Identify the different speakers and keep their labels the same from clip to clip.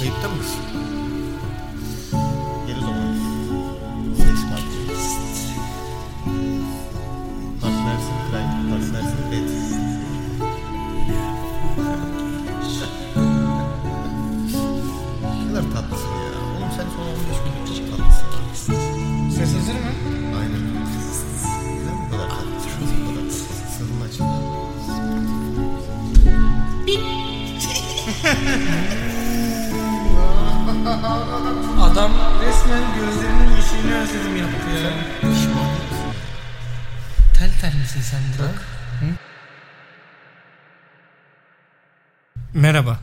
Speaker 1: Ayakta mısın?
Speaker 2: Gel o zaman. Seç kart. Partnersin Prime, partnersin Bet. Ne kadar tatlısın ya. Oğlum sen son 15 gündür hiç tatlısın.
Speaker 1: Ses hazır mı?
Speaker 2: Aynen. Neden bu kadar tatlısın? Bu kadar tatlısın. Sırrın açıldı.
Speaker 1: Adam resmen gözlerinin yeşilini özledim yaptı ya. Tel tel misin sen Burak? Merhaba.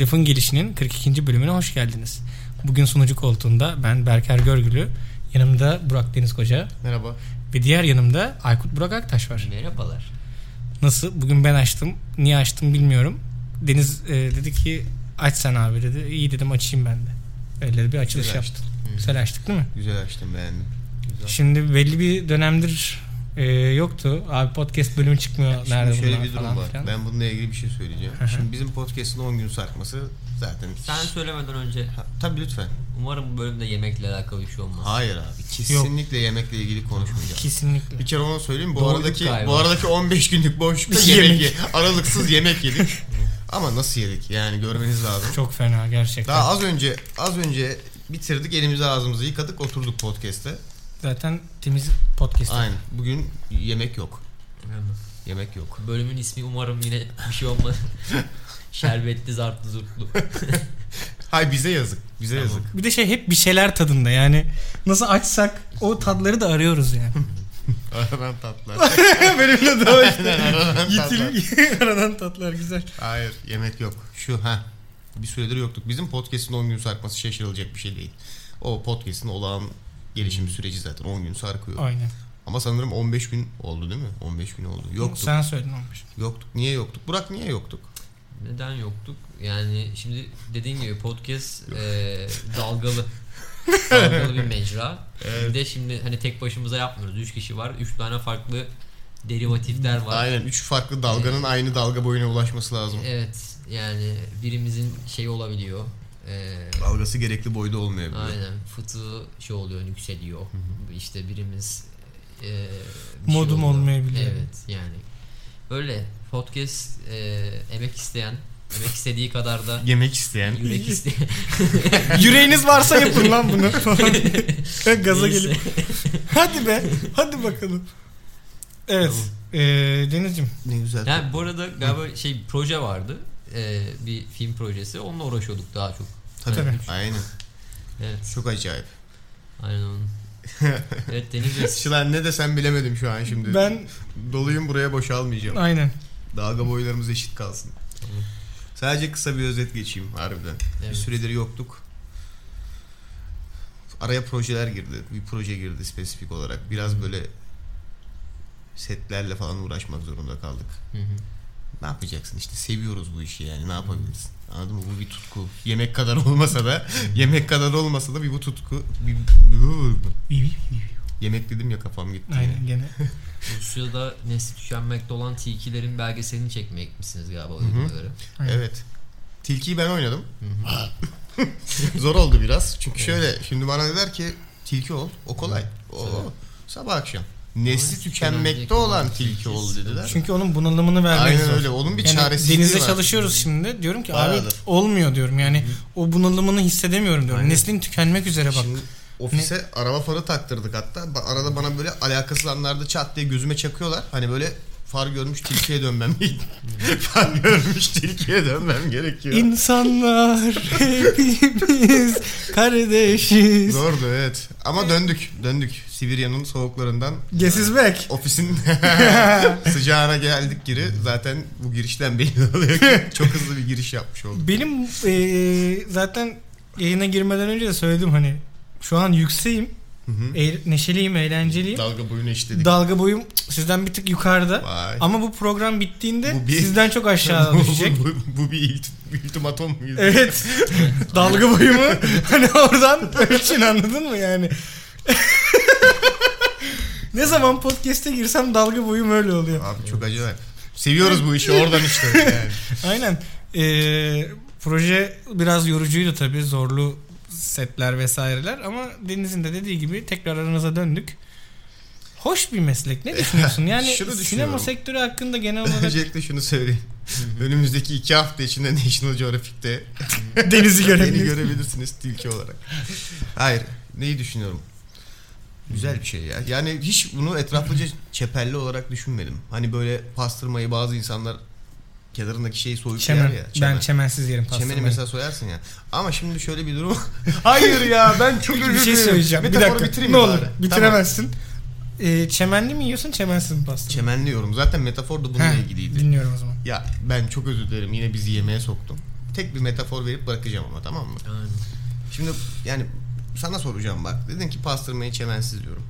Speaker 1: Lafın Gelişi'nin 42. bölümüne hoş geldiniz. Bugün sunucu koltuğunda ben Berker Görgülü, yanımda Burak Deniz Koca
Speaker 2: Merhaba.
Speaker 1: ve diğer yanımda Aykut Burak Aktaş var.
Speaker 3: Merhabalar.
Speaker 1: Nasıl? Bugün ben açtım. Niye açtım bilmiyorum. Deniz e, dedi ki aç sen abi dedi. İyi dedim açayım ben de. Öyle bir açılış
Speaker 2: Güzel
Speaker 1: yaptım. Güzel açtık değil mi?
Speaker 2: Güzel açtın beğendim. Güzel.
Speaker 1: Şimdi belli bir dönemdir e, yoktu. Abi podcast bölümü çıkmıyor.
Speaker 2: Şimdi
Speaker 1: Nerede
Speaker 2: şöyle
Speaker 1: bunlar
Speaker 2: bir durum
Speaker 1: falan
Speaker 2: var.
Speaker 1: filan.
Speaker 2: Ben bununla ilgili bir şey söyleyeceğim. Şimdi bizim podcast'ın 10 gün sarkması zaten...
Speaker 3: Sen söylemeden önce
Speaker 2: Ha, tabii lütfen.
Speaker 3: umarım bu bölümde yemekle alakalı bir şey olmaz.
Speaker 2: Hayır abi. Kesinlikle yemekle ilgili konuşmayacağım.
Speaker 1: Kesinlikle.
Speaker 2: Bir kere onu söyleyeyim. Bu
Speaker 3: Doğruydu
Speaker 2: aradaki
Speaker 3: galiba.
Speaker 2: bu aradaki 15 günlük boşlukta
Speaker 1: Yemek.
Speaker 2: yemek, ye- aralıksız yemek yedik. Ama nasıl yedik? Yani görmeniz lazım.
Speaker 1: Çok fena gerçekten.
Speaker 2: Daha az önce az önce bitirdik. Elimizi ağzımızı yıkadık. Oturduk podcast'te.
Speaker 1: Zaten temiz podcast.
Speaker 2: Aynen. Bugün yemek yok.
Speaker 3: Efendim,
Speaker 2: Yemek yok.
Speaker 3: Bölümün ismi umarım yine bir şey olmaz. Şerbetli zartlı zurtlu.
Speaker 2: Hay bize yazık. Bize
Speaker 3: Tamam.
Speaker 2: yazık.
Speaker 1: Bir de şey hep bir şeyler tadında yani. Nasıl açsak o tadları da arıyoruz yani.
Speaker 2: Aradan tatlar.
Speaker 1: Bölümde daha işte.
Speaker 2: Aradan tatlar.
Speaker 1: Yitil- aradan tatlar güzel.
Speaker 2: Hayır yemek yok. Şu ha bir süredir yoktuk. Bizim podcast'in 10 gün sarkması şaşırılacak bir şey değil. O podcast'in olağan
Speaker 1: Hmm.
Speaker 2: gelişim süreci zaten 10 gün sarkıyor.
Speaker 1: Aynen.
Speaker 2: Ama sanırım 15 gün oldu değil mi? 15 gün oldu. Yoktuk.
Speaker 1: Sen söyledin olmuş.
Speaker 2: Yoktuk. Niye yoktuk? Burak niye yoktuk?
Speaker 3: Neden yoktuk? Yani şimdi dediğin gibi podcast eee, dalgalı. dalgalı bir mecra. Bir de şimdi hani tek başımıza yapmıyoruz. Üç kişi var. Üç tane farklı derivatifler var.
Speaker 2: Aynen 3 farklı dalganın aynı dalga boyuna ulaşması lazım.
Speaker 3: Evet yani birimizin şey olabiliyor. Eee
Speaker 2: Dalgası gerekli boyda olmayabilir.
Speaker 3: Aynen. Fıtığı şey oluyor, yükseliyor. İşte birimiz e, bir
Speaker 1: Modum
Speaker 3: oluyor.
Speaker 1: olmayabiliyor.
Speaker 3: Evet yani. Öyle podcast e, emek isteyen, emek istediği kadar da
Speaker 2: Yemek isteyen.
Speaker 3: yürek isteyen.
Speaker 1: Yüreğiniz varsa yapın lan bunu falan. Gaza
Speaker 3: Neyse.
Speaker 1: gelip. Hadi be. Hadi bakalım. Evet. Eee Deniz'cim.
Speaker 2: Ne güzel.
Speaker 3: Yani bu arada galiba şey bir proje vardı. E, bir film projesi. Onunla uğraşıyorduk daha çok.
Speaker 2: Tabii.
Speaker 1: Tabii.
Speaker 2: Aynen.
Speaker 3: Evet.
Speaker 2: Çok acayip.
Speaker 3: Aynen onun. evet Deniz Bey,
Speaker 2: Şılan ne desem bilemedim şu an şimdi.
Speaker 1: Ben
Speaker 2: doluyum buraya boşalmayacağım.
Speaker 1: aynen.
Speaker 2: Dalga boylarımız eşit kalsın. Sadece kısa bir özet geçeyim harbiden. Bir
Speaker 3: Evet.
Speaker 2: süredir yoktuk. Araya projeler girdi. Bir proje girdi spesifik olarak. Biraz böyle setlerle falan uğraşmak zorunda kaldık.
Speaker 3: Hı hı.
Speaker 2: Ne yapacaksın işte seviyoruz bu işi yani ne yapabilirsin? Anladın mı? Bu bir tutku. Yemek kadar olmasa da yemek kadar olmasa da bir bu tutku. Bir, yemek dedim ya kafam gitti.
Speaker 1: Aynen gene.
Speaker 3: Rusya'da nesli tükenmekte olan tilkilerin belgeselini çekmeye gitmişsiniz galiba uygulamaları.
Speaker 1: Aynen.
Speaker 2: Evet. Tilkiyi ben oynadım. Zor oldu biraz. Çünkü şöyle şimdi bana dediler ki tilki ol. O kolay. O sabah akşam. Nesli tükenmekte olan tilki ol dediler.
Speaker 1: Çünkü onun bunalımını vermek
Speaker 2: Aynen
Speaker 1: zor.
Speaker 2: öyle. Onun bir
Speaker 1: Yani
Speaker 2: çaresizliği
Speaker 1: denizde
Speaker 2: var.
Speaker 1: çalışıyoruz şimdi. Diyorum ki abi
Speaker 2: Bayağıdır.
Speaker 1: olmuyor diyorum. Yani o bunalımını hissedemiyorum diyorum.
Speaker 2: Aynen.
Speaker 1: Neslin tükenmek üzere bak.
Speaker 2: Şimdi ofise araba farı taktırdık hatta. Ba- Arada bana böyle alakasız anlarda çat diye gözüme çakıyorlar. Hani böyle far görmüş tilkiye dönmem far görmüş tilkiye dönmem gerekiyor.
Speaker 1: İnsanlar hepimiz kardeşiz.
Speaker 2: Zordu evet. Ama döndük. Döndük. Sibirya'nın soğuklarından
Speaker 1: Guess is back.
Speaker 2: ofisin sıcağına geldik geri. Zaten bu girişten belli oluyor ki çok hızlı bir giriş yapmış olduk.
Speaker 1: Benim eee, zaten yayına girmeden önce de söyledim hani şu an yükseğim, eğ- neşeliyim, eğlenceliyim.
Speaker 2: Dalga boyunu eşledik.
Speaker 1: Dalga boyum sizden bir tık yukarıda.
Speaker 2: Vay.
Speaker 1: Ama bu program bittiğinde
Speaker 2: Bu bir-
Speaker 1: sizden çok aşağı düşecek.
Speaker 2: bu, bu- bu bir ilt- ultimatom muydu?
Speaker 1: Evet. Dalga boyumu hani oradan ölçün anladın mı yani? ne zaman podcast'e girsem dalga boyum öyle oluyor.
Speaker 2: Abi çok acayip. Seviyoruz bu işi oradan işte. Yani.
Speaker 1: Aynen. Ee, Proje biraz yorucuydu tabii. Zorlu setler vesaireler ama Deniz'in de dediği gibi tekrar aranıza döndük. Hoş bir meslek. Ne düşünüyorsun? Yani
Speaker 2: Şunu
Speaker 1: sinema
Speaker 2: düşünüyorum.
Speaker 1: sektörü hakkında genel olarak
Speaker 2: Öncelikle şunu söyleyeyim. Önümüzdeki iki hafta içinde National Geographic'te
Speaker 1: Deniz'i
Speaker 2: beni
Speaker 1: görebiliriz.
Speaker 2: görebilirsiniz tilki olarak. Hayır. Neyi düşünüyorum? Güzel bir şey ya. Yani hiç bunu etraflıca çepelli olarak düşünmedim. Hani böyle pastırmayı bazı insanlar kenarındaki şeyi soyup
Speaker 1: Çemen.
Speaker 2: yer ya.
Speaker 1: Ben çemensiz yerim pastırmayı.
Speaker 2: Çemeni mesela soyarsın ya. Ama şimdi şöyle bir durum. Hayır ya ben çok
Speaker 1: bir
Speaker 2: özür
Speaker 1: şey
Speaker 2: dilerim.
Speaker 1: söyleyeceğim. Bir
Speaker 2: Metaforu
Speaker 1: dakika.
Speaker 2: bitireyim
Speaker 1: Ne
Speaker 2: mi
Speaker 1: olur.
Speaker 2: bari?
Speaker 1: Bitiremezsin. Ee, çemenli mi yiyorsun çemensiz mi pastırma?
Speaker 2: Tamam. Çemenliyorum. Zaten metafor da bununla
Speaker 1: Heh,
Speaker 2: ilgiliydi.
Speaker 1: Dinliyorum o zaman.
Speaker 2: Ya ben çok özür dilerim yine bizi yemeğe soktum. Tek bir metafor verip bırakacağım ama tamam mı?
Speaker 3: Yani.
Speaker 2: Şimdi yani sana soracağım bak. Dedin ki pastırmayı çemensiz diyorum.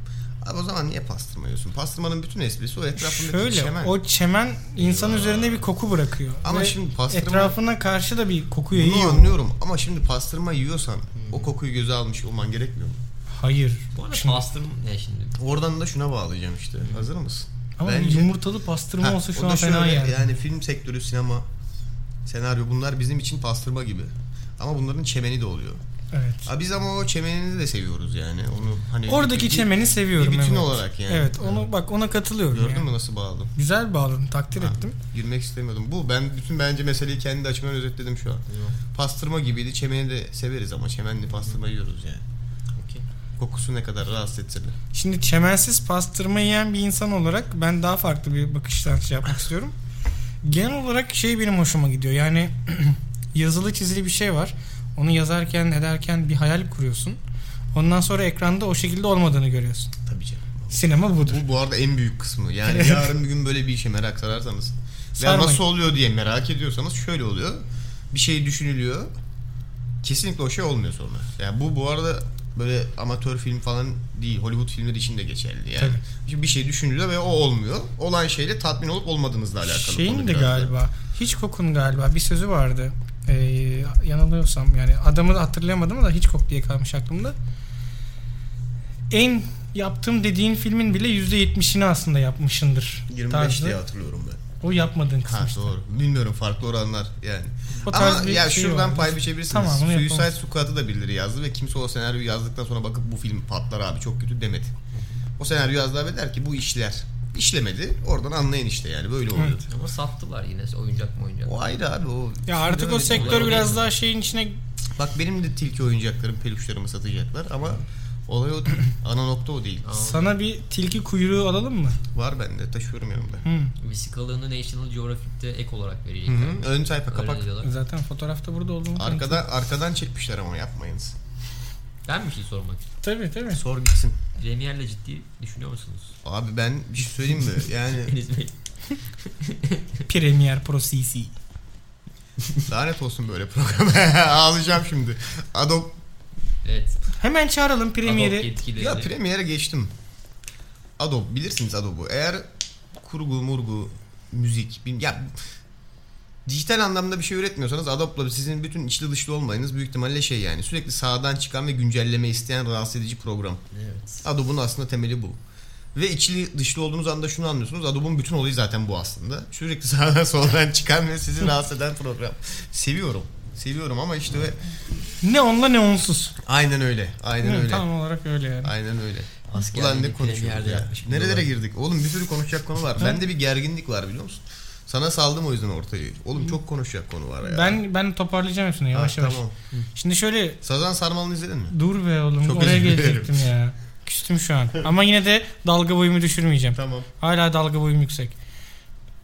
Speaker 2: Abi o zaman niye pastırma yiyorsun? Pastırmanın bütün esprisi o etrafındaki
Speaker 1: Şöyle
Speaker 2: çemen.
Speaker 1: o çemen insan
Speaker 3: Eyvah.
Speaker 1: üzerine bir koku bırakıyor.
Speaker 2: Ama
Speaker 1: Ve
Speaker 2: şimdi pastırma-
Speaker 1: Etrafına karşı da bir koku
Speaker 2: Bunu
Speaker 1: yayıyor.
Speaker 2: anlıyorum ama şimdi pastırma yiyorsan o kokuyu göze almış olman gerekmiyor mu?
Speaker 1: Hayır.
Speaker 3: Bu arada
Speaker 1: Şimdi-
Speaker 3: pastırma ne şimdi?
Speaker 2: Oradan da şuna bağlayacağım işte. Hazır mısın?
Speaker 1: Ama
Speaker 2: Bence-
Speaker 1: yumurtalı pastırma
Speaker 2: Ha,
Speaker 1: olsa
Speaker 2: o
Speaker 1: şu
Speaker 2: da
Speaker 1: an fena
Speaker 2: şöyle,
Speaker 1: yani.
Speaker 2: Yani film sektörü, sinema, senaryo bunlar bizim için pastırma gibi. Ama bunların çemeni de oluyor.
Speaker 1: Evet.
Speaker 2: Ha, biz ama o çemenini de seviyoruz yani. Onu hani
Speaker 1: Oradaki
Speaker 2: bir- bir-
Speaker 1: çemeni seviyorum.
Speaker 2: bir bütün
Speaker 1: evet.
Speaker 2: olarak yani.
Speaker 1: Evet onu bak ona katılıyorum.
Speaker 2: Gördün
Speaker 1: yani.
Speaker 2: mü nasıl bağladım?
Speaker 1: Güzel bağladın takdir
Speaker 2: Ha.
Speaker 1: ettim.
Speaker 2: Girmek istemiyordum. Bu ben bütün bence meseleyi kendi açımdan özetledim şu an. Pastırma gibiydi. Çemeni de severiz ama çemenli pastırma yiyoruz yani.
Speaker 3: Okey.
Speaker 2: Kokusu ne kadar rahatsız etse de.
Speaker 1: Şimdi çemensiz pastırma yiyen bir insan olarak ben daha farklı bir bakıştan şey
Speaker 2: Ah.
Speaker 1: yapmak istiyorum. Genel olarak şey benim hoşuma gidiyor. Yani yazılı çizili bir şey var. Onu yazarken ederken bir hayal kuruyorsun. Ondan sonra ekranda o şekilde olmadığını görüyorsun.
Speaker 2: Tabii canım.
Speaker 1: Sinema budur.
Speaker 2: Bu bu arada en büyük kısmı. Yani yarın bir gün böyle bir işe merak sararsanız ya
Speaker 1: Sarmayın.
Speaker 2: nasıl oluyor diye merak ediyorsanız şöyle oluyor. Bir şey düşünülüyor. Kesinlikle o şey olmuyor sonra. Yani bu bu arada böyle amatör film falan değil. Hollywood filmleri için de geçerli yani. Şimdi bir şey düşünülüyor ve o olmuyor. Olan şeyle tatmin olup olmadığınızla alakalı. konu
Speaker 1: Şeyin de
Speaker 2: biraz da.
Speaker 1: galiba. Hiç kokun galiba bir sözü vardı. Ee, yanılıyorsam yani adamı da hatırlayamadım da hiç kok diye kalmış aklımda. En yaptığım dediğin filmin bile %70'ini aslında yapmışındır.
Speaker 2: 25
Speaker 1: tarzı.
Speaker 2: diye hatırlıyorum ben.
Speaker 1: O yapmadığın kısmı.
Speaker 2: Ha
Speaker 1: işte.
Speaker 2: doğru. Bilmiyorum farklı oranlar yani.
Speaker 1: O tarz
Speaker 2: Ama
Speaker 1: bir
Speaker 2: ya
Speaker 1: şey
Speaker 2: şuradan
Speaker 1: var.
Speaker 2: pay biçebilirsiniz.
Speaker 1: Tamam, bunu yapalım.
Speaker 2: Suicide Squad'ı da birileri yazdı ve kimse o senaryoyu yazdıktan sonra bakıp bu film patlar abi çok kötü demedi. O senaryo yazdı ve der ki bu işler. İşlemedi. Oradan anlayın işte yani böyle oluyor.
Speaker 1: Evet.
Speaker 3: Ama sattılar yine oyuncak mı oyuncak.
Speaker 2: O ayrı abi o.
Speaker 1: Ya artık o
Speaker 2: Bilemedim.
Speaker 1: sektör
Speaker 3: olay
Speaker 1: biraz
Speaker 3: değil.
Speaker 1: daha şeyin içine
Speaker 2: Bak benim de tilki oyuncaklarım, peluşlarımı satacaklar ama olay o değil. Ana nokta o değil.
Speaker 3: Aa,
Speaker 1: sana bir tilki kuyruğu alalım mı?
Speaker 2: Var bende taşıyorum yanımda.
Speaker 1: Hı.
Speaker 3: Visikalığını National Geographic'te ek olarak
Speaker 2: Hı
Speaker 3: verecekler.
Speaker 2: hı. Ön sayfa
Speaker 3: Öyle
Speaker 2: kapak.
Speaker 3: diyorlar.
Speaker 1: Zaten fotoğrafta burada olduğumu
Speaker 2: Arkadan arkadan çekmişler ama yapmayınız.
Speaker 3: Ben bir şey sormak istiyorum.
Speaker 1: Tabii tabii.
Speaker 2: Sor gitsin.
Speaker 3: Premierle ciddi düşünüyor musunuz?
Speaker 2: Abi ben bir şey söyleyeyim mi? Yani
Speaker 3: Deniz Bey.
Speaker 1: Premier Pro CC.
Speaker 2: Lanet olsun böyle programa. Ağlayacağım şimdi. Adobe.
Speaker 3: Evet.
Speaker 1: Hemen çağıralım
Speaker 3: Adobe
Speaker 1: Premier'i.
Speaker 3: yetkileri.
Speaker 2: Ya Premiere'e geçtim. Adobe. Bilirsiniz Adobe'u. Eğer kurgu, murgu, müzik, bil- ya dijital anlamda bir şey üretmiyorsanız Adobe'la sizin bütün içli dışlı olmayınız büyük ihtimalle şey yani. Sürekli sağdan çıkan ve güncelleme isteyen rahatsız edici program.
Speaker 3: Evet.
Speaker 2: Adobe'un aslında temeli bu. Ve içli dışlı olduğunuz anda şunu anlıyorsunuz. Adobe'un bütün olayı zaten bu aslında. Sürekli sağdan soldan çıkan ve sizi rahatsız eden program. Seviyorum. Seviyorum ama işte ve
Speaker 1: Ne onunla ne onsuz.
Speaker 2: Aynen öyle. Aynen
Speaker 1: Hı,
Speaker 2: öyle.
Speaker 1: Tam olarak öyle yani.
Speaker 2: Aynen öyle.
Speaker 3: Askerliği
Speaker 2: Ulan ne
Speaker 3: bir
Speaker 2: konuşuyoruz
Speaker 3: premierde
Speaker 2: ya.
Speaker 3: yapmış biliyorlar.
Speaker 2: Nerelere girdik? Oğlum bir sürü konuşacak konu var. Bende bir gerginlik var biliyor musun? Sana saldım o yüzden ortayı. Oğlum çok konuşacak konu var ya.
Speaker 1: Ben ben toparlayacağım hepsini
Speaker 2: Ha,
Speaker 1: yavaş yavaş.
Speaker 2: Tamam.
Speaker 1: Şimdi şöyle
Speaker 2: Sazan Sarmal'ını izledin mi?
Speaker 1: dur be oğlum
Speaker 2: Çok
Speaker 1: oraya
Speaker 2: özür dilerim.
Speaker 1: gelecektim ya. Küstüm şu an. Ama yine de dalga boyumu düşürmeyeceğim.
Speaker 2: Tamam.
Speaker 1: Hala dalga boyum yüksek.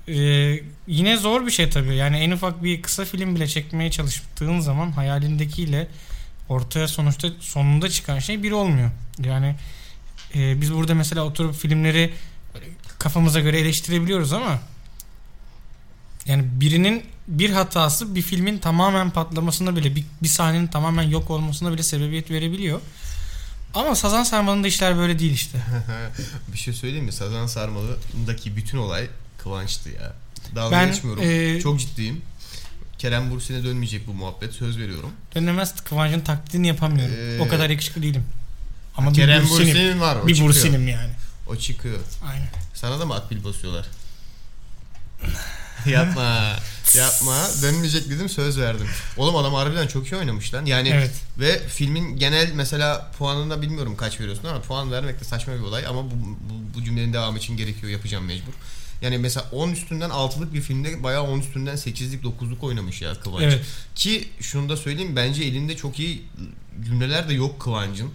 Speaker 1: Ee, yine zor bir şey tabii. Yani en ufak bir kısa film bile çekmeye çalıştığın zaman hayalindekiyle ortaya sonuçta sonunda çıkan şey bir olmuyor. Yani e, biz burada mesela oturup filmleri böyle kafamıza göre eleştirebiliyoruz ama yani birinin bir hatası bir filmin tamamen patlamasına bile bir, bir sahnenin tamamen yok olmasına bile sebebiyet verebiliyor. Ama Sazan Sarmalı'nda işler böyle değil işte.
Speaker 2: bir şey söyleyeyim mi? Sazan Sarmal'ındaki bütün olay kıvançtı ya. Dalga
Speaker 1: Ben,
Speaker 2: geçmiyorum.
Speaker 1: e,
Speaker 2: Çok ciddiyim. Kerem Bursin'e dönmeyecek bu muhabbet. Söz veriyorum.
Speaker 1: Dönemez Kıvancı'nın taklidini yapamıyorum.
Speaker 2: Ee,
Speaker 1: o kadar yakışıklı değilim. Ama
Speaker 2: Kerem
Speaker 1: bir bursinim.
Speaker 2: Bursin var. O
Speaker 1: bir
Speaker 2: çıkıyor.
Speaker 1: bursinim yani.
Speaker 2: O çıkıyor.
Speaker 1: Aynen.
Speaker 2: Sana da mı akbil basıyorlar? Yapma. Yapma. Dönmeyecek dedim söz verdim. Oğlum adam harbiden çok iyi oynamış lan. Yani
Speaker 1: Evet.
Speaker 2: ve filmin genel mesela puanında bilmiyorum kaç veriyorsun ama puan vermek de saçma bir olay ama bu, bu, bu cümlenin devamı için gerekiyor yapacağım mecbur. Yani mesela 10 üstünden 6'lık bir filmde bayağı 10 üstünden 8'lik 9'luk oynamış ya Kıvanç.
Speaker 1: Evet.
Speaker 2: Ki şunu da söyleyeyim bence elinde çok iyi cümleler de yok Kıvanç'ın.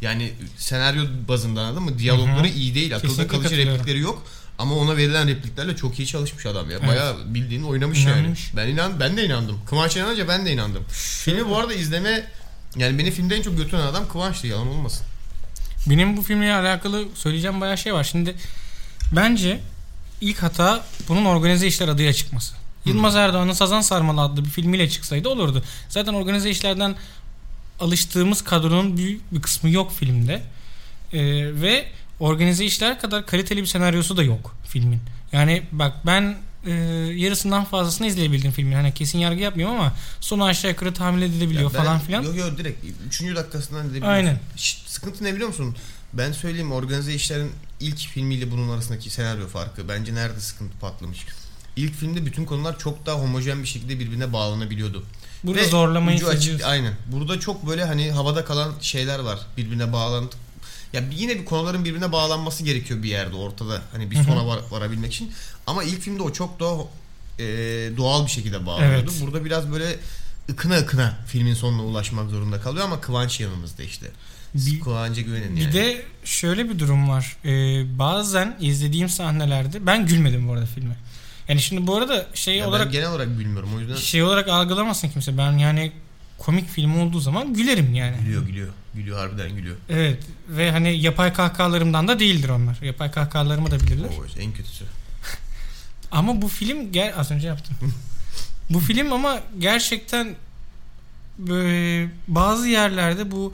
Speaker 2: Yani senaryo bazında anladın mı? Diyalogları
Speaker 1: Hı hı.
Speaker 2: iyi değil. Akılda
Speaker 1: Kesinlikle
Speaker 2: kalıcı
Speaker 1: katılıyorum.
Speaker 2: replikleri yok. Ama ona verilen repliklerle çok iyi çalışmış adam ya.
Speaker 1: Evet.
Speaker 2: Bayağı bildiğin oynamış
Speaker 1: İnanmış.
Speaker 2: yani. Ben inan ben de inandım. Kıvanç inanınca ben de inandım. Filmi bu arada izleme yani beni filmde en çok götüren adam Kıvanç'tı yalan olmasın.
Speaker 1: Benim bu filmle alakalı söyleyeceğim bayağı şey var. Şimdi bence ilk hata bunun organize işler adıyla çıkması. Yılmaz Erdoğan'ın Sazan Sarmalı adlı bir filmiyle çıksaydı olurdu. Zaten organize işlerden alıştığımız kadronun büyük bir kısmı yok filmde. Ee, ve organize işler kadar kaliteli bir senaryosu da yok filmin. Yani bak ben e, yarısından fazlasını izleyebildim filmin. Hani kesin yargı yapmıyorum ama sonu aşağı yukarı tahmin edilebiliyor
Speaker 2: Ya ben-
Speaker 1: falan filan.
Speaker 2: Yok yok direkt 3. dakikasından edebiliyorsun.
Speaker 1: Aynen.
Speaker 2: Şşt, sıkıntı ne biliyor musun? Ben söyleyeyim organize işlerin ilk filmiyle bunun arasındaki senaryo farkı bence nerede sıkıntı patlamış. İlk filmde bütün konular çok daha homojen bir şekilde birbirine bağlanabiliyordu.
Speaker 1: Burada
Speaker 2: Ve
Speaker 1: zorlamayı
Speaker 2: ucu açık-
Speaker 1: seziyorsun.
Speaker 2: Aynen. Burada çok böyle hani havada kalan şeyler var. Birbirine bağlantı. Ya bir- yine bir konuların birbirine bağlanması gerekiyor bir yerde ortada. Hani bir sona var- varabilmek için. Ama ilk filmde o çok daha e, doğal bir şekilde bağlanıyordu.
Speaker 1: Evet.
Speaker 2: Burada biraz böyle ıkına ıkına filmin sonuna ulaşmak zorunda kalıyor ama Kıvanç yanımızda işte.
Speaker 1: Bir-
Speaker 2: Kıvanç'a güvenin yani.
Speaker 1: Bir de şöyle bir durum var. Ee, bazen izlediğim sahnelerde ben gülmedim bu arada filme. Yani şimdi bu arada şey
Speaker 2: Ya
Speaker 1: olarak
Speaker 2: ben genel olarak bilmiyorum o yüzden
Speaker 1: şey olarak algılamasın kimse. Ben yani komik film olduğu zaman gülerim yani.
Speaker 2: gülüyor gülüyor. Gülüyor harbiden gülüyor.
Speaker 1: Evet ve hani yapay kahkahalarımdan da değildir onlar. Yapay kahkahalarımı da bilirler.
Speaker 2: Oo, en kötüsü.
Speaker 1: Ama bu film gel az önce yaptım. bu film ama gerçekten böyle bazı yerlerde bu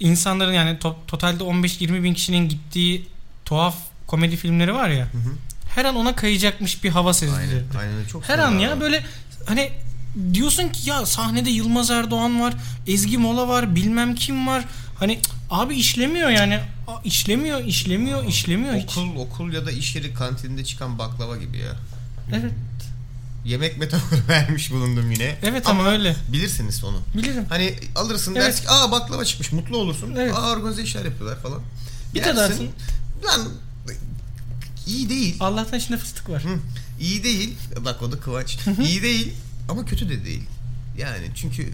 Speaker 1: insanların yani to- totalde 15-20 bin kişinin gittiği tuhaf komedi filmleri var ya.
Speaker 2: Hı hı.
Speaker 1: Her an ona kayacakmış bir hava
Speaker 2: Aynen.
Speaker 1: sezilirdi.
Speaker 2: Aynen öyle. çok
Speaker 1: Her
Speaker 2: sorun
Speaker 1: an
Speaker 2: abi.
Speaker 1: ya böyle hani diyorsun ki ya sahnede Yılmaz Erdoğan var, Ezgi Mola var, bilmem kim var. Hani cık, abi işlemiyor yani. A- işlemiyor, işlemiyor, işlemiyor hiç.
Speaker 2: Okul okul ya da iş yeri kantininde çıkan baklava gibi ya.
Speaker 1: Evet.
Speaker 2: Yemek metaforu vermiş bulundum yine.
Speaker 1: Evet ama öyle.
Speaker 2: bilirsiniz onu.
Speaker 1: Bilirim.
Speaker 2: Hani alırsın
Speaker 1: Evet.
Speaker 2: dersin ki aa baklava çıkmış mutlu olursun.
Speaker 1: Evet.
Speaker 2: Aa organize işler yapıyorlar falan.
Speaker 1: Bir
Speaker 2: Yersin,
Speaker 1: tadarsın.
Speaker 2: Lan iyi değil.
Speaker 1: Allah'tan içinde fıstık var.
Speaker 2: Hı, iyi değil. Bak o da Kıvanç. iyi değil ama kötü de değil. Yani çünkü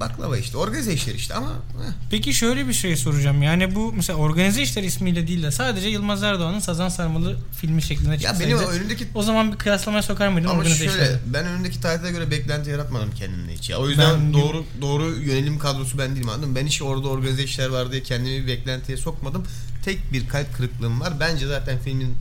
Speaker 2: baklava işte organize işler işte ama heh,
Speaker 1: Peki şöyle bir şey soracağım. Yani bu mesela organize işler ismiyle değil de sadece Yılmaz Erdoğan'ın Sazan Sarmalı filmi şeklinde
Speaker 2: ya
Speaker 1: çıksaydı.
Speaker 2: benim önündeki
Speaker 1: o zaman bir kıyaslamaya sokar mıydın
Speaker 2: Ama
Speaker 1: organize
Speaker 2: şöyle
Speaker 1: işleri?
Speaker 2: ben önündeki tarihte göre beklenti yaratmadım kendimle hiç. Ya. O yüzden
Speaker 1: Ben-
Speaker 2: doğru doğru yönelim kadrosu ben değilim anladın mı? Ben hiç orada organize işler var diye kendimi bir beklentiye sokmadım. Tek bir kalp kırıklığım var. Bence zaten filmin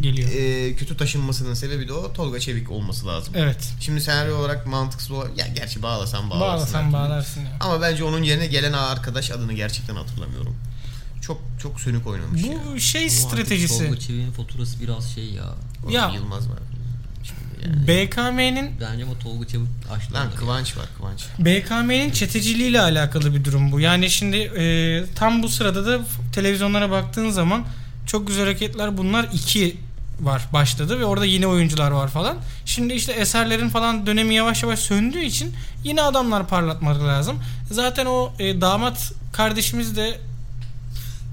Speaker 1: Geliyor.
Speaker 2: e, kötü taşınmasının sebebi de o Tolga Çevik olması lazım.
Speaker 1: evet.
Speaker 2: Şimdi senaryo olarak mantıksız olarak ya gerçi bağlasan bağlarsın.
Speaker 1: Bağlasan
Speaker 2: belki.
Speaker 1: bağlarsın ya.
Speaker 2: Ama bence onun yerine gelen arkadaş adını gerçekten hatırlamıyorum. Çok çok sönük oynamış ya.
Speaker 1: Bu şey
Speaker 3: Bu artık
Speaker 1: stratejisi.
Speaker 3: Tolga Çevik'in faturası biraz şey ya.
Speaker 2: Oğlum
Speaker 1: ya-
Speaker 2: Yılmaz var. Şimdi yani.
Speaker 1: BKM'nin
Speaker 3: Bence ama Tolga Çevik aşlandı.
Speaker 2: Lan Kıvanç var Kıvanç.
Speaker 1: BKM'nin çeteciliğiyle alakalı bir durum bu. Yani şimdi e, tam bu sırada da f- televizyonlara baktığın zaman çok güzel hareketler bunlar iki var başladı ve orada yeni oyuncular var falan. Şimdi işte eserlerin falan dönemi yavaş yavaş söndüğü için yeni adamlar parlatmak lazım. Zaten o e, damat kardeşimiz de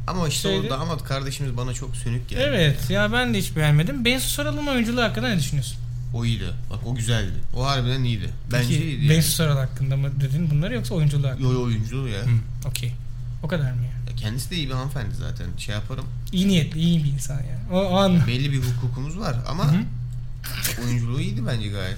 Speaker 2: Ama işte
Speaker 1: Şeydi.
Speaker 2: o damat kardeşimiz bana çok sönük geldi.
Speaker 1: evet ya ben de hiç beğenmedim. Bensu Saral'ın oyunculuğu hakkında ne düşünüyorsun?
Speaker 2: O iyiydi. Bak o güzeldi. O harbiden iyiydi. Bence
Speaker 1: Peki,
Speaker 2: iyiydi. yani.
Speaker 1: Bensu Saral hakkında mı dedin bunları yoksa oyunculuğu hakkında?
Speaker 2: Yo yo oyunculuğu ya.
Speaker 1: Hı, Okey. O kadar mı ya?
Speaker 2: Ya Kendisi de iyi bir hanımefendi zaten. Şey yaparım.
Speaker 1: İyi niyetli, iyi bir insan yani. O, o anlamda.
Speaker 2: Belli bir hukukumuz var ama
Speaker 1: Hı.
Speaker 2: oyunculuğu iyiydi bence gayet.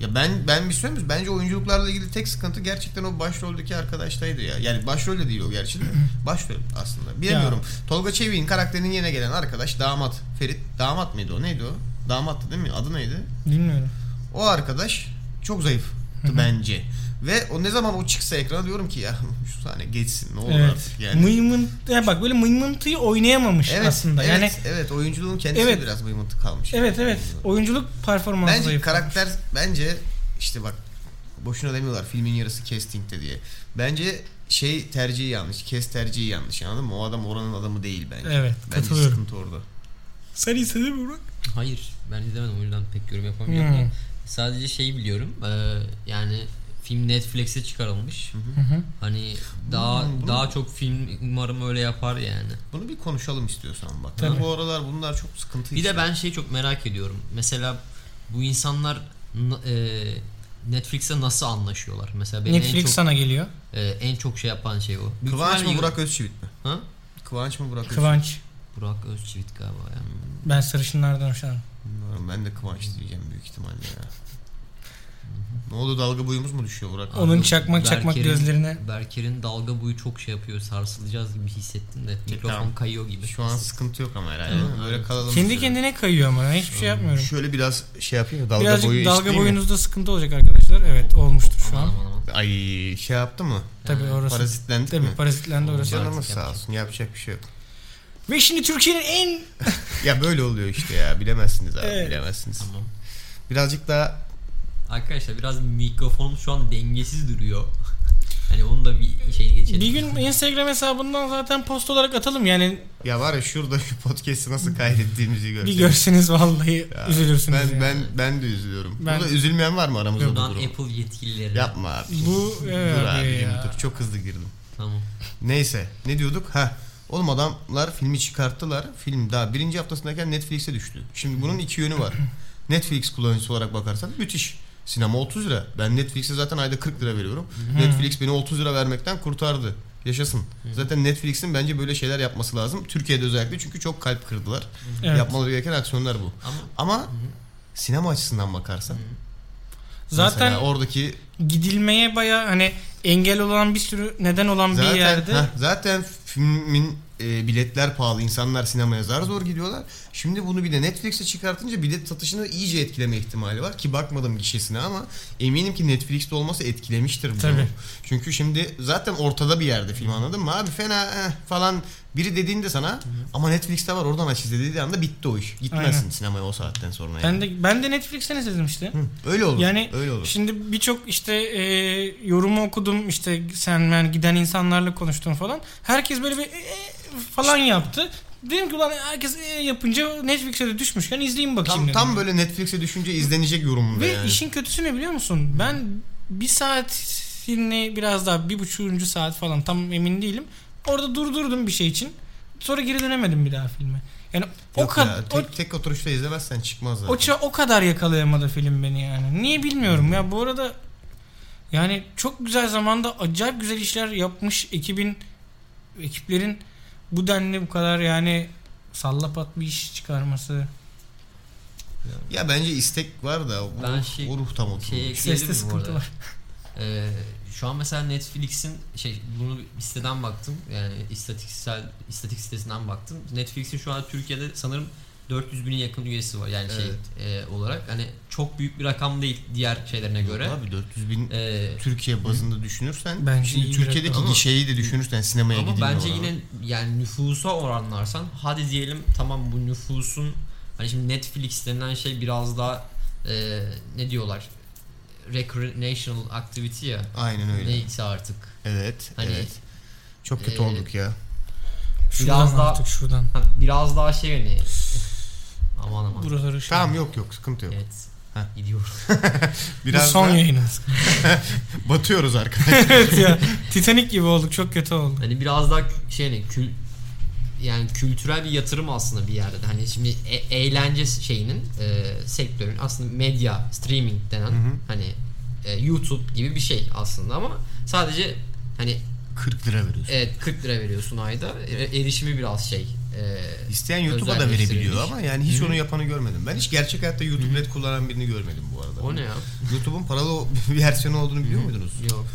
Speaker 2: Ya ben ben bir şey söyleyeyim mi? Bence oyunculuklarla ilgili tek sıkıntı gerçekten o başroldeki arkadaştaydı ya. Yani başrol de değil o gerçi de. Başrol aslında. Bilemiyorum. Tolga Çevik'in karakterinin yerine gelen arkadaş damat. Ferit damat mıydı o? Neydi o? Damattı değil mi? Adı neydi?
Speaker 1: Bilmiyorum.
Speaker 2: O arkadaş çok zayıftı bence. Ve o ne zaman o çıksa ekrana diyorum ki ya şu sahne geçsin ne olur
Speaker 1: Evet.
Speaker 2: artık yani.
Speaker 1: Mıymın, ya bak böyle mıymıntıyı oynayamamış
Speaker 2: evet,
Speaker 1: aslında.
Speaker 2: Evet,
Speaker 1: yani
Speaker 2: evet oyunculuğun kendisi
Speaker 1: Evet.
Speaker 2: biraz mıymıntı kalmış.
Speaker 1: evet evet. Oyunculuk performansı
Speaker 2: Bence
Speaker 1: zayıf.
Speaker 2: karakter bence işte bak boşuna demiyorlar filmin yarısı castingte diye. Bence şey tercihi yanlış. Kes tercihi yanlış anladın mı? O adam oranın adamı değil bence.
Speaker 1: Evet,
Speaker 2: Bence
Speaker 1: katılıyorum.
Speaker 2: sıkıntı orada.
Speaker 1: Sen istedin mi Burak?
Speaker 3: Hayır ben izlemedim o yüzden pek yorum yapamıyorum.
Speaker 1: Hmm.
Speaker 3: da. Sadece şeyi biliyorum e, yani film Netflix'e çıkarılmış.
Speaker 1: Hı hı.
Speaker 3: Hani daha
Speaker 2: Hmm, bunu-
Speaker 3: daha çok film umarım öyle yapar yani.
Speaker 2: Bunu bir konuşalım istiyorsan bak.
Speaker 1: Tabii.
Speaker 2: Bu aralar bunlar çok sıkıntı
Speaker 3: Bir
Speaker 2: işte.
Speaker 3: de ben şey çok merak ediyorum. Mesela bu insanlar n- e, Netflix'e nasıl anlaşıyorlar? Mesela beni
Speaker 1: Netflix
Speaker 3: en çok
Speaker 1: sana geliyor.
Speaker 3: e, en çok şey yapan şey o. Büyük
Speaker 2: Kıvanç
Speaker 3: ihtimalle-
Speaker 2: mı Burak Özçivit mi?
Speaker 3: Ha?
Speaker 2: Kıvanç mı Burak Özçivit?
Speaker 1: Kıvanç.
Speaker 3: Burak Özçivit galiba ya.
Speaker 1: Ben sarışınlardan hoşlanırım.
Speaker 2: Bilmiyorum, ben de Kıvanç diyeceğim büyük ihtimalle ya. ne oldu dalga boyumuz mu düşüyor Burak?
Speaker 1: Onun çakmak çakmak
Speaker 3: Berker'in-
Speaker 1: gözlerine.
Speaker 3: Berker'in dalga boyu çok şey yapıyor. Sarsılacağız gibi hissettim de mikrofon
Speaker 2: Tamam.
Speaker 3: kayıyor gibi.
Speaker 2: Şu an sıkıntı yok ama herhalde. değil mi? Böyle kalalım.
Speaker 1: Kendi
Speaker 2: şöyle.
Speaker 1: kendine kayıyor ama ben hiçbir şey yapmıyorum.
Speaker 2: Şöyle biraz şey yapayım da dalga
Speaker 1: Birazcık
Speaker 2: boyu
Speaker 1: dalga
Speaker 2: eşitleyeyim mi?
Speaker 1: boyunuzda sıkıntı olacak arkadaşlar. Evet olmuştur şu
Speaker 3: Aman
Speaker 1: an.
Speaker 3: aman aman.
Speaker 2: Ay şey yaptı mı?
Speaker 1: Tabii orası.
Speaker 2: Parazitlendik mi?
Speaker 1: Tabii parazitlendi orası.
Speaker 3: Aman.
Speaker 2: Canımız
Speaker 3: Artık
Speaker 2: sağ olsun yapacak bir şey yok.
Speaker 1: Ve şimdi Türkiye'nin en
Speaker 2: Ya böyle oluyor işte ya bilemezsiniz abi
Speaker 1: Evet.
Speaker 2: bilemezsiniz.
Speaker 3: Tamam.
Speaker 2: Birazcık daha
Speaker 3: Arkadaşlar biraz mikrofonum şu an dengesiz duruyor. hani onu da bir şeyini geçelim.
Speaker 1: bir gün Instagram hesabından zaten post olarak atalım yani
Speaker 2: ya var ya şurada şu podcast'i nasıl kaydettiğimizi
Speaker 1: bir
Speaker 2: görseniz.
Speaker 1: görseniz vallahi
Speaker 2: Ya,
Speaker 1: üzülürsünüz.
Speaker 2: Ben
Speaker 1: yani.
Speaker 2: ben ben de üzülüyorum.
Speaker 1: Ben-
Speaker 2: Burada üzülmeyen var mı aramızda bu
Speaker 3: Buradan
Speaker 2: durum?
Speaker 3: Apple yetkililerine.
Speaker 2: Yapma abi.
Speaker 1: Bu, evet
Speaker 2: Dur
Speaker 1: abi
Speaker 2: abicim,
Speaker 1: ya.
Speaker 2: dur. Çok hızlı girdim.
Speaker 3: Tamam.
Speaker 2: Neyse ne diyorduk? Ha. Oğlum adamlar filmi çıkarttılar. Film daha birinci haftasındayken Netflix'e düştü. Şimdi bunun iki yönü var. Netflix kullanıcısı olarak bakarsan müthiş. Sinema 30 lira. Ben Netflix'e zaten ayda 40 lira veriyorum. Netflix beni 30 lira vermekten kurtardı. Yaşasın. Zaten Netflix'in bence böyle şeyler yapması lazım. Türkiye'de özellikle çünkü çok kalp kırdılar.
Speaker 1: Evet.
Speaker 2: Yapmaları gereken aksiyonlar bu.
Speaker 3: Ama
Speaker 2: Ama sinema açısından bakarsan
Speaker 1: Zaten
Speaker 2: mesela oradaki
Speaker 1: gidilmeye baya hani engel olan bir sürü neden olan
Speaker 2: Zaten,
Speaker 1: bir yerde
Speaker 2: heh, zaten filmin e, biletler pahalı. insanlar sinemaya zar zor gidiyorlar. Şimdi bunu bir de Netflix'e çıkartınca bilet satışını iyice etkileme ihtimali var. Ki bakmadım gişesine ama eminim ki Netflix'te olması etkilemiştir bunu.
Speaker 1: Tabii.
Speaker 2: Çünkü şimdi zaten ortada bir yerde film anladın mı abi? Fena eh, falan biri dediğinde sana ama Netflix'te var oradan aç izle" dediği anda bitti o iş. Gitmezsin
Speaker 1: Aynen.
Speaker 2: sinemaya o saatten sonra. yani.
Speaker 1: ben de ben de Netflix'ten izledim işte.
Speaker 2: Hı, öyle olur.
Speaker 1: Yani şey
Speaker 2: öyle olur.
Speaker 1: Şimdi birçok işte e, yorumu okudum işte sen ben giden insanlarla konuştum falan. Herkes böyle bir e, e, falan yaptı. Dedim ki ulan herkes e, yapınca Netflix'e de düşmüşken izleyeyim bakayım
Speaker 2: Tam,
Speaker 1: dedim.
Speaker 2: tam böyle Netflix'e düşünce izlenecek yorumunda
Speaker 1: Ve
Speaker 2: yani.
Speaker 1: işin kötüsü ne biliyor musun? Ben bir saatini biraz daha bir buçuğuncu saat falan tam emin değilim. Orada durdurdum bir şey için. Sonra geri dönemedim bir daha filme. Yani o,
Speaker 2: Yok ya,
Speaker 1: kad- o,
Speaker 2: tek, tek oturuşta izlemezsen çıkmaz zaten.
Speaker 1: o, ça- o kadar yakalayamadı film beni yani. Niye bilmiyorum ya bu arada yani çok güzel zamanda acayip güzel işler yapmış ekibin ekiplerin bu denli bu kadar yani sallapat bir iş çıkarması.
Speaker 2: Ya bence istek var da o,
Speaker 3: Ben şey-
Speaker 2: o ruh tam
Speaker 3: şey
Speaker 2: oturmuş.
Speaker 3: ekleyelim
Speaker 1: Seste
Speaker 3: mi bu
Speaker 1: sıkıntı
Speaker 3: arada?
Speaker 1: var.
Speaker 3: Ee, şu an mesela Netflix'in şey bunu bir siteden baktım. Yani istatistiksel istatik sitesinden baktım. Netflix'in şu an Türkiye'de sanırım 400 bine yakın üyesi var yani şey e, olarak. Hani çok büyük bir rakam değil diğer şeylerine göre.
Speaker 2: Abi 400 bin
Speaker 3: Ee,
Speaker 2: Türkiye bazında düşünürsen
Speaker 1: Bence iyi
Speaker 2: şimdi
Speaker 1: bir
Speaker 2: Türkiye'deki
Speaker 3: rakam ama-
Speaker 2: şeyi de düşünürsen sinemaya
Speaker 3: ama
Speaker 2: gidilmiyor.
Speaker 3: bence
Speaker 2: ona.
Speaker 3: yine yani nüfusa oranlarsan hadi diyelim tamam bu nüfusun hani şimdi Netflix denilen şey biraz daha e, ne diyorlar recreational activity ya
Speaker 2: aynen öyle.
Speaker 3: neyse artık
Speaker 2: Evet,
Speaker 3: Hani-
Speaker 2: evet. Çok kötü
Speaker 3: Ee,
Speaker 2: olduk ya.
Speaker 1: Şuradan
Speaker 3: Biraz daha-
Speaker 1: artık şuradan.
Speaker 3: Ha, biraz daha şey hani aman aman
Speaker 1: Buraları şey-
Speaker 2: Tamam yok yok sıkıntı yok.
Speaker 3: evet
Speaker 2: Ha.
Speaker 3: gidiyor
Speaker 1: Bu
Speaker 2: Biraz
Speaker 1: son
Speaker 2: da
Speaker 1: yayınımız.
Speaker 2: batıyoruz arkadaşlar.
Speaker 1: evet ya. Titanic gibi olduk. Çok kötü olduk.
Speaker 3: hani biraz daha kü- şey hani kül yani kültürel bir yatırım aslında bir yerde de. hani şimdi e- eğlence şeyinin e, sektörün aslında medya streaming denen
Speaker 2: hı.
Speaker 3: hani e, YouTube gibi bir şey aslında ama sadece hani
Speaker 2: 40 lira veriyorsun.
Speaker 3: evet 40 lira veriyorsun ayda E- erişimi biraz şey e,
Speaker 2: İsteyen YouTube'a da
Speaker 3: Özelleştirilmiş.
Speaker 2: verebiliyor ama yani hiç onu yapanı görmedim. Ben hiç gerçek hayatta YouTube Red kullanan birini görmedim bu arada.
Speaker 3: o ne ya
Speaker 2: YouTube'un paralı bir versiyonu olduğunu biliyor muydunuz?
Speaker 3: yok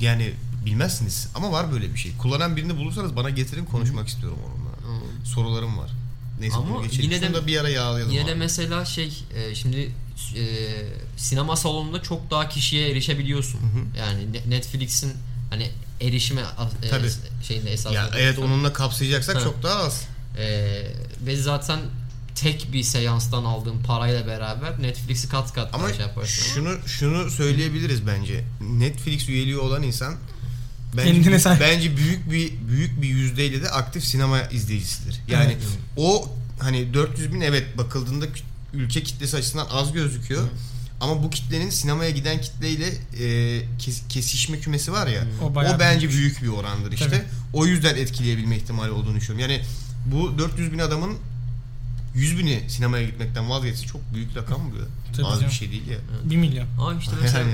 Speaker 2: Yani bilmezsiniz ama var böyle bir şey. Kullanan birini bulursanız bana getirin konuşmak istiyorum onunla.
Speaker 3: Tamam.
Speaker 2: Sorularım var. Neyse
Speaker 3: Ama
Speaker 2: bunu geçelim.
Speaker 3: yine de-
Speaker 2: Şunu da bir ara yağlayalım
Speaker 3: Yine de
Speaker 2: abi.
Speaker 3: mesela şey e, şimdi e, sinema salonunda çok daha kişiye erişebiliyorsun. Yani Ne- Netflix'in hani erişime a- e,
Speaker 2: Tabii.
Speaker 3: şeyinde esas.
Speaker 2: ya evet onunla kapsayacaksak
Speaker 3: Ha.
Speaker 2: çok daha az.
Speaker 3: ve zaten tek bir seanstan aldığın parayla beraber Netflix'i kat kat
Speaker 2: Ama
Speaker 3: daha şey yaparsın.
Speaker 2: şunu şunu söyleyebiliriz bence. Netflix üyeliği olan insan bence
Speaker 1: Kendine sahip.
Speaker 2: bence büyük bir büyük bir yüzdeyle de aktif sinema izleyicisidir. Yani
Speaker 3: Evet.
Speaker 2: o hani 400 bin evet bakıldığında kü- ülke kitlesi açısından az gözüküyor. Ama bu kitlenin sinemaya giden kitleyle e, kes- kesişme kümesi var ya.
Speaker 1: O
Speaker 2: O,
Speaker 1: bayağı
Speaker 2: bence büyük bir orandır işte.
Speaker 1: Tabii.
Speaker 2: O yüzden etkileyebilme ihtimali olduğunu düşünüyorum. Yani bu 400 bin adamın 100 bini sinemaya gitmekten vazgeçse çok büyük rakam bu.
Speaker 1: Tabii
Speaker 2: Az bir
Speaker 1: canım.
Speaker 2: şey değil ya.
Speaker 1: Bir milyon.
Speaker 3: Ama işte mesela
Speaker 2: Yani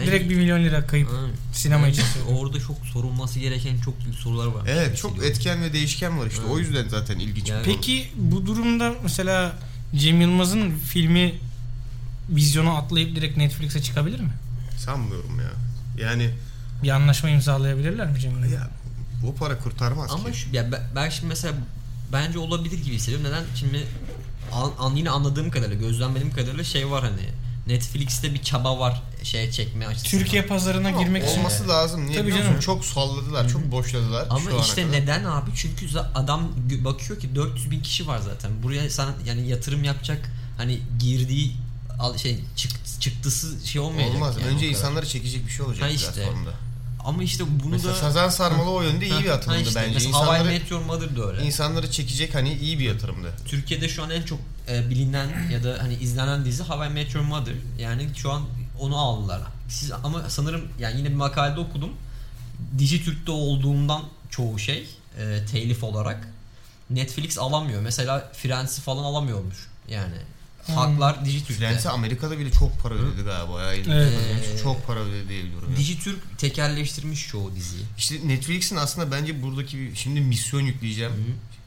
Speaker 3: ben-
Speaker 1: Direkt bir milyon lira kayıp
Speaker 3: Aynen.
Speaker 1: sinema
Speaker 3: Yani
Speaker 1: için. söylüyorum.
Speaker 3: Orada çok sorulması gereken çok büyük sorular var.
Speaker 2: evet çok
Speaker 3: etkili.
Speaker 2: etken ve değişken var işte. O yüzden zaten ilginç.
Speaker 3: Yani-
Speaker 1: Peki bu durumda mesela Cem Yılmaz'ın filmi vizyona atlayıp direkt Netflix'e çıkabilir mi?
Speaker 2: Sanmıyorum ya. Yani
Speaker 1: Bir anlaşma imzalayabilirler mi Cem Yılmaz?
Speaker 2: ya bu para kurtarmaz
Speaker 3: Ama
Speaker 2: ki.
Speaker 3: şu, ya ben, ben şimdi mesela bence olabilir gibi hissediyorum. Neden? Şimdi an, an- yine anladığım kadarıyla, gözlemlediğim kadarıyla şey var hani. Netflix'te bir çaba var şeye çekme açısından.
Speaker 1: Türkiye pazarına
Speaker 2: Ama
Speaker 1: girmek için.
Speaker 2: olması lazım. Niye
Speaker 1: Tabii
Speaker 2: biliyor
Speaker 1: canım.
Speaker 2: musun? Çok salladılar, çok boşladılar
Speaker 3: ama
Speaker 2: şu ana
Speaker 3: işte
Speaker 2: kadar.
Speaker 3: neden abi? Çünkü za- adam gö- bakıyor ki 400 bin kişi var zaten. Buraya sen yani yatırım yapacak hani girdiği al şey çık- çıktısı şey olmayacak.
Speaker 2: Olmaz.
Speaker 3: yani o
Speaker 2: Önce
Speaker 3: kadar.
Speaker 2: insanları çekecek bir şey olacak
Speaker 3: Ha işte.
Speaker 2: platformda.
Speaker 3: ama işte bunu
Speaker 2: Mesela
Speaker 3: da
Speaker 2: Sazan Sarmalı o yönde iyi bir
Speaker 3: Ha,
Speaker 2: atılımdı
Speaker 3: işte.
Speaker 2: bence.
Speaker 3: Mesela
Speaker 2: İnsanları-
Speaker 3: Hawaii Meteor Mother da öyle.
Speaker 2: İnsanları çekecek hani iyi bir yatırımdı.
Speaker 3: Türkiye'de şu an en çok e, bilinen ya da hani izlenen dizi How I Met Your Mother. Yani şu an onu aldılar. Siz ama sanırım yani yine bir makalede okudum. Dijitürk'te olduğundan çoğu şey e, telif olarak Netflix alamıyor. Mesela Friends'i falan alamıyormuş. Yani haklar Dijitürk'te.
Speaker 2: Frense Amerika'da bile çok para ödedi galiba ya.
Speaker 1: Evet.
Speaker 2: Çok para ödedi diye biliyorum. ya.
Speaker 3: Dijitürk tekerleştirmiş çoğu diziyi.
Speaker 2: İşte Netflix'in aslında bence buradaki bir- şimdi misyon yükleyeceğim.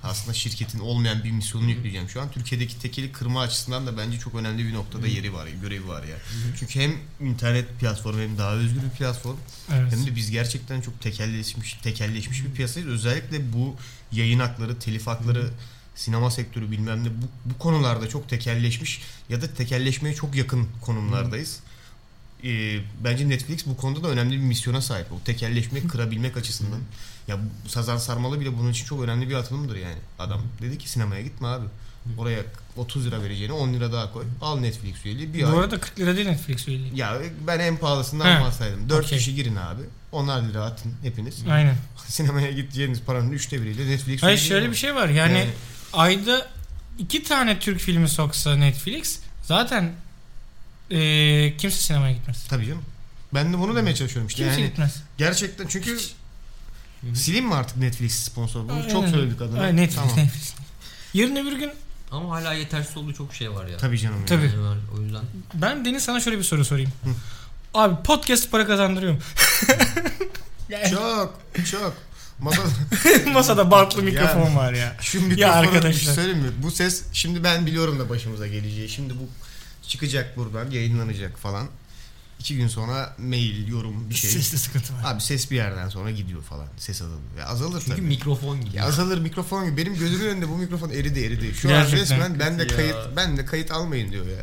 Speaker 2: Aslında şirketin olmayan bir misyonunu yükleyeceğim. Şu an Türkiye'deki tekeli kırma açısından da bence çok önemli bir noktada yeri var, görevi var ya. Çünkü hem internet platformu hem daha özgür bir platform.
Speaker 1: Evet.
Speaker 2: Hem de biz gerçekten çok tekelleşmiş tekelleşmiş bir piyasadayız. Özellikle bu yayın hakları, telif hakları, sinema sektörü bilmem ne bu, bu konularda çok tekelleşmiş ya da tekelleşmeye çok yakın konumlardayız. Ee, bence Netflix bu konuda da önemli bir misyona sahip. O tekelleşmeyi kırabilmek açısından. Ya bu Sazan Sarmalı bile bunun için çok önemli bir atılımdır yani. Adam dedi ki sinemaya gitme abi. Oraya 30 lira vereceğine 10 lira daha koy. Al Netflix üyeliği bir
Speaker 1: Bu
Speaker 2: ay.
Speaker 1: arada 40 lira değil Netflix üyeliği.
Speaker 2: Ya ben en
Speaker 1: He.
Speaker 2: pahalısından bahsederdim. 4
Speaker 1: Okey.
Speaker 2: kişi girin abi. Onar lira atın hepiniz.
Speaker 1: Aynen.
Speaker 2: Sinemaya gideceğiniz paranın üçte biriyle Netflix
Speaker 1: Hayır
Speaker 2: üyeliği
Speaker 1: şöyle
Speaker 2: var.
Speaker 1: bir şey var yani,
Speaker 2: Yani-
Speaker 1: ayda iki tane Türk filmi soksa Netflix zaten eee, kimse sinemaya gitmez.
Speaker 2: Tabii canım. Ben de bunu demeye çalışıyorum işte.
Speaker 1: Kimse
Speaker 2: yani
Speaker 1: gitmez.
Speaker 2: gerçekten çünkü sileyim mi artık Netflix sponsor? Bunu
Speaker 1: Aynen.
Speaker 2: çok söyledik adına.
Speaker 1: Aynen, Netflix,
Speaker 2: Tamam.
Speaker 1: Netflix. Yarın öbür gün
Speaker 3: Ama hala yetersiz olduğu çok şey var ya.
Speaker 2: Tabii canım. ya.
Speaker 1: Tabii.
Speaker 3: Yani var, o yüzden.
Speaker 1: ben Deniz sana şöyle bir soru sorayım. Abi podcast para kazandırıyor mu? Yani
Speaker 2: Çok çok. Masa,
Speaker 1: masada bantlı
Speaker 2: Ya.
Speaker 1: mikrofon var ya.
Speaker 2: şu mikrofonu bir
Speaker 1: arkadaşlar.
Speaker 2: şey söyleyeyim mi? Bu ses şimdi ben biliyorum da başımıza geleceği. Şimdi bu çıkacak buradan yayınlanacak falan. İki gün sonra mail, yorum bir şey.
Speaker 1: Sesli sıkıntı var.
Speaker 2: Abi ses bir yerden sonra gidiyor falan. Ses azalıyor. Ya azalır
Speaker 3: Çünkü
Speaker 2: tabii.
Speaker 3: mikrofon gibi.
Speaker 2: Ya azalır mikrofon gibi. Benim gözümün önünde bu mikrofon eridi eridi. Şu
Speaker 1: Gerçekten.
Speaker 2: an resmen ben de
Speaker 3: Ya.
Speaker 2: kayıt ben de kayıt almayın diyor ya.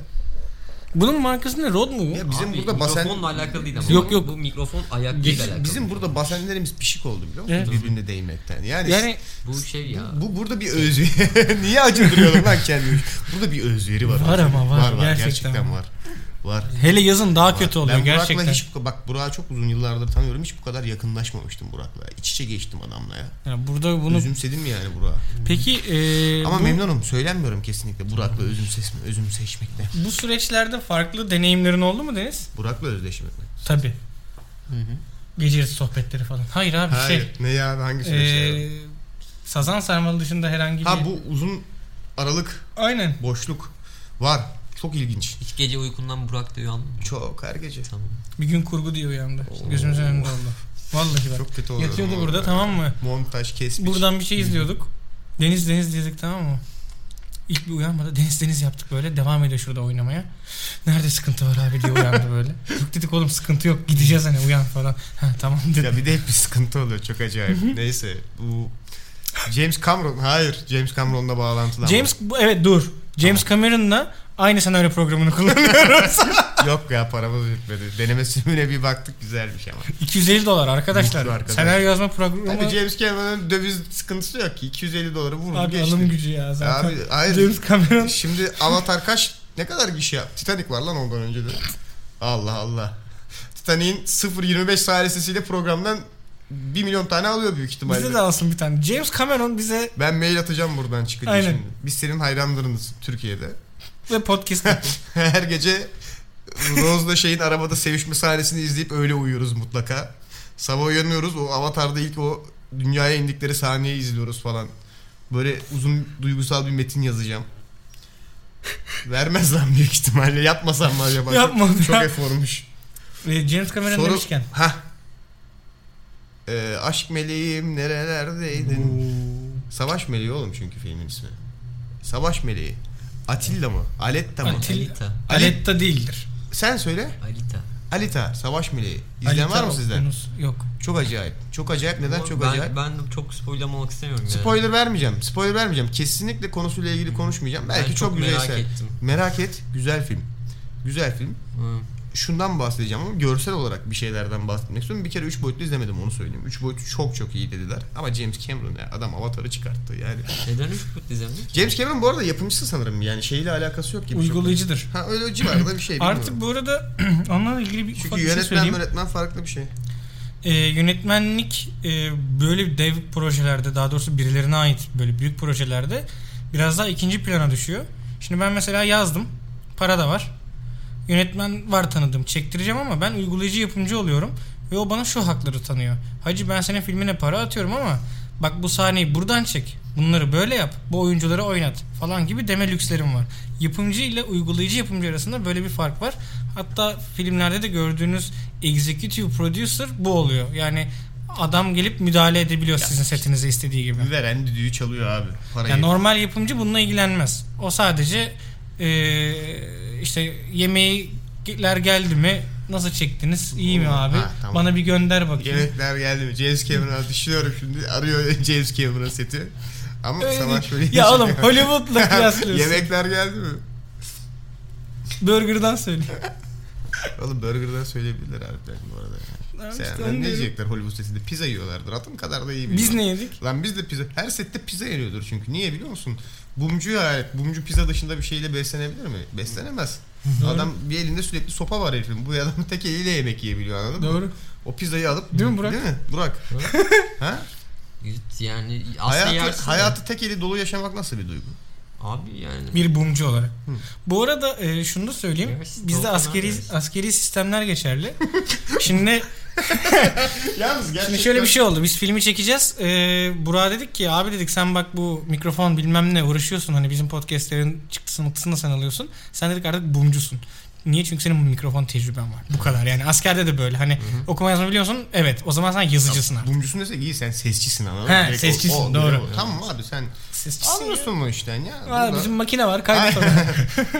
Speaker 1: Bunun markası ne? Rod mu? bu?
Speaker 2: Ya bizim
Speaker 3: Abi,
Speaker 2: burada basen
Speaker 3: mikrofonla alakalı değil ama.
Speaker 1: Yok, yok.
Speaker 3: Bu mikrofon ayakla
Speaker 2: Biz-
Speaker 3: alakalı.
Speaker 2: bizim burada basenlerimiz pişik oldu biliyor musun?
Speaker 1: Evet.
Speaker 2: Birbirine değmekten. Yani,
Speaker 1: Yani
Speaker 3: bu şey ya.
Speaker 2: bu, bu burada bir özveri. Niye acındırıyorum lan kendimi? Burada bir özveri var.
Speaker 1: Var ama, var.
Speaker 2: var, gerçekten,
Speaker 1: Gerçekten
Speaker 2: var. Var.
Speaker 1: hele yazın daha
Speaker 2: var.
Speaker 1: kötü oluyor
Speaker 2: ben Burak'la
Speaker 1: gerçekten.
Speaker 2: hiç bu- bak Burak'ı çok uzun yıllardır tanıyorum. Hiç bu kadar yakınlaşmamıştım Burak'la. İç içe geçtim adamla ya.
Speaker 1: Ya burada bunu
Speaker 2: Özümsedim yani Burak'ı.
Speaker 1: peki eee,
Speaker 2: Ama
Speaker 1: E, bu,
Speaker 2: memnunum. Söylenmiyorum kesinlikle. Burak'la özüm sesme, özüm seçmekte.
Speaker 1: bu süreçlerde farklı deneyimlerin oldu mu Deniz?
Speaker 2: Burak'la özdeşmekte.
Speaker 1: Tabii. Gece yarısı sohbetleri falan. Hayır abi şey. E,
Speaker 2: Ne ya hangi
Speaker 1: eee, Sazan sarmalı dışında herhangi bir...
Speaker 2: Ha bu uzun aralık,
Speaker 1: Aynen.
Speaker 2: boşluk var. Çok ilginç.
Speaker 3: Hiç gece uykundan Burak da uyandım.
Speaker 2: Çok her gece.
Speaker 3: Tamam.
Speaker 1: Bir gün kurgu diye uyandı. İşte gözümüzün önünde oldu. Vallahi bak.
Speaker 2: Çok kötü oluyor.
Speaker 1: Yatıyordu burada tamam mı?
Speaker 2: Montaj kesmiş.
Speaker 1: Buradan bir şey izliyorduk. Deniz Deniz dedik tamam mı? İlk bir uyanmadı. Deniz Deniz yaptık böyle. Devam ediyor şurada oynamaya. Nerede sıkıntı var abi diye uyandı böyle. Yok dedik oğlum sıkıntı yok. Gideceğiz hani uyan falan. Ha tamam dedi.
Speaker 2: Ya bir de hep bir sıkıntı oluyor. Çok acayip. Neyse bu James Cameron. Hayır. James Cameron'la bağlantılı ama.
Speaker 1: James bu, evet dur. James Cameron'la aynı senaryo programını kullanıyoruz.
Speaker 2: Yok ya paramız bitmedi. Deneme sürümüne bir baktık güzelmiş ama.
Speaker 1: 250 dolar arkadaşlar.
Speaker 2: Mutlu arkadaş.
Speaker 1: Senaryo yazma programı.
Speaker 2: Tabii James Cameron'ın döviz sıkıntısı yok ki. 250 doları vurdu
Speaker 1: Abi
Speaker 2: geçti.
Speaker 1: alım gücü ya zaten.
Speaker 2: Abi hayır.
Speaker 1: James Cameron.
Speaker 2: Şimdi Avatar kaç ne kadar gişe yaptı? Titanic var lan ondan önce de. Allah Allah. Titanic'in 0.25 sahnesesiyle programdan 1 milyon tane alıyor büyük ihtimalle.
Speaker 1: Bize de alsın bir tane. James Cameron bize
Speaker 2: Ben mail atacağım buradan çıkınca
Speaker 1: Aynen.
Speaker 2: şimdi. Biz senin hayranlarınız Türkiye'de.
Speaker 1: ve podcast
Speaker 2: Her gece Rose'la şeyin arabada sevişme sahnesini izleyip öyle uyuyoruz mutlaka. Sabah uyanıyoruz o avatarda ilk o dünyaya indikleri sahneyi izliyoruz falan. Böyle uzun duygusal bir metin yazacağım. Vermez lan büyük ihtimalle. Yapmasam mı acaba?
Speaker 1: Yapma
Speaker 2: Çok, çok
Speaker 1: ya.
Speaker 2: eformuş.
Speaker 1: Ee, James Cameron
Speaker 2: Soru-
Speaker 1: demişken.
Speaker 2: Hah. Ee, aşk meleğim nerelerdeydin? Savaş Meleği oğlum çünkü filmin ismi. Savaş Meleği. Atilla mı? Aletta mı?
Speaker 1: Atil-
Speaker 3: Alita.
Speaker 1: Aletta değildir.
Speaker 2: Sen söyle.
Speaker 3: Alita.
Speaker 2: Alita, Savaş Meleği. İzleyen
Speaker 1: Aletta
Speaker 2: var mı sizden?
Speaker 1: Okyanus Yok.
Speaker 2: Çok acayip. Çok acayip. Neden
Speaker 3: Ama
Speaker 2: çok
Speaker 3: ben,
Speaker 2: acayip?
Speaker 3: Ben çok spoilamamak istemiyorum yani.
Speaker 2: Spoiler vermeyeceğim. Spoiler vermeyeceğim. Kesinlikle konusuyla ilgili konuşmayacağım.
Speaker 3: Ben
Speaker 2: Belki çok,
Speaker 3: çok
Speaker 2: güzel
Speaker 3: merak
Speaker 2: eser.
Speaker 3: ettim.
Speaker 2: Merak et. Güzel film. Güzel film.
Speaker 3: Hı.
Speaker 2: Şundan bahsedeceğim ama görsel olarak bir şeylerden bahsetmek istiyorum. Bir kere 3 boyutlu izlemedim onu söyleyeyim. 3 boyutlu çok çok iyi dediler. Ama James Cameron ya, adam avatarı çıkarttı yani.
Speaker 3: Neden üç kut izlemek?
Speaker 2: James Cameron bu arada yapımcısı sanırım yani şeyle alakası yok gibi. çok.
Speaker 1: Uygulayıcıdır.
Speaker 2: Ha öyle o civarda bir şey bilmiyorum.
Speaker 1: Artık bu arada onunla ilgili bir ufak
Speaker 2: Çünkü
Speaker 1: bir şey
Speaker 2: yönetmen
Speaker 1: söyleyeyim.
Speaker 2: yönetmen farklı bir şey.
Speaker 1: Ee, yönetmenlik e, böyle dev projelerde daha doğrusu birilerine ait böyle büyük projelerde biraz daha ikinci plana düşüyor. Şimdi ben mesela yazdım. Para da var. Yönetmen var tanıdığım. Çektireceğim ama ben uygulayıcı yapımcı oluyorum. Ve o bana şu hakları tanıyor. Hacı ben senin filmine para atıyorum ama bak bu sahneyi buradan çek. Bunları böyle yap. Bu oyuncuları oynat falan gibi deme lükslerim var. Yapımcı ile uygulayıcı yapımcı arasında böyle bir fark var. Hatta filmlerde de gördüğünüz executive producer bu oluyor. Yani adam gelip müdahale edebiliyor sizin setinize istediği gibi.
Speaker 2: Veren düdüğü çalıyor abi. Parayı.
Speaker 1: Yani normal yapımcı bununla ilgilenmez. O sadece eee, işte yemeğiler geldi mi nasıl çektiniz iyi mi abi
Speaker 2: Ha, tamam.
Speaker 1: bana bir gönder bakayım.
Speaker 2: Yemekler geldi mi? James Cameron'a düşünüyorum şimdi. Arıyor James Cameron seti. Ama
Speaker 1: Öyle
Speaker 2: savaş
Speaker 1: değil.
Speaker 2: böyle
Speaker 1: ya oğlum Hollywood'la kıyaslıyorsun.
Speaker 2: Yemekler geldi mi?
Speaker 1: Burger'dan söyle.
Speaker 2: Oğlum burgerdan söyleyebilirler harbiden bu arada. Yani.
Speaker 1: Tamam
Speaker 2: Sen,
Speaker 1: işte
Speaker 2: lan
Speaker 1: onu
Speaker 2: ne
Speaker 1: diyorum.
Speaker 2: yiyecekler Hollywood setinde? Pizza yiyorlardır. Atım kadar da iyi bir
Speaker 1: Biz ne yedik?
Speaker 2: Lan biz de pizza. Her sette pizza yeniyordur çünkü. Niye biliyor musun? Bumcu alet. Bumcu pizza dışında bir şeyle beslenebilir mi? Beslenemez. adam bir elinde sürekli sopa var herifin. Bu adam tek eliyle yemek yiyebiliyor anladın mı?
Speaker 1: Doğru.
Speaker 2: O pizzayı alıp
Speaker 1: Değil mi Burak?
Speaker 2: Değil mi? Burak. ha?
Speaker 3: Yani aslında
Speaker 2: Hayatı,
Speaker 3: yersin de.
Speaker 2: hayatı tek eli dolu yaşamak nasıl bir duygu?
Speaker 3: Abi yani.
Speaker 1: Bir bumcu olarak. Bu arada e, şunu da söyleyeyim.
Speaker 3: Evet,
Speaker 1: Bizde
Speaker 3: doğru,
Speaker 1: askeri
Speaker 3: evet.
Speaker 1: askeri sistemler geçerli. Şimdi
Speaker 2: Yalnız gerçekten...
Speaker 1: Şimdi şöyle bir şey oldu. Biz filmi çekeceğiz. Ee, Burak'a dedik ki abi dedik sen bak bu mikrofon bilmem ne uğraşıyorsun. Hani bizim podcastlerin çıktısını mıktısını da sen alıyorsun. Sen dedik artık bumcusun. Niye? Çünkü senin mikrofon tecrüben var. Bu kadar yani. Askerde de böyle. Hani okuma yazma biliyorsun. Evet. O zaman sen yazıcısın artık.
Speaker 2: Bumcusun desek iyi sen sesçisin anladın
Speaker 1: He,
Speaker 2: Direkt
Speaker 1: sesçisin, doğru.
Speaker 2: Tamam abi sen
Speaker 1: Sesçisin ya.
Speaker 2: anlıyorsun bu işten ya.
Speaker 1: Aa,
Speaker 2: Bunlar-
Speaker 1: bizim makine var. Kaydet onu.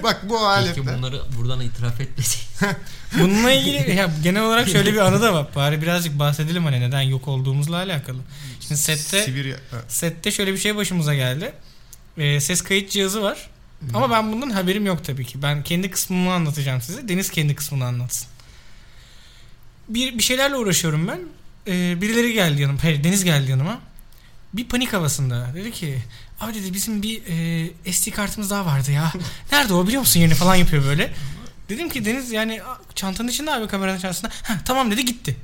Speaker 2: Bak bu
Speaker 3: Keşke
Speaker 2: aletler.
Speaker 3: bunları buradan itiraf etmeseydin.
Speaker 1: Bununla ilgili ya genel olarak şöyle bir anı da var. Bari birazcık bahsedelim hani neden yok olduğumuzla alakalı. Şimdi sette
Speaker 2: Sibirya. Ha.
Speaker 1: Sette şöyle bir şey başımıza geldi. Ee, ses kayıt cihazı var. Ama ben bundan haberim yok tabii ki. Ben kendi kısmımı anlatacağım size. Deniz kendi kısmını anlatsın. Bir, bir şeylerle uğraşıyorum ben. Ee, birileri geldi yanıma. Hayır Deniz geldi yanıma. Bir panik havasında. Dedi ki abi dedi bizim bir e, SD kartımız daha vardı ya. Nerede o biliyor musun yerini falan yapıyor böyle. Dedim ki Deniz yani "Aa, çantanın içinde abi kameranın içerisinde. "Heh, tamam dedi gitti.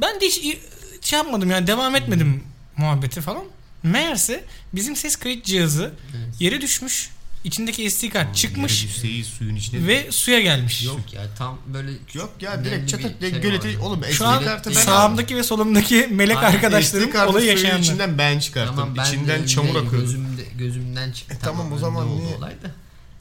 Speaker 1: Ben de hiç i- şey yapmadım yani devam etmedim muhabbeti falan. Meğerse bizim ses kayıt cihazı yere düşmüş. içindeki SD kart çıkmış
Speaker 2: Yere düşseyi suyun içine.
Speaker 1: ve suya gelmiş.
Speaker 3: Yok ya tam böyle
Speaker 2: Yok ya
Speaker 3: belli
Speaker 2: direkt
Speaker 3: bir
Speaker 2: çatıp
Speaker 3: şey
Speaker 2: direkt gölete.
Speaker 3: var.
Speaker 2: Oğlum
Speaker 1: Şu an
Speaker 2: SD kartı ben aldım.
Speaker 1: sağımdaki ve solumdaki melek
Speaker 3: Aynen,
Speaker 2: SD
Speaker 1: arkadaşlarım
Speaker 2: kartı
Speaker 1: olayı
Speaker 2: suyun
Speaker 1: yaşayanlar.
Speaker 2: içinden ben çıkarttım.
Speaker 3: Tamam ben
Speaker 2: İçinden
Speaker 3: de
Speaker 2: çamur
Speaker 3: öyle
Speaker 2: akıyordu.
Speaker 3: Gözümde, gözümden çıktı.
Speaker 2: E tamam, o
Speaker 3: Önde
Speaker 2: zaman
Speaker 3: oldu
Speaker 2: niye-
Speaker 3: olay da.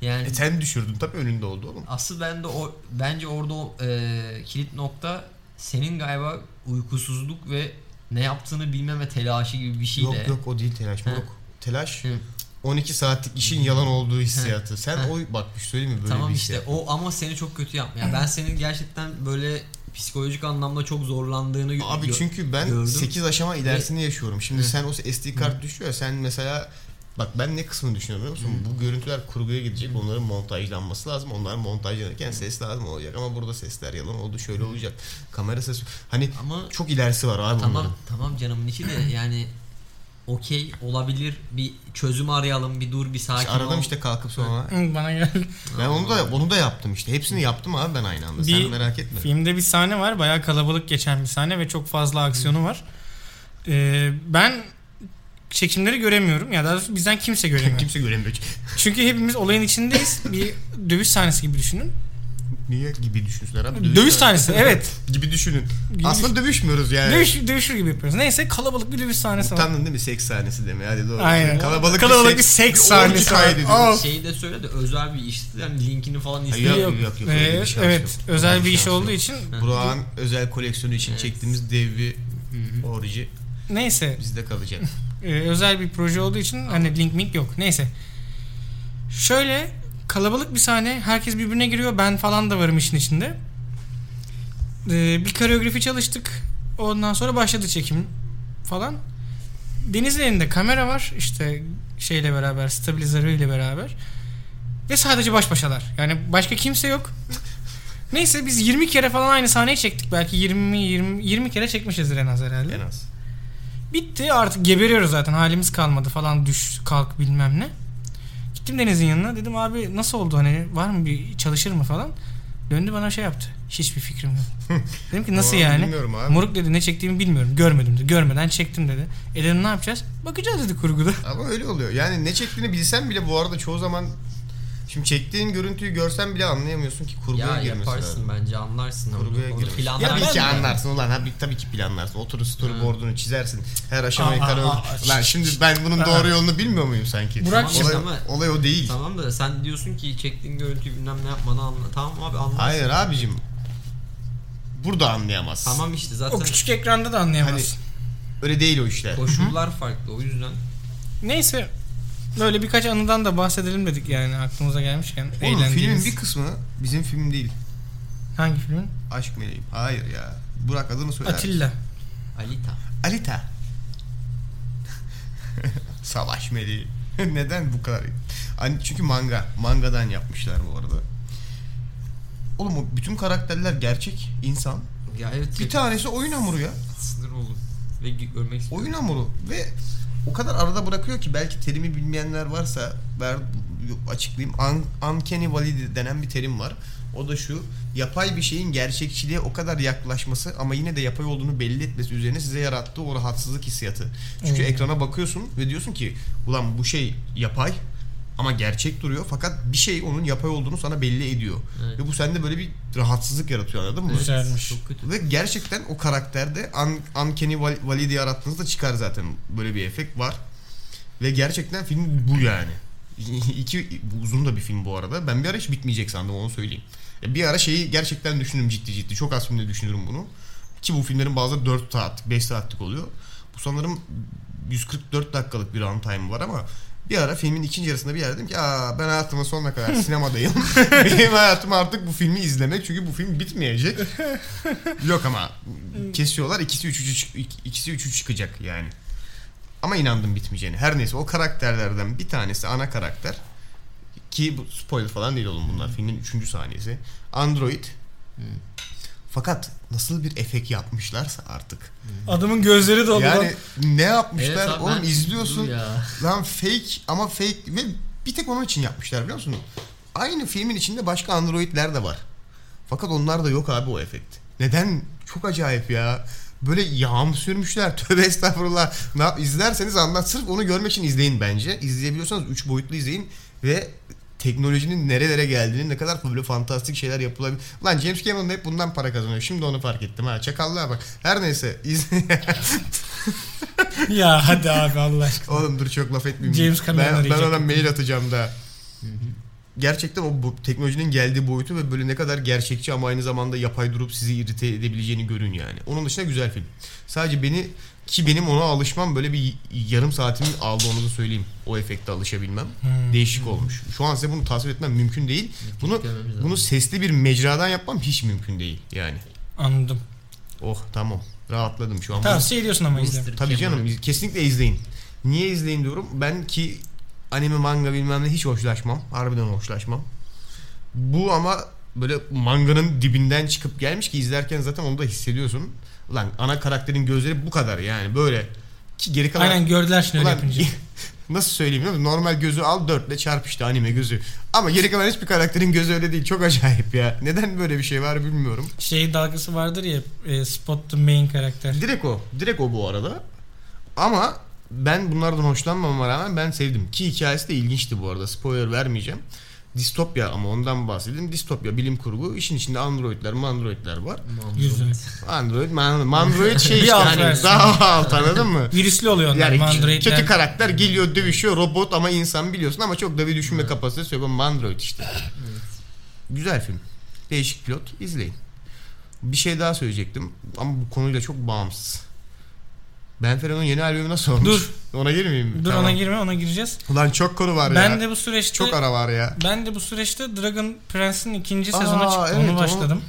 Speaker 3: Yani
Speaker 2: E sen düşürdün tabii önünde oldu oğlum.
Speaker 3: asıl ben de o bence orada o, e, kilit nokta senin galiba uykusuzluk ve ne yaptığını bilmeme telaşı gibi bir şeyle.
Speaker 2: Yok yok o değil telaş.
Speaker 3: Ha.
Speaker 2: Yok. Telaş
Speaker 3: Hı.
Speaker 2: 12 saatlik işin yalan olduğu hissiyatı. Sen
Speaker 3: Ha.
Speaker 2: o bakmış söyleyeyim mi böyle
Speaker 3: tamam
Speaker 2: bir şey.
Speaker 3: işte
Speaker 2: hissiyat.
Speaker 3: o ama seni çok kötü yapmıyor. Ben senin gerçekten böyle psikolojik anlamda çok zorlandığını gö-
Speaker 2: Abi çünkü ben
Speaker 3: gördüm.
Speaker 2: 8 aşama ilerisini yaşıyorum. Şimdi
Speaker 3: Hı.
Speaker 2: sen o SD kart düşüyor ya, sen mesela bak ben ne kısmını düşünüyorum biliyor musun? Bu görüntüler kurguya gidecek. Onların montajlanması lazım. Onlar montajlanırken ses lazım olacak ama burada sesler yalan oldu. Şöyle olacak. Kamera sesi hani
Speaker 3: ama
Speaker 2: çok ilerisi var abi
Speaker 3: Tamam
Speaker 2: bunların.
Speaker 3: tamam canımın içi de yani okey olabilir bir çözüm arayalım bir dur bir sakin
Speaker 2: İşte aradım
Speaker 3: ol.
Speaker 2: işte kalkıp sonra.
Speaker 1: Hı, Bana gel.
Speaker 2: Ben onu da onu da yaptım işte. Hepsini yaptım abi ben aynı anda.
Speaker 1: Bir
Speaker 2: Sen merak etme.
Speaker 1: Filmde bir sahne var. Bayağı kalabalık geçen bir sahne ve çok fazla aksiyonu var. Ee, ben çekimleri göremiyorum. Ya daha doğrusu bizden kimse göremiyor.
Speaker 2: Kimse göremiyor.
Speaker 1: Çünkü hepimiz olayın içindeyiz. Bir dövüş sahnesi gibi düşünün.
Speaker 2: Niye gibi düşünsünler abi?
Speaker 1: Dövüş sahnesi evet.
Speaker 2: Gibi düşünün.
Speaker 1: Gibi
Speaker 2: Aslında dövüşmüyoruz yani.
Speaker 1: Dövüş, dövüşür gibi yapıyoruz. Neyse kalabalık bir dövüş sahnesi var.
Speaker 2: Utandın değil mi? Seks sahnesi deme. Hadi doğru.
Speaker 1: Aynen.
Speaker 2: Kalabalık,
Speaker 1: Kalabalık bir seks
Speaker 2: orgy
Speaker 1: sahnesi var.
Speaker 2: kaydediyoruz.
Speaker 1: Aa.
Speaker 3: Şeyi Şey de söyle de özel bir işti. Yani linkini falan
Speaker 2: Hayır,
Speaker 3: istedim.
Speaker 2: yok, yok, yok,
Speaker 1: Ee,
Speaker 2: öyle bir şans
Speaker 1: evet
Speaker 2: yok.
Speaker 1: özel
Speaker 2: Öyle
Speaker 1: bir
Speaker 2: bir
Speaker 1: iş
Speaker 2: şans
Speaker 1: olduğu
Speaker 2: yok.
Speaker 1: için
Speaker 2: Burak'ın özel koleksiyonu için
Speaker 3: Evet.
Speaker 2: çektiğimiz dev bir orji
Speaker 1: neyse
Speaker 2: bizde kalacak.
Speaker 1: e, özel bir proje olduğu için hani link mink yok. Neyse. Şöyle kalabalık bir sahne. Herkes birbirine giriyor. Ben falan da varım işin içinde. E, bir koreografi çalıştık. Ondan sonra başladı çekim falan. Deniz'in elinde kamera var. işte şeyle beraber, stabilizörüyle beraber. Ve sadece baş başalar. Yani başka kimse yok. Neyse biz 20 kere falan aynı sahneyi çektik. Belki 20 20 20 kere çekmişizdir en az herhalde.
Speaker 2: en az.
Speaker 1: Bitti artık geberiyoruz zaten halimiz kalmadı falan düş kalk bilmem ne. Gittim Deniz'in yanına dedim abi nasıl oldu hani var mı bir çalışır mı falan. Döndü bana şey yaptı. Hiçbir fikrim yok. dedim ki nasıl
Speaker 2: Doğru,
Speaker 1: yani?
Speaker 2: Bilmiyorum abi.
Speaker 1: Moruk dedi ne çektiğimi bilmiyorum. Görmedim dedi. Görmeden çektim dedi. E dedim ne yapacağız? Bakacağız dedi kurguda.
Speaker 2: Ama öyle oluyor. Yani ne çektiğini bilsen bile bu arada çoğu zaman şimdi çektiğin görüntüyü görsen bile anlayamıyorsun ki kurguya
Speaker 3: Ya
Speaker 2: girmesi lazım.
Speaker 3: yaparsın bence anlarsın. ama.
Speaker 2: Kurguya
Speaker 3: Onu
Speaker 2: girmiş. Ya
Speaker 3: planlarsın
Speaker 2: bir ki
Speaker 3: yani.
Speaker 2: anlarsın ulan ha, bir- tabii ki planlarsın. Oturur storyboard'unu çizersin. Her aşamayı
Speaker 1: Aa,
Speaker 2: karar.
Speaker 1: aa, aa,
Speaker 2: Lan şimdi ben bunun
Speaker 1: aa.
Speaker 2: doğru yolunu bilmiyor muyum sanki?
Speaker 1: Burak
Speaker 2: olay,
Speaker 3: şimdi-
Speaker 2: olay o değil.
Speaker 3: Tamam da sen diyorsun ki çektiğin görüntüyü bilmem ne yapmadan anla. Tamam abi anla.
Speaker 2: Hayır abicim. Burada anlayamazsın.
Speaker 3: Tamam işte zaten
Speaker 1: O
Speaker 2: şey-
Speaker 1: küçük ekranda da anlayamazsın.
Speaker 2: Öyle değil o işler.
Speaker 3: koşullar farklı o yüzden.
Speaker 2: Hani-
Speaker 1: Neyse böyle birkaç anıdan da bahsedelim dedik yani aklımıza gelmişken.
Speaker 2: Oğlum filmin
Speaker 1: eğlendiğimiz.
Speaker 2: bir kısmı bizim film değil.
Speaker 1: Hangi filmin?
Speaker 2: Aşk meleğim. Hayır ya. Burak adını söyle.
Speaker 1: Atilla.
Speaker 3: Alita.
Speaker 2: Alita. Savaş meleği. Neden bu kadar? Hani çünkü manga. Mangadan yapmışlar bu arada. Oğlum o bütün karakterler gerçek insan.
Speaker 3: Ya evet.
Speaker 2: Bir tanesi oyun hamuru ya.
Speaker 3: Sınır olur. Ve gö- görmek istiyorum.
Speaker 2: Oyun hamuru ve o kadar arada bırakıyor ki belki terimi bilmeyenler varsa ver açıklayayım. Un, uncanny valley denen bir terim var. O da şu yapay bir şeyin gerçekçiliğe o kadar yaklaşması ama yine de yapay olduğunu belli etmesi üzerine size yarattığı o rahatsızlık hissiyatı. Çünkü
Speaker 1: Hmm.
Speaker 2: ekrana bakıyorsun ve diyorsun ki ulan bu şey yapay ama gerçek duruyor fakat bir şey onun yapay olduğunu sana belli ediyor.
Speaker 3: Evet.
Speaker 2: Ve bu sende böyle bir rahatsızlık yaratıyor anladın mı?
Speaker 1: Güzelmiş.
Speaker 3: Çok kötü.
Speaker 2: Ve gerçekten o karakterde un, Uncanny Val- Valley diye arattığınızda çıkar zaten. Böyle bir efekt var. Ve gerçekten film bu yani. İki, bu uzun da bir film bu arada. Ben bir ara hiç bitmeyecek sandım onu söyleyeyim. Ya Bir ara şeyi gerçekten düşündüm ciddi ciddi. Çok az filmde düşünürüm bunu. Ki bu filmlerin bazıları 4 saat, 5 saatlik oluyor. Bu sanırım 144 dakikalık bir runtime var ama bir ara filmin ikinci yarısında bir yerde dedim ki Aa, ben hayatımın sonuna kadar sinemadayım. Benim hayatım artık bu filmi izlemek çünkü bu film bitmeyecek. Yok ama kesiyorlar ikisi üç üçü ik- ikisi üçü çıkacak yani. Ama inandım bitmeyeceğine. Her neyse o karakterlerden bir tanesi ana karakter ki bu spoiler falan değil oğlum bunlar filmin üçüncü saniyesi. Android. Hmm. Fakat nasıl bir efekt yapmışlarsa artık.
Speaker 1: Adamın gözleri doldu.
Speaker 2: Yani
Speaker 1: lan.
Speaker 2: ne
Speaker 3: Evet
Speaker 2: yapmışlar
Speaker 3: abi,
Speaker 2: oğlum
Speaker 3: ben-
Speaker 2: izliyorsun.
Speaker 3: Dur ya.
Speaker 2: Lan fake ama fake ve bir tek onun için yapmışlar biliyor musun? Aynı filmin içinde başka androidler de var. Fakat onlar da yok abi o efekt. Neden? Çok acayip ya. Böyle yağım sürmüşler. Tövbe estağfurullah. Ne yap- izlerseniz anlat. Sırf onu görmek için izleyin bence. İzleyebiliyorsanız 3 boyutlu izleyin ve teknolojinin nerelere geldiğini ne kadar böyle fantastik şeyler yapılabilir. Lan James Cameron da hep bundan para kazanıyor. Şimdi onu fark ettim ha. Çakallığa bak. Her neyse. izle-
Speaker 1: ya hadi abi Allah aşkına.
Speaker 2: Oğlum dur çok laf etmeyeyim.
Speaker 1: James Cameron
Speaker 2: ben, ben
Speaker 1: arayacak.
Speaker 2: ona mail atacağım da. Gerçekten o bu, teknolojinin geldiği boyutu ve böyle ne kadar gerçekçi ama aynı zamanda yapay durup sizi irite edebileceğini görün yani. Onun dışında güzel film. Sadece beni ki benim ona alışmam böyle bir yarım saatimi aldı onu da söyleyeyim. O efekte alışabilmem. Değişik olmuş. Şu an size bunu tasvir etmem mümkün değil. Bunu
Speaker 3: Beklememiz lazım.
Speaker 2: bunu sesli bir mecradan yapmam hiç mümkün değil yani.
Speaker 1: Anladım.
Speaker 2: Oh tamam. Rahatladım şu an. Bunu
Speaker 1: Tavsiye ediyorsun ama izle.
Speaker 3: Mr.
Speaker 2: Tabii
Speaker 3: Cameron.
Speaker 2: canım iz- kesinlikle izleyin. Niye izleyin diyorum. Ben ki anime manga bilmem ne hiç hoşlaşmam. Harbiden hoşlaşmam. Bu ama böyle manganın dibinden çıkıp gelmiş ki izlerken zaten onu da hissediyorsun. Ulan ana karakterin gözleri bu kadar yani böyle. Ki geri kalan...
Speaker 1: Aynen gördüler şimdi öyle
Speaker 2: Ulan,
Speaker 1: yapınca.
Speaker 2: nasıl söyleyeyim biliyor musun? Normal gözü al dörtle çarpıştı anime gözü. Ama geri kalan hiçbir karakterin gözü öyle değil. Çok acayip ya. Neden böyle bir şey var bilmiyorum.
Speaker 1: Şey dalgası vardır ya e, spot the main karakter.
Speaker 2: Direkt o. Direkt o bu arada. Ama ben bunlardan hoşlanmama rağmen ben sevdim. Ki hikayesi de ilginçti bu arada. Spoiler vermeyeceğim. Distopya ama ondan bahsedeyim. Distopya bilim kurgu. işin içinde androidler, mandroidler var.
Speaker 1: Yüzde.
Speaker 2: Android, man, mandroid şey
Speaker 1: Bir
Speaker 2: işte
Speaker 1: alt
Speaker 2: hani
Speaker 1: versiyon.
Speaker 2: daha alt anladın mı?
Speaker 1: Virüslü oluyor onlar.
Speaker 2: Yani
Speaker 1: Mandrake'ler.
Speaker 2: kötü karakter geliyor dövüşüyor robot ama insan biliyorsun ama çok da bir düşünme kapasitesi yok. Bu Mandroid işte. Güzel film. Değişik pilot. izleyin. Bir şey daha söyleyecektim ama bu konuyla çok bağımsız. Ben Ferhan'ın yeni albümü nasıl olmuş?
Speaker 1: Dur.
Speaker 2: Ona girmeyeyim mi?
Speaker 1: Dur
Speaker 2: Tamam.
Speaker 1: ona girme ona gireceğiz.
Speaker 2: Ulan çok konu var ya.
Speaker 1: Ben de bu süreçte
Speaker 2: Çok ara var ya.
Speaker 1: ben de bu süreçte Dragon Prince'in ikinci
Speaker 2: Aa,
Speaker 1: sezonu çıktı.
Speaker 2: evet,
Speaker 1: onu
Speaker 2: onu-
Speaker 1: başladım.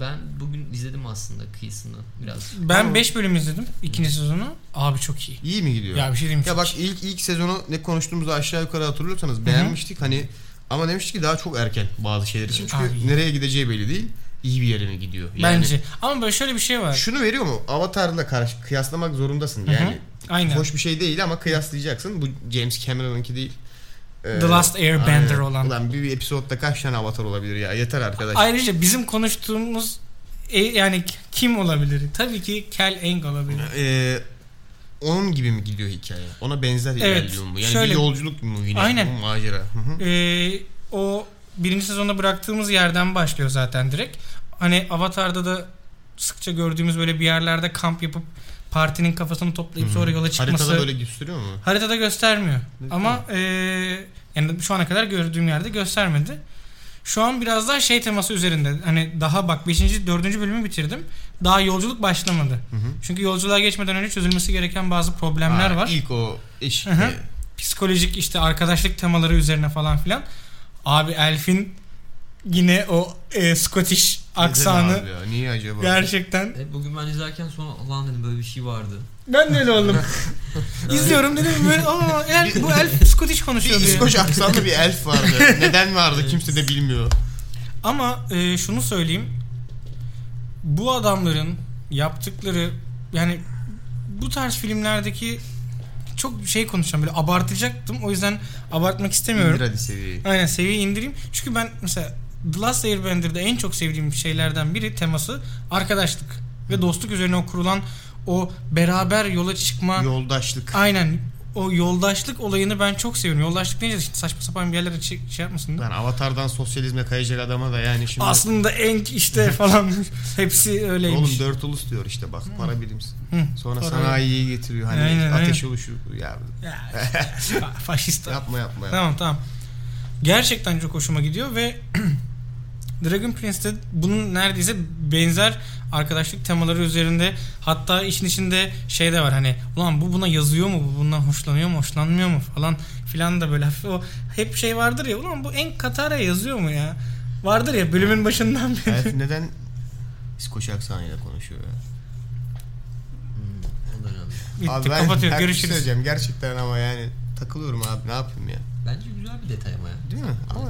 Speaker 3: Ben bugün izledim aslında kıyısını biraz.
Speaker 1: Ben 5 bölüm izledim ikinci sezonu. Abi çok iyi.
Speaker 2: İyi mi gidiyor?
Speaker 1: Ya bir şey diyeyim.
Speaker 2: Ya
Speaker 1: çok
Speaker 2: bak
Speaker 1: iyi.
Speaker 2: ilk ilk sezonu ne konuştuğumuzu aşağı yukarı hatırlıyorsanız beğenmiştik hani ama demiştik ki daha çok erken bazı şeyler için çünkü
Speaker 1: Abi.
Speaker 2: nereye gideceği belli değil. İyi bir yere mi gidiyor? Yani
Speaker 1: bence. Ama böyle şöyle bir şey var.
Speaker 2: Şunu veriyor mu? Avatar'la karşı kıyaslamak zorundasın. Yani
Speaker 1: Aynen.
Speaker 2: hoş bir şey değil ama kıyaslayacaksın. Bu James Cameron'ınki değil. Ee,
Speaker 1: The Last Airbender
Speaker 2: aynen.
Speaker 1: olan.
Speaker 2: Ulan bir, bir episodda kaç tane avatar olabilir ya? Yeter arkadaş.
Speaker 1: Ayrıca bizim konuştuğumuz e, yani kim olabilir? Tabii ki Kel Eng olabilir.
Speaker 2: Ee, onun gibi mi gidiyor hikaye? Ona benzer
Speaker 1: Evet,
Speaker 2: ilerliyor mu? Yani
Speaker 1: şöyle-
Speaker 2: bir yolculuk mu yine?
Speaker 1: Aynen.
Speaker 2: Bu macera. Hı hı.
Speaker 1: Ee, o birinci sezonda bıraktığımız yerden başlıyor zaten direkt. Hani Avatar'da da sıkça gördüğümüz böyle bir yerlerde kamp yapıp partinin kafasını toplayıp sonra yola çıkması.
Speaker 2: Haritada böyle gösteriyor mu?
Speaker 1: Haritada göstermiyor.
Speaker 2: Evet,
Speaker 1: Ama e, yani şu ana kadar gördüğüm yerde göstermedi. Şu an biraz daha şey teması üzerinde. Hani daha bak 5. 4. bölümü bitirdim. Daha yolculuk başlamadı. Çünkü yolculuğa geçmeden önce çözülmesi gereken bazı problemler
Speaker 2: Ha,
Speaker 1: var.
Speaker 2: İlk o e, eşik.
Speaker 1: Hı hı. Psikolojik işte arkadaşlık temaları üzerine falan filan. Abi Elf'in yine o e, Scottish aksanı
Speaker 2: Neden abi ya? Niye acaba?
Speaker 1: gerçekten.
Speaker 3: E, bugün ben izlerken sonra Allah'ım dedim böyle bir şey vardı.
Speaker 1: Ben de öyle oldum. İzliyorum dedim böyle aa Elf, bu Elf Scottish konuşuyor
Speaker 2: bir
Speaker 1: diye.
Speaker 2: İskoç aksanlı bir elf vardı. Neden vardı kimse de bilmiyor.
Speaker 1: Ama e, şunu söyleyeyim. Bu adamların yaptıkları yani bu tarz filmlerdeki çok şey konuşacağım böyle abartacaktım. O yüzden abartmak istemiyorum.
Speaker 2: İndir hadi seviyeyi.
Speaker 1: Aynen seviyeyi indireyim. Çünkü ben mesela The Last Airbender'da en çok sevdiğim şeylerden biri teması arkadaşlık ve dostluk üzerine kurulan o beraber yola çıkma
Speaker 2: Yoldaşlık.
Speaker 1: aynen o yoldaşlık olayını ben çok seviyorum. Yoldaşlık deyince de şimdi saçma sapan bir yerlere şey, şey yapmasın.
Speaker 2: Lan avatardan sosyalizme kayacak adama da yani şimdi.
Speaker 1: Aslında en işte falan hepsi
Speaker 2: Oğlum
Speaker 1: öyleymiş.
Speaker 2: dört ulus diyor işte bak para birimsi.
Speaker 1: Hı,
Speaker 2: Sonra
Speaker 1: para
Speaker 2: sanayiyi getiriyor hani
Speaker 1: Aynen,
Speaker 2: ateş oluşu ya
Speaker 1: Ya, fa- faşist.
Speaker 2: yapma yapma. yapma.
Speaker 1: tamam tamam. Gerçekten çok hoşuma gidiyor ve Dragon Prince'te bunun neredeyse benzer arkadaşlık temaları üzerinde hatta işin içinde şey de var hani ulan bu buna yazıyor mu bu bundan hoşlanıyor mu hoşlanmıyor mu falan filan da böyle hafif o hep şey vardır ya ulan bu en Katar'a yazıyor mu ya vardır ya bölümün başından beri
Speaker 2: Elf neden İskoç aksanıyla konuşuyor ya?
Speaker 3: Hmm, o da önemli.
Speaker 1: bitti
Speaker 2: Abi ben
Speaker 1: kapatıyor
Speaker 2: her şeyi
Speaker 1: görüşürüz.
Speaker 2: söyleyeceğim gerçekten ama yani takılıyorum abi ne yapayım ya.
Speaker 3: Bence güzel bir detay ama ya.
Speaker 2: Değil mi? Ama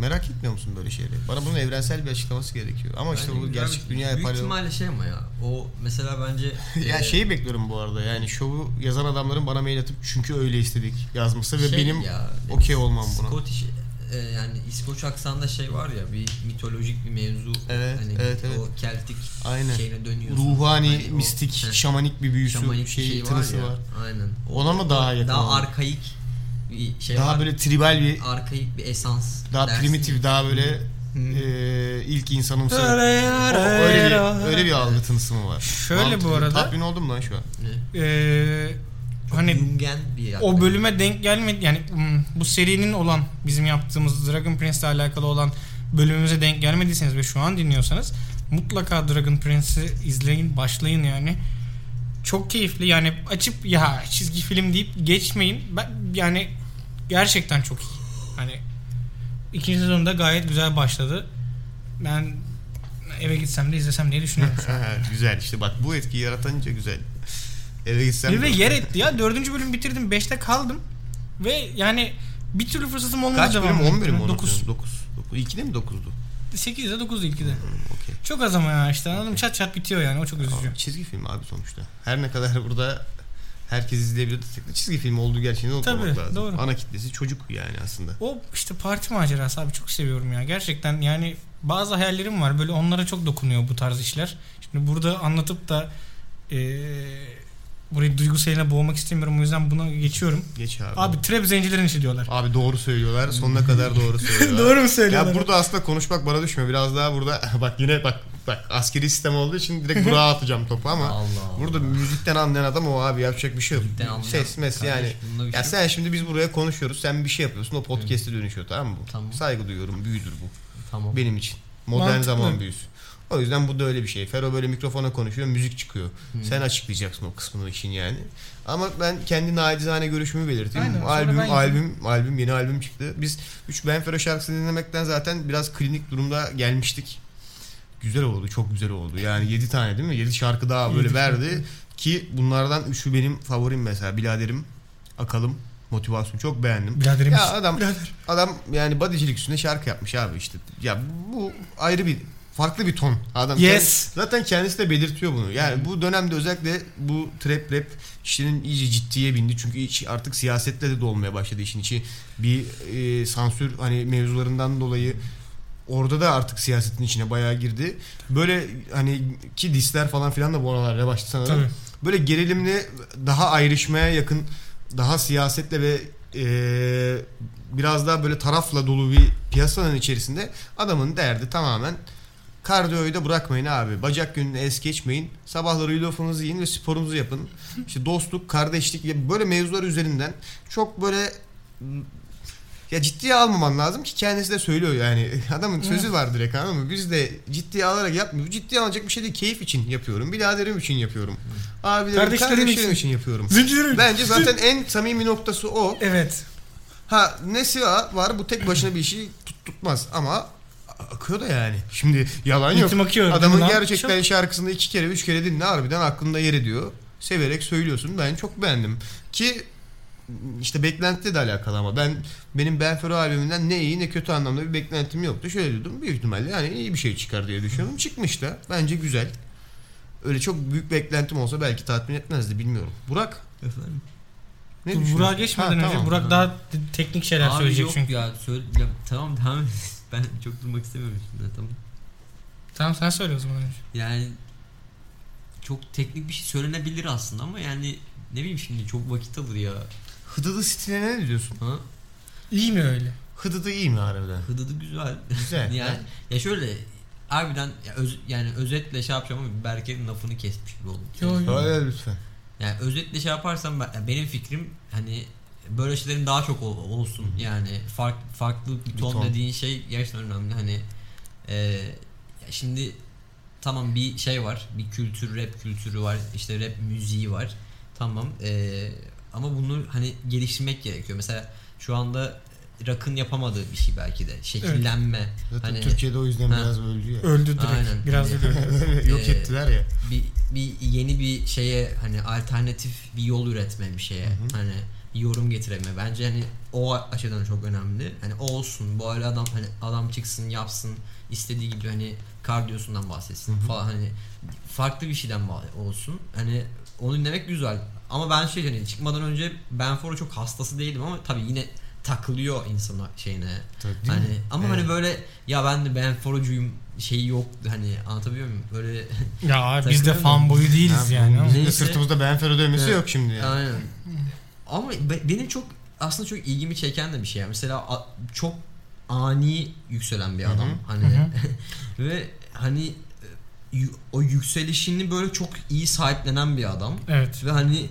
Speaker 2: merak etmiyor musun böyle şeyleri? Bana bunun evrensel bir açıklaması gerekiyor. Ama işte
Speaker 3: Bence
Speaker 2: bu
Speaker 3: güzel
Speaker 2: gerçek
Speaker 3: bir-
Speaker 2: dünyaya
Speaker 3: Büyük
Speaker 2: paralel.
Speaker 3: ihtimalle şey ama ya. O mesela bence...
Speaker 2: Ya şey
Speaker 3: e,
Speaker 2: şeyi bekliyorum bu arada yani şovu yazan adamların bana mail atıp çünkü öyle istedik yazması ve
Speaker 3: şey
Speaker 2: benim
Speaker 3: ya,
Speaker 2: okey olmam buna.
Speaker 3: Scottish e, yani İskoç aksanda şey var ya bir mitolojik bir mevzu.
Speaker 2: Evet,
Speaker 3: hani
Speaker 2: evet, evet.
Speaker 3: O keltik
Speaker 2: Aynen.
Speaker 3: şeyine dönüyorsun.
Speaker 2: Ruhani,
Speaker 3: Hani o-
Speaker 2: mistik,
Speaker 3: Heh.
Speaker 2: şamanik bir büyüsü,
Speaker 3: şamanik
Speaker 2: şey,
Speaker 3: şey
Speaker 2: tınısı
Speaker 3: var,
Speaker 2: var.
Speaker 3: ya. Aynen.
Speaker 2: Ona mı daha yakın
Speaker 3: Daha
Speaker 2: olan?
Speaker 3: arkaik bir şey
Speaker 2: Daha
Speaker 3: var.
Speaker 2: böyle tribal bir,
Speaker 3: arkaik bir esans.
Speaker 2: daha
Speaker 3: dersin
Speaker 2: primitif,
Speaker 3: ya.
Speaker 2: daha böyle
Speaker 3: Hı.
Speaker 2: eee, ilk insanımsı. O- öyle bir, öyle bir algı tınısı mı var?
Speaker 1: Şöyle bu
Speaker 2: Mantıklı.
Speaker 1: arada-
Speaker 2: Tatmin oldum lan şu an.
Speaker 3: Ne?
Speaker 1: Ee,
Speaker 3: Çok
Speaker 1: hani
Speaker 3: Jungen bir
Speaker 1: o
Speaker 3: yaklaşım.
Speaker 1: bölüme denk gelmedi yani mm, bu serinin olan bizim yaptığımız Dragon Prince ile alakalı olan bölümümüze denk gelmediyseniz ve şu an dinliyorsanız mutlaka Dragon Prince'i izleyin başlayın yani çok keyifli yani açıp ya çizgi film deyip geçmeyin ben yani gerçekten çok iyi hani ikinci sezonda gayet güzel başladı ben eve gitsem de izlesem diye düşünüyorum şu an.
Speaker 2: güzel işte bak bu etkiyi yaratanca güzel. Eve gitsem
Speaker 1: ve
Speaker 2: de-
Speaker 1: yer etti ya dördüncü bölüm bitirdim beşte kaldım ve yani bir türlü fırsatım olmadı
Speaker 2: Kaç
Speaker 1: devam
Speaker 2: bölüm? 10 bölüm mü?
Speaker 1: 9.
Speaker 2: 9. 2'de mi 9'du?
Speaker 1: 8 ile 9 ilk de.
Speaker 2: Okey.
Speaker 1: Çok az ama ya işte anladım çat çat bitiyor yani o çok üzücü.
Speaker 2: Abi, Çizgi film abi sonuçta. Her ne kadar burada herkes izleyebilir desek de çizgi film olduğu gerçeğini unutmamak
Speaker 1: Tabii,
Speaker 2: lazım.
Speaker 1: doğru.
Speaker 2: Ana kitlesi çocuk yani aslında.
Speaker 1: O işte parti macerası abi çok seviyorum ya gerçekten yani bazı hayallerim var böyle onlara çok dokunuyor bu tarz işler. Şimdi burada anlatıp da eee, e, burayı duygusalına boğmak istemiyorum o yüzden buna geçiyorum.
Speaker 2: Geç abi.
Speaker 1: Abi trap zencilerin işi diyorlar.
Speaker 2: Abi doğru söylüyorlar. Sonuna kadar doğru söylüyorlar.
Speaker 1: Doğru mu söylüyorlar?
Speaker 2: Ya burada aslında konuşmak bana düşmüyor. Biraz daha burada bak yine bak bak askeri sistem olduğu için direkt buraya atacağım topu ama
Speaker 3: Allah.
Speaker 2: burada müzikten anlayan adam o abi yapacak bir şey yok.
Speaker 3: Müzikten anlayan-
Speaker 2: Ses mes
Speaker 3: Kardeş,
Speaker 2: yani.
Speaker 3: bununla bir
Speaker 2: Ya
Speaker 3: şey-
Speaker 2: sen şimdi biz buraya konuşuyoruz. Sen bir şey yapıyorsun. O podcast'e dönüşüyor tamam mı bu?
Speaker 3: Tamam.
Speaker 2: Saygı duyuyorum. Büyüdür bu.
Speaker 3: Tamam.
Speaker 2: Benim için. Modern
Speaker 1: Mantıklı.
Speaker 2: zaman büyüsü. O yüzden bu da öyle bir şey. Fero böyle mikrofona konuşuyor, müzik çıkıyor.
Speaker 1: Hmm.
Speaker 2: Sen açıklayacaksın o kısmını işin yani. Ama ben kendi nacizane görüşümü belirteyim.
Speaker 1: Aynen, sonra
Speaker 2: albüm,
Speaker 1: ben-
Speaker 2: albüm, albüm, yeni albüm çıktı. Biz 3 Ben Fero şarkısını dinlemekten zaten biraz klinik durumda gelmiştik. Güzel oldu, çok güzel oldu. Yani 7 tane değil mi? 7 şarkı daha böyle
Speaker 1: Yedi
Speaker 2: verdi. Ki bunlardan 3'ü benim favorim mesela. Biladerim, Akalım, Motivasyon çok beğendim.
Speaker 1: Biraderim
Speaker 2: Ya
Speaker 1: işi.
Speaker 2: adam-
Speaker 1: Birader.
Speaker 2: Adam yani bodycilik üstüne şarkı yapmış abi işte. Ya bu ayrı bir farklı bir ton. Adam
Speaker 1: Yes. Hmm.
Speaker 2: kend- zaten kendisi de belirtiyor bunu. Yani bu dönemde özellikle bu trap rap işinin iyice ciddiye bindi. Çünkü iç- artık siyasetle de dolmaya başladı işin içi. Bir e, sansür hani mevzularından dolayı orada da artık siyasetin içine bayağı girdi. Böyle hani ki disler falan filan da bu aralar revaçta sanırım
Speaker 1: Tabii.
Speaker 2: böyle gerilimli daha ayrışmaya yakın daha siyasetle ve eee, biraz daha böyle tarafla dolu bir piyasanın içerisinde adamın derdi tamamen kardiyoyu da bırakmayın abi. Bacak gününü es geçmeyin. Sabahları yulafınızı yiyin ve sporunuzu yapın. İşte dostluk, kardeşlik ya böyle mevzular üzerinden çok böyle m, ya ciddiye almaman lazım ki kendisi de söylüyor yani. Adamın sözü var direkt anladın mı? Biz de ciddiye alarak yapmıyoruz. Ciddiye alacak bir şey değil. Keyif için yapıyorum. Biraderim için yapıyorum. Abilerim,
Speaker 1: Kardeşlerim
Speaker 2: kardeşlerim,
Speaker 1: için.
Speaker 2: için yapıyorum.
Speaker 1: Zencilerin.
Speaker 2: Bence zaten en samimi noktası o.
Speaker 1: Evet.
Speaker 2: Ha nesi var? var bu tek başına bir işi tut- tutmaz ama akıyor da yani. Şimdi yalan yok.
Speaker 1: Ritim akıyor.
Speaker 2: Adamın
Speaker 1: Lan
Speaker 2: gerçekten şarkısını iki kere üç kere dinle harbiden aklında yer ediyor. Severek söylüyorsun. Ben çok beğendim. Ki işte beklentiyle de alakalı ama ben benim Ben Fero albümünden ne iyi ne kötü anlamda bir beklentim yoktu. Şöyle diyordum büyük ihtimalle yani iyi bir şey çıkar diye düşünüyorum. Çıkmış da bence güzel. Öyle çok büyük beklentim olsa belki tatmin etmezdi bilmiyorum. Burak
Speaker 4: Efendim?
Speaker 2: ne
Speaker 1: Dur,
Speaker 2: düşünüyorsun?
Speaker 1: Burak'a geçmeden
Speaker 2: Ha,
Speaker 1: önce
Speaker 2: tamam.
Speaker 1: Burak daha te- teknik şeyler
Speaker 3: Abi
Speaker 1: söyleyecek
Speaker 3: yok
Speaker 1: çünkü.
Speaker 3: ya, söyle, ya tamam tamam ben çok durmak istemiyorum şimdi tamam.
Speaker 1: Tamam sen söyle o zaman önce.
Speaker 3: Yani çok teknik bir şey söylenebilir aslında ama yani ne bileyim şimdi çok vakit alır ya.
Speaker 2: Hıdıdı stiline ne diyorsun?
Speaker 3: Ha?
Speaker 1: İyi mi öyle?
Speaker 2: Hıdıdı iyi mi harbiden?
Speaker 3: Hıdıdı güzel.
Speaker 2: Güzel.
Speaker 3: yani ya şöyle harbiden ya öz- yani özetle şey yapacağım ama Berke'nin lafını kesmiş gibi oldu.
Speaker 1: Yo, yo.
Speaker 2: Öyle lütfen.
Speaker 3: Yani özetle şey yaparsam ben- ya benim fikrim hani böyle şeylerin daha çok ol- olsun. Yani fark, farklı bir
Speaker 2: Bir
Speaker 3: ton,
Speaker 2: ton.
Speaker 3: dediğin şey gerçekten önemli. Hani e, ya şimdi tamam bir şey var. Bir kültür, rap kültürü var. işte rap müziği var. Tamam. e, ama bunu hani geliştirmek gerekiyor. Mesela şu anda rock'ın yapamadığı bir şey belki de. Şekillenme.
Speaker 2: Zaten
Speaker 3: Hani-
Speaker 2: Türkiye'de o yüzden
Speaker 3: Ha.
Speaker 2: biraz öldü ya.
Speaker 1: Öldü direkt.
Speaker 3: Aynen.
Speaker 1: Biraz da öldü.
Speaker 2: Yok
Speaker 3: Ee,
Speaker 2: ettiler ya.
Speaker 3: bir, bir yeni bir şeye hani alternatif bir yol üretme bir şeye hani bir yorum getireme bence hani o açıdan çok önemli hani o olsun bu arada adam hani adam çıksın yapsın istediği gibi hani kardiyosundan
Speaker 2: Hı
Speaker 3: bahsetsin
Speaker 2: hı.
Speaker 3: falan hani farklı bir şeyden bah- olsun hani onu dinlemek güzel ama ben şey hani çıkmadan önce ben Foro çok hastası değilim ama tabii yine takılıyor insana şeyine
Speaker 2: Tabii değil
Speaker 3: hani
Speaker 2: mi?
Speaker 3: ama
Speaker 2: Evet.
Speaker 3: hani böyle ya ben de ben forocuyum şeyi yok hani anlatabiliyor muyum böyle
Speaker 1: Ya abi biz de
Speaker 3: Takılıyor
Speaker 1: fanboy değiliz
Speaker 2: Ya,
Speaker 1: yani. ama-
Speaker 2: Bizim de
Speaker 3: Neyse.
Speaker 2: sırtımızda Ben Ferro dövmesi
Speaker 3: Evet.
Speaker 2: yok şimdi yani.
Speaker 3: Aynen. Ama be- benim çok aslında çok ilgimi çeken de bir şey. Mesela a- çok ani yükselen bir
Speaker 2: Hı hı.
Speaker 3: adam hani
Speaker 1: Hı
Speaker 3: ve hani e, yü- o yükselişini böyle çok iyi sahiplenen bir adam
Speaker 1: Evet.
Speaker 3: ve hani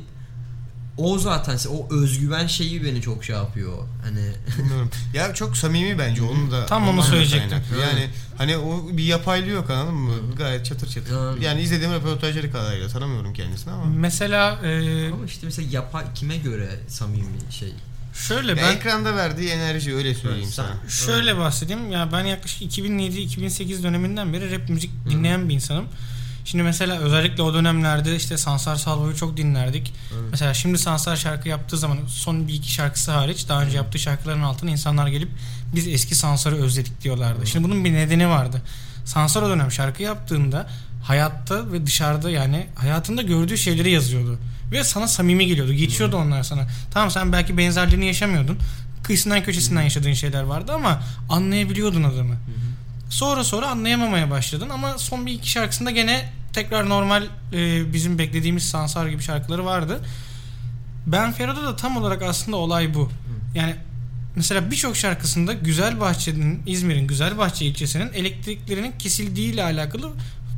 Speaker 3: o zaten o özgüven şeyi beni çok şey yapıyor. Hani
Speaker 2: Bilmiyorum. Ya çok samimi bence onu da.
Speaker 1: Tam onu
Speaker 2: ondan da
Speaker 1: söyleyecektim.
Speaker 2: kaynaklı. Yani hani o bir yapaylığı yok anladın mı? Gayet çatır çatır.
Speaker 3: Aynen.
Speaker 2: Yani izlediğim röportajları kadarıyla tanımıyorum kendisini ama.
Speaker 1: Mesela e,
Speaker 3: ama işte mesela yapay kime göre samimi şey?
Speaker 1: şöyle
Speaker 2: Ya
Speaker 1: ben
Speaker 2: ekranda verdiği enerji öyle söyleyeyim
Speaker 3: Evet, sen-
Speaker 2: sana.
Speaker 1: şöyle bahsedeyim. Ya ben yaklaşık 2007-2008 döneminden beri rap müzik dinleyen bir insanım. Şimdi mesela özellikle o dönemlerde işte Sansar Salvo'yu çok dinlerdik.
Speaker 3: Evet.
Speaker 1: Mesela şimdi Sansar şarkı yaptığı zaman son bir iki şarkısı hariç daha önce yaptığı şarkıların altına insanlar gelip biz eski Sansar'ı özledik diyorlardı. Şimdi bunun bir nedeni vardı. Sansar o dönem şarkı yaptığında hayatta ve dışarıda yani hayatında gördüğü şeyleri yazıyordu. Ve sana samimi geliyordu. Geçiyordu onlar sana. Tamam sen belki benzerlerini yaşamıyordun. Kıyısından köşesinden yaşadığın şeyler vardı ama anlayabiliyordun adamı. Sonra sonra anlayamamaya başladın ama son bir iki şarkısında gene tekrar normal e, bizim beklediğimiz Sansar gibi şarkıları vardı. Ben Ferro'da da tam olarak aslında olay bu. Yani mesela birçok şarkısında Güzelbahçe'nin İzmir'in Güzelbahçe ilçesinin elektriklerinin kesildiği ile alakalı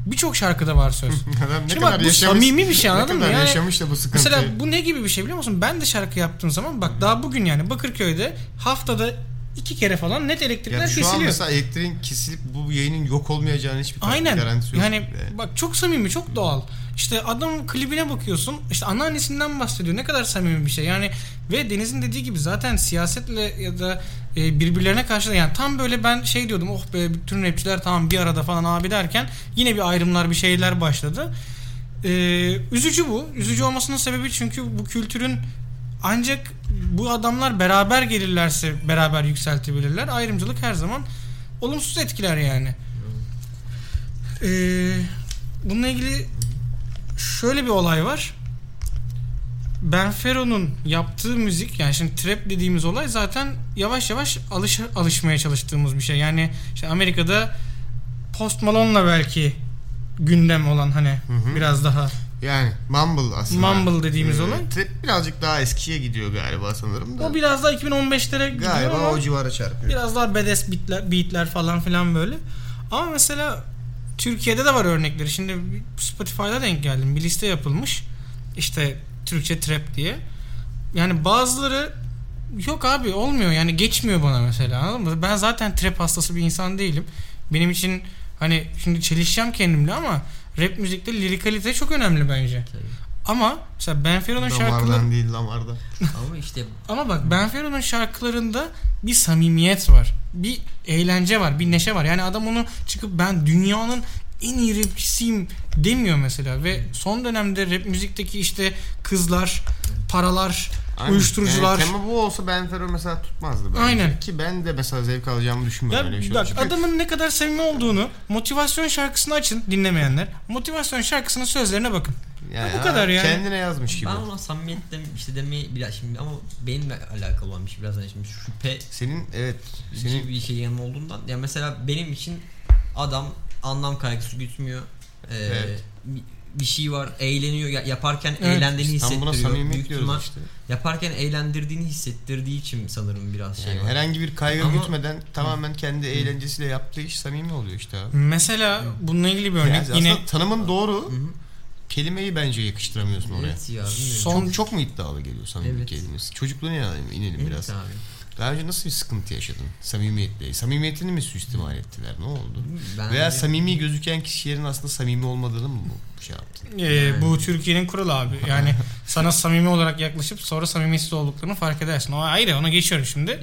Speaker 1: birçok şarkıda var söz.
Speaker 2: Adam ne
Speaker 1: Şimdi
Speaker 2: kadar
Speaker 1: bak bu
Speaker 2: yaşamış,
Speaker 1: samimi bir şey anladın
Speaker 2: ne
Speaker 1: mı?
Speaker 2: kadar
Speaker 1: Yani
Speaker 2: yaşamış da bu sıkıntıyı.
Speaker 1: Mesela bu ne gibi bir şey biliyor musun? Ben de şarkı yaptığım zaman bak daha bugün yani Bakırköy'de haftada iki kere falan net elektrikler
Speaker 2: Ya şu an
Speaker 1: kesiliyor.
Speaker 2: mesela elektriğin kesilip bu yayının yok olmayacağının hiçbir tar-
Speaker 1: Aynen.
Speaker 2: garantisi yok.
Speaker 1: Yani
Speaker 2: Ee,
Speaker 1: bak çok samimi, çok doğal. İşte adam klibine bakıyorsun. işte anneannesinden bahsediyor. Ne kadar samimi bir şey. Yani ve Deniz'in dediği gibi zaten siyasetle ya da e, birbirlerine karşı da yani tam böyle ben şey diyordum. Oh be bütün rapçiler tamam bir arada falan abi derken yine bir ayrımlar bir şeyler başladı. Ee, üzücü bu. Üzücü olmasının sebebi çünkü bu kültürün ancak bu adamlar beraber gelirlerse beraber yükseltebilirler. Ayrımcılık her zaman olumsuz etkiler yani. Ee, bununla ilgili şöyle bir olay var. Ben Fero'nun yaptığı müzik yani şimdi trap dediğimiz olay zaten yavaş yavaş alış alışmaya çalıştığımız bir şey. Yani işte Amerika'da Post Malone'la belki gündem olan hani
Speaker 2: hı.
Speaker 1: biraz daha
Speaker 2: yani Mumble aslında.
Speaker 1: Mumble dediğimiz
Speaker 2: Ee,
Speaker 1: olay.
Speaker 2: Trap birazcık daha eskiye gidiyor galiba sanırım da.
Speaker 1: o biraz daha 2015'lere gidiyor ama
Speaker 2: Galiba o civara çarpıyor.
Speaker 1: biraz daha bedes beatler, beatler falan filan böyle. Ama mesela Türkiye'de de var örnekleri. Şimdi Spotify'da denk geldim. Bir liste yapılmış. İşte Türkçe trap diye. Yani bazıları yok abi olmuyor yani geçmiyor bana mesela anladın mı? Ben zaten trap hastası bir insan değilim. Benim için hani şimdi çelişeceğim kendimle ama rap müzikte lirikalite çok önemli bence.
Speaker 3: Tabii.
Speaker 1: Ama mesela Ben Fero'nun şarkıları
Speaker 2: Damardan değil damardan.
Speaker 3: Ama işte
Speaker 1: ama bak Ben Fero'nun şarkılarında bir samimiyet var. Bir eğlence var, bir neşe var. Yani adam onu çıkıp ben dünyanın en iyi rapçisiyim demiyor mesela ve son dönemde rap müzikteki işte kızlar, paralar,
Speaker 2: Aynen.
Speaker 1: uyuşturucular.
Speaker 2: Yani tema bu olsa Ben Ferro mesela tutmazdı bence.
Speaker 1: Aynen.
Speaker 2: Ki ben de mesela zevk alacağımı
Speaker 1: Ya
Speaker 2: düşünmüyorum öyle bir şey.
Speaker 1: bak
Speaker 2: olunca. Çünkü
Speaker 1: adamın ne kadar samimi olduğunu motivasyon şarkısını açın dinlemeyenler. Motivasyon şarkısının sözlerine bakın.
Speaker 2: yani
Speaker 1: bu kadar yani.
Speaker 2: Kendine yazmış gibi.
Speaker 3: ben ona samimiyet dem işte demeyi biraz şimdi ama benimle alakalı olan bir şey biraz hani şimdi şüphe
Speaker 2: Senin evet.
Speaker 3: Senin...
Speaker 2: Senin
Speaker 3: bir şey yanım olduğundan. Ya mesela benim için adam anlam kaygısı gütmüyor. Ee,
Speaker 2: Evet.
Speaker 3: bi- bir şey var, eğleniyor. Ya- yaparken
Speaker 1: Evet,
Speaker 3: eğlendiğini
Speaker 2: tam
Speaker 3: hissettiriyor.
Speaker 2: buna samimiyet
Speaker 3: Büyük ihtimal
Speaker 2: diyoruz işte.
Speaker 3: Yaparken eğlendirdiğini hissettirdiği için sanırım biraz şey
Speaker 2: Yani
Speaker 3: var.
Speaker 2: herhangi bir kaygı
Speaker 3: Ama-
Speaker 2: gütmeden tamamen kendi eğlencesiyle yaptığı iş samimi oluyor işte abi.
Speaker 1: Mesela bununla ilgili bir
Speaker 2: Yani
Speaker 1: örnek yine
Speaker 2: aslında tanımın doğru.
Speaker 3: hı.
Speaker 2: Kelimeyi bence yakıştıramıyorsun oraya.
Speaker 3: Evet ya, bilmiyorum.
Speaker 1: Son-
Speaker 2: Çok, çok mu iddialı geliyor samimi
Speaker 3: Evet.
Speaker 2: kelimesi? Çocukluğuna yani inelim
Speaker 3: Evet
Speaker 2: biraz.
Speaker 3: abi.
Speaker 2: Daha önce nasıl bir sıkıntı yaşadın samimiyetle? Samimiyetini mi suistimal ettiler? Ne oldu?
Speaker 3: Ben
Speaker 2: Veya
Speaker 3: de-
Speaker 2: samimi gözüken kişilerin aslında samimi olmadığını mı bu şey yaptı?
Speaker 1: Ee, bu Türkiye'nin kuralı abi. Yani sana samimi olarak yaklaşıp sonra samimiyetsiz olduklarını fark edersin. O ayrı ona geçiyorum şimdi.
Speaker 3: Ya,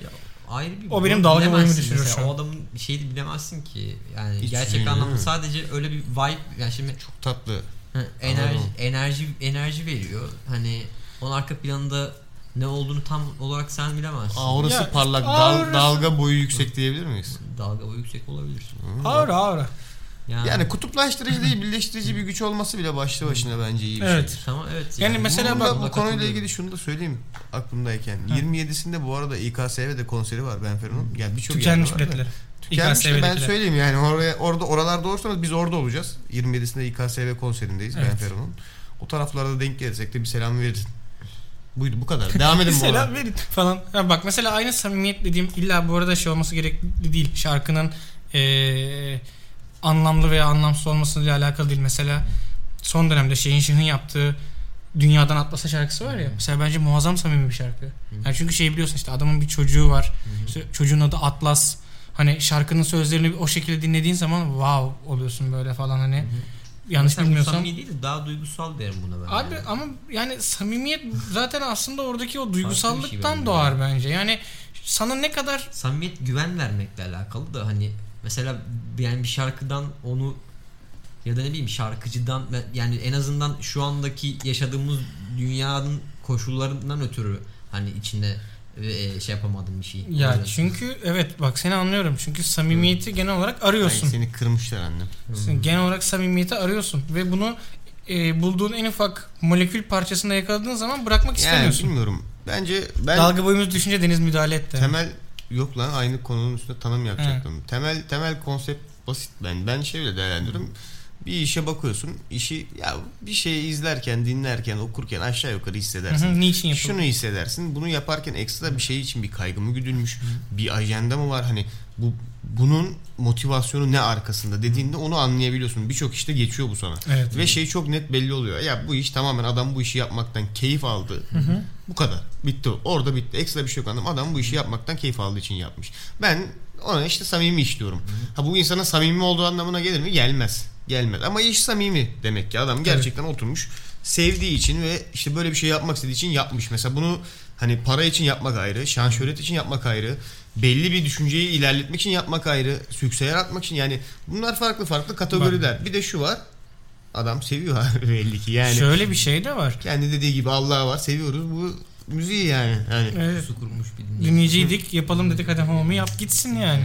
Speaker 3: ayrı bir
Speaker 1: O benim
Speaker 3: Bunu
Speaker 1: dalga boyumu
Speaker 3: bilemezsin
Speaker 1: düşürür
Speaker 3: mesela.
Speaker 1: şu an.
Speaker 3: O adamın bir şeyi de bilemezsin ki. Yani
Speaker 2: Hiç
Speaker 3: gerçek
Speaker 2: değil, değil
Speaker 3: anlamda
Speaker 2: mi?
Speaker 3: sadece öyle bir vibe yani şimdi
Speaker 2: Çok tatlı.
Speaker 3: Hı, enerji
Speaker 2: Anladım.
Speaker 3: enerji enerji veriyor. Hani onun arka planında ne olduğunu tam olarak sen bilemezsin.
Speaker 2: Aurası
Speaker 1: Ya,
Speaker 2: parlak, dal-
Speaker 1: aurası-
Speaker 2: dalga boyu yüksek diyebilir miyiz?
Speaker 3: Dalga boyu yüksek olabilir.
Speaker 1: Ağır ağır.
Speaker 3: Yani,
Speaker 2: Yani kutuplaştırıcı değil, birleştirici bir güç olması bile başlı başına bence iyi bir
Speaker 1: Evet.
Speaker 2: şey.
Speaker 3: tamam evet.
Speaker 1: Yani mesela
Speaker 2: Mesela
Speaker 1: bak-
Speaker 2: ben
Speaker 3: Buna
Speaker 2: bu konuyla
Speaker 3: katılıyorum.
Speaker 2: ilgili şunu da söyleyeyim aklımdayken. 27'sinde bu arada İKSV'de konseri var Ben Ferun'un. Yani birçok yerde
Speaker 1: Tükenmiş
Speaker 2: var da.
Speaker 1: biletler.
Speaker 2: Tükenmiş de ben
Speaker 1: İKSV'dekiler.
Speaker 2: söyleyeyim yani oraya orada oralarda olursanız biz orada olacağız. 27'sinde İKSV konserindeyiz
Speaker 1: Evet.
Speaker 2: Ben Ferun'un. O taraflarda denk gelirsek de bir selam verin. Buydu bu kadar. Devam edin bu arada.
Speaker 1: Selam verin falan. Ya bak mesela aynı samimiyet dediğim illa bu arada şey olması gerekli değil. Şarkının ee, anlamlı veya anlamsız olmasıyla alakalı değil. Mesela son dönemde şeyin Şıh'ın yaptığı Dünyadan Atlasa şarkısı var ya. Mesela bence muazzam samimi bir şarkı. Yani çünkü şey biliyorsun işte adamın bir çocuğu var. İşte çocuğun adı Atlas. Hani şarkının sözlerini o şekilde dinlediğin zaman wow oluyorsun böyle falan hani. Yanlış
Speaker 3: Mesela bu
Speaker 1: bilmiyorsam.
Speaker 3: samimi değil de daha duygusal derim buna ben.
Speaker 1: Abi
Speaker 3: yani.
Speaker 1: ama yani samimiyet zaten aslında oradaki o
Speaker 3: şey
Speaker 1: duygusallıktan
Speaker 3: bence.
Speaker 1: doğar bence. Yani sana ne kadar
Speaker 3: samimiyet güven vermekle alakalı da hani mesela yani bir şarkıdan onu ya da ne bileyim şarkıcıdan ben- yani en azından şu andaki yaşadığımız dünyanın koşullarından ötürü hani içine e, şey yapamadığım bir şey.
Speaker 1: ya
Speaker 3: Olabilir.
Speaker 1: çünkü evet bak seni anlıyorum. Çünkü samimiyeti genel olarak
Speaker 2: Ay,
Speaker 1: arıyorsun.
Speaker 2: seni kırmışlar annem.
Speaker 1: Sen genel olarak samimiyeti arıyorsun ve bunu e, bulduğun en ufak molekül parçasında yakaladığın zaman bırakmak
Speaker 2: Yani
Speaker 1: istemiyorsun.
Speaker 2: bilmiyorum. Bence ben
Speaker 1: Dalga boyumuz düşünce deniz müdahale etti.
Speaker 2: temel yok lan aynı konunun üstüne tanım yapacaktım. Temel temel konsept basit ben. Ben şöyle değerlendiriyorum. Bir işe bakıyorsun. işi ya bir şeyi izlerken, dinlerken, okurken aşağı yukarı hissedersin.
Speaker 1: Hı hı, Niçin yapıldı?
Speaker 2: Şunu hissedersin. Bunu yaparken ekstra bir şey için bir kaygı mı güdülmüş? Bir ajanda mı var? Hani bu bunun motivasyonu ne arkasında dediğinde onu anlayabiliyorsun. Birçok işte geçiyor bu sana.
Speaker 1: Evet.
Speaker 2: Ve şey çok net belli oluyor. Ya bu iş tamamen adam bu işi yapmaktan keyif aldı.
Speaker 1: hı.
Speaker 2: Bu kadar. Bitti. o. Orada bitti. Ekstra bir şey yok anladım. Adam bu işi yapmaktan keyif aldığı için yapmış. Ben ona işte samimi iş diyorum. Ha bu insanın samimi olduğu anlamına gelir mi? Gelmez. Gelmez. Ama iş samimi demek ki. Adam gerçekten oturmuş. Sevdiği için ve işte böyle bir şey yapmak istediği için yapmış. Mesela bunu hani para için yapmak ayrı, şan şöhret için yapmak ayrı, belli bir düşünceyi ilerletmek için yapmak ayrı, sükse yaratmak için yani bunlar farklı farklı kategoriler. Bir de şu var. Adam seviyor abi belli ki yani.
Speaker 1: Şöyle bir şey de var.
Speaker 2: Kendi dediği gibi Allah var seviyoruz bu müziği yani. yani
Speaker 1: Evet.
Speaker 3: Su kurmuş bir dinleyici.
Speaker 1: Ee, Dinleyiciydik yapalım dedik hadi homie yap gitsin yani.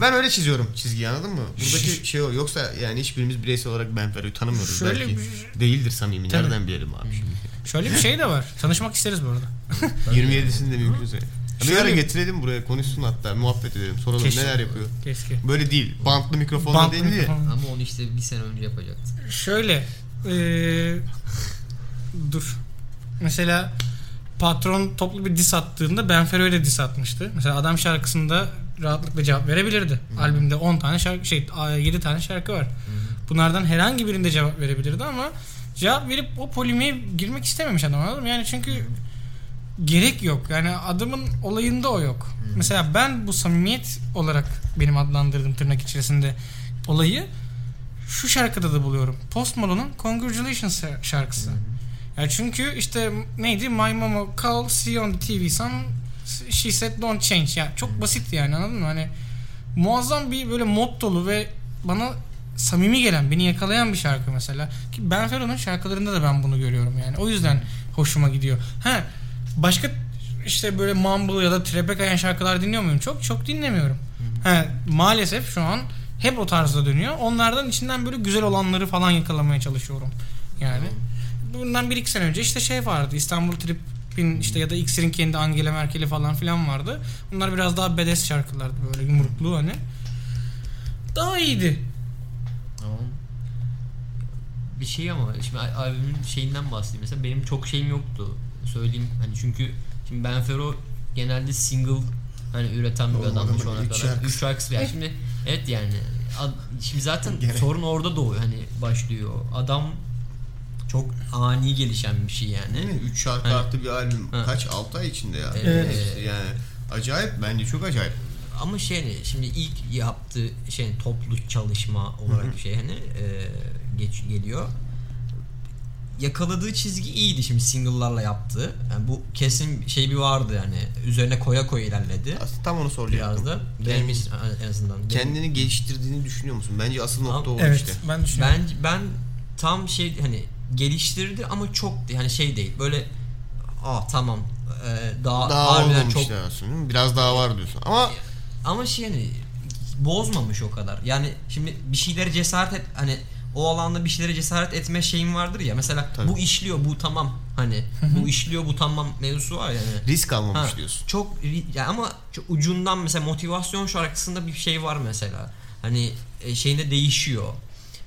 Speaker 2: ben öyle çiziyorum çizgiyi anladın mı?
Speaker 1: Şş.
Speaker 2: Buradaki şey o. Yoksa yani hiçbirimiz bireysel olarak Ben Ferro'yu tanımıyoruz
Speaker 1: Şöyle
Speaker 2: belki.
Speaker 1: bir-
Speaker 2: Değildir samimi.
Speaker 1: Tabii. Hmm.
Speaker 2: Nereden bilelim abi şimdi?
Speaker 1: Şöyle bir şey de var. Tanışmak isteriz bu arada.
Speaker 2: 27'sinde mümkünse. Bir
Speaker 1: Şöyle-
Speaker 2: ara getirelim buraya konuşsun hatta muhabbet edelim soralım
Speaker 1: Keşke.
Speaker 2: neler yapıyor.
Speaker 1: Keşke.
Speaker 2: Böyle değil bantlı mikrofonla
Speaker 1: Bantlı
Speaker 2: değil de
Speaker 1: mikrofon.
Speaker 3: Ama onu işte bir sene önce yapacaktı.
Speaker 1: Şöyle eee, dur. Mesela patron toplu bir diss attığında Ben Fero öyle diss atmıştı. Mesela adam şarkısında rahatlıkla cevap verebilirdi. Albümde 10 tane şarkı şey 7 tane şarkı var. Bunlardan herhangi birinde cevap verebilirdi ama cevap verip o polemiğe girmek istememiş adam anladın mı? Yani çünkü gerek yok. Yani adamın olayında o yok. Mesela ben bu samimiyet olarak benim adlandırdığım tırnak içerisinde olayı şu şarkıda da buluyorum. Post Malone'un Congratulations şar- şarkısı. Ya çünkü işte neydi? My mama call, see you on the TV, some she said don't change. Ya çok basit yani anladın mı? Hani muazzam bir böyle mod dolu ve bana samimi gelen, beni yakalayan bir şarkı mesela. Ki Ben Fero'nun şarkılarında da ben bunu görüyorum yani. O yüzden hoşuma gidiyor. Ha başka işte böyle mumble ya da trap'e kayan şarkılar dinliyor muyum? Çok çok dinlemiyorum. Ha, maalesef şu an hep o tarzda dönüyor. Onlardan içinden böyle güzel olanları falan yakalamaya çalışıyorum. Yani bundan bir iki sene önce işte şey vardı. İstanbul Trip'in işte ya da X'in kendi Angela Merkel'i falan filan vardı. Bunlar biraz daha bedes şarkılardı böyle yumruklu hani. Daha iyiydi.
Speaker 3: Tamam. Bir şey ama şimdi al- albümün şeyinden bahsedeyim. Mesela benim çok şeyim yoktu. Söyleyeyim hani çünkü şimdi Ben Fero genelde single hani üreten bir
Speaker 2: Oğlum
Speaker 3: adam şu
Speaker 2: adamın
Speaker 3: ana
Speaker 2: üç
Speaker 3: kadar.
Speaker 2: şarkısı.
Speaker 3: 3 şarkısı yani şimdi evet yani ad- şimdi zaten
Speaker 2: Gene.
Speaker 3: sorun orada doğuyor hani başlıyor. Adam çok ani gelişen bir şey
Speaker 2: Değil
Speaker 3: yani.
Speaker 2: mi? 3 şarkı
Speaker 3: Evet.
Speaker 2: artı bir albüm
Speaker 3: Evet.
Speaker 2: kaç 6 ay içinde ya.
Speaker 3: Evet.
Speaker 2: Hepsi Yani acayip bence çok acayip.
Speaker 3: Ama şey hani şimdi ilk yaptığı şey hani toplu çalışma olarak şey hani e, geç geliyor. Yakaladığı çizgi iyiydi şimdi single'larla yaptığı. Yani bu kesin şey bir vardı yani. Üzerine koya koya ilerledi.
Speaker 2: Aslında tam onu soracaktım.
Speaker 3: Biraz da
Speaker 2: Benim-
Speaker 3: benim için en azından. Benim-
Speaker 2: Kendini geliştirdiğini düşünüyor musun? Bence asıl
Speaker 3: Tamam.
Speaker 2: nokta o
Speaker 1: Evet
Speaker 2: işte.
Speaker 1: ben düşünüyorum.
Speaker 3: ben ben tam şey hani geliştirdi ama çok değil. hani şey değil. Böyle aa tamam e, daha,
Speaker 2: Daha
Speaker 3: harbiden
Speaker 2: olmamış
Speaker 3: çok
Speaker 2: diyorsun. değil mi? Biraz daha var diyorsun. Ama
Speaker 3: Ama şey hani bozmamış o kadar. Yani şimdi bir şeylere cesaret et hani o alanda bir şeylere cesaret etme şeyim vardır ya. Mesela
Speaker 2: Tabii.
Speaker 3: bu işliyor bu tamam hani bu işliyor bu tamam mevzusu var yani.
Speaker 2: risk almamış
Speaker 3: Ha,
Speaker 2: diyorsun.
Speaker 3: Çok ri- ya ama çok ucundan mesela motivasyon şarkısında bir şey var mesela. Hani e, şeyinde değişiyor.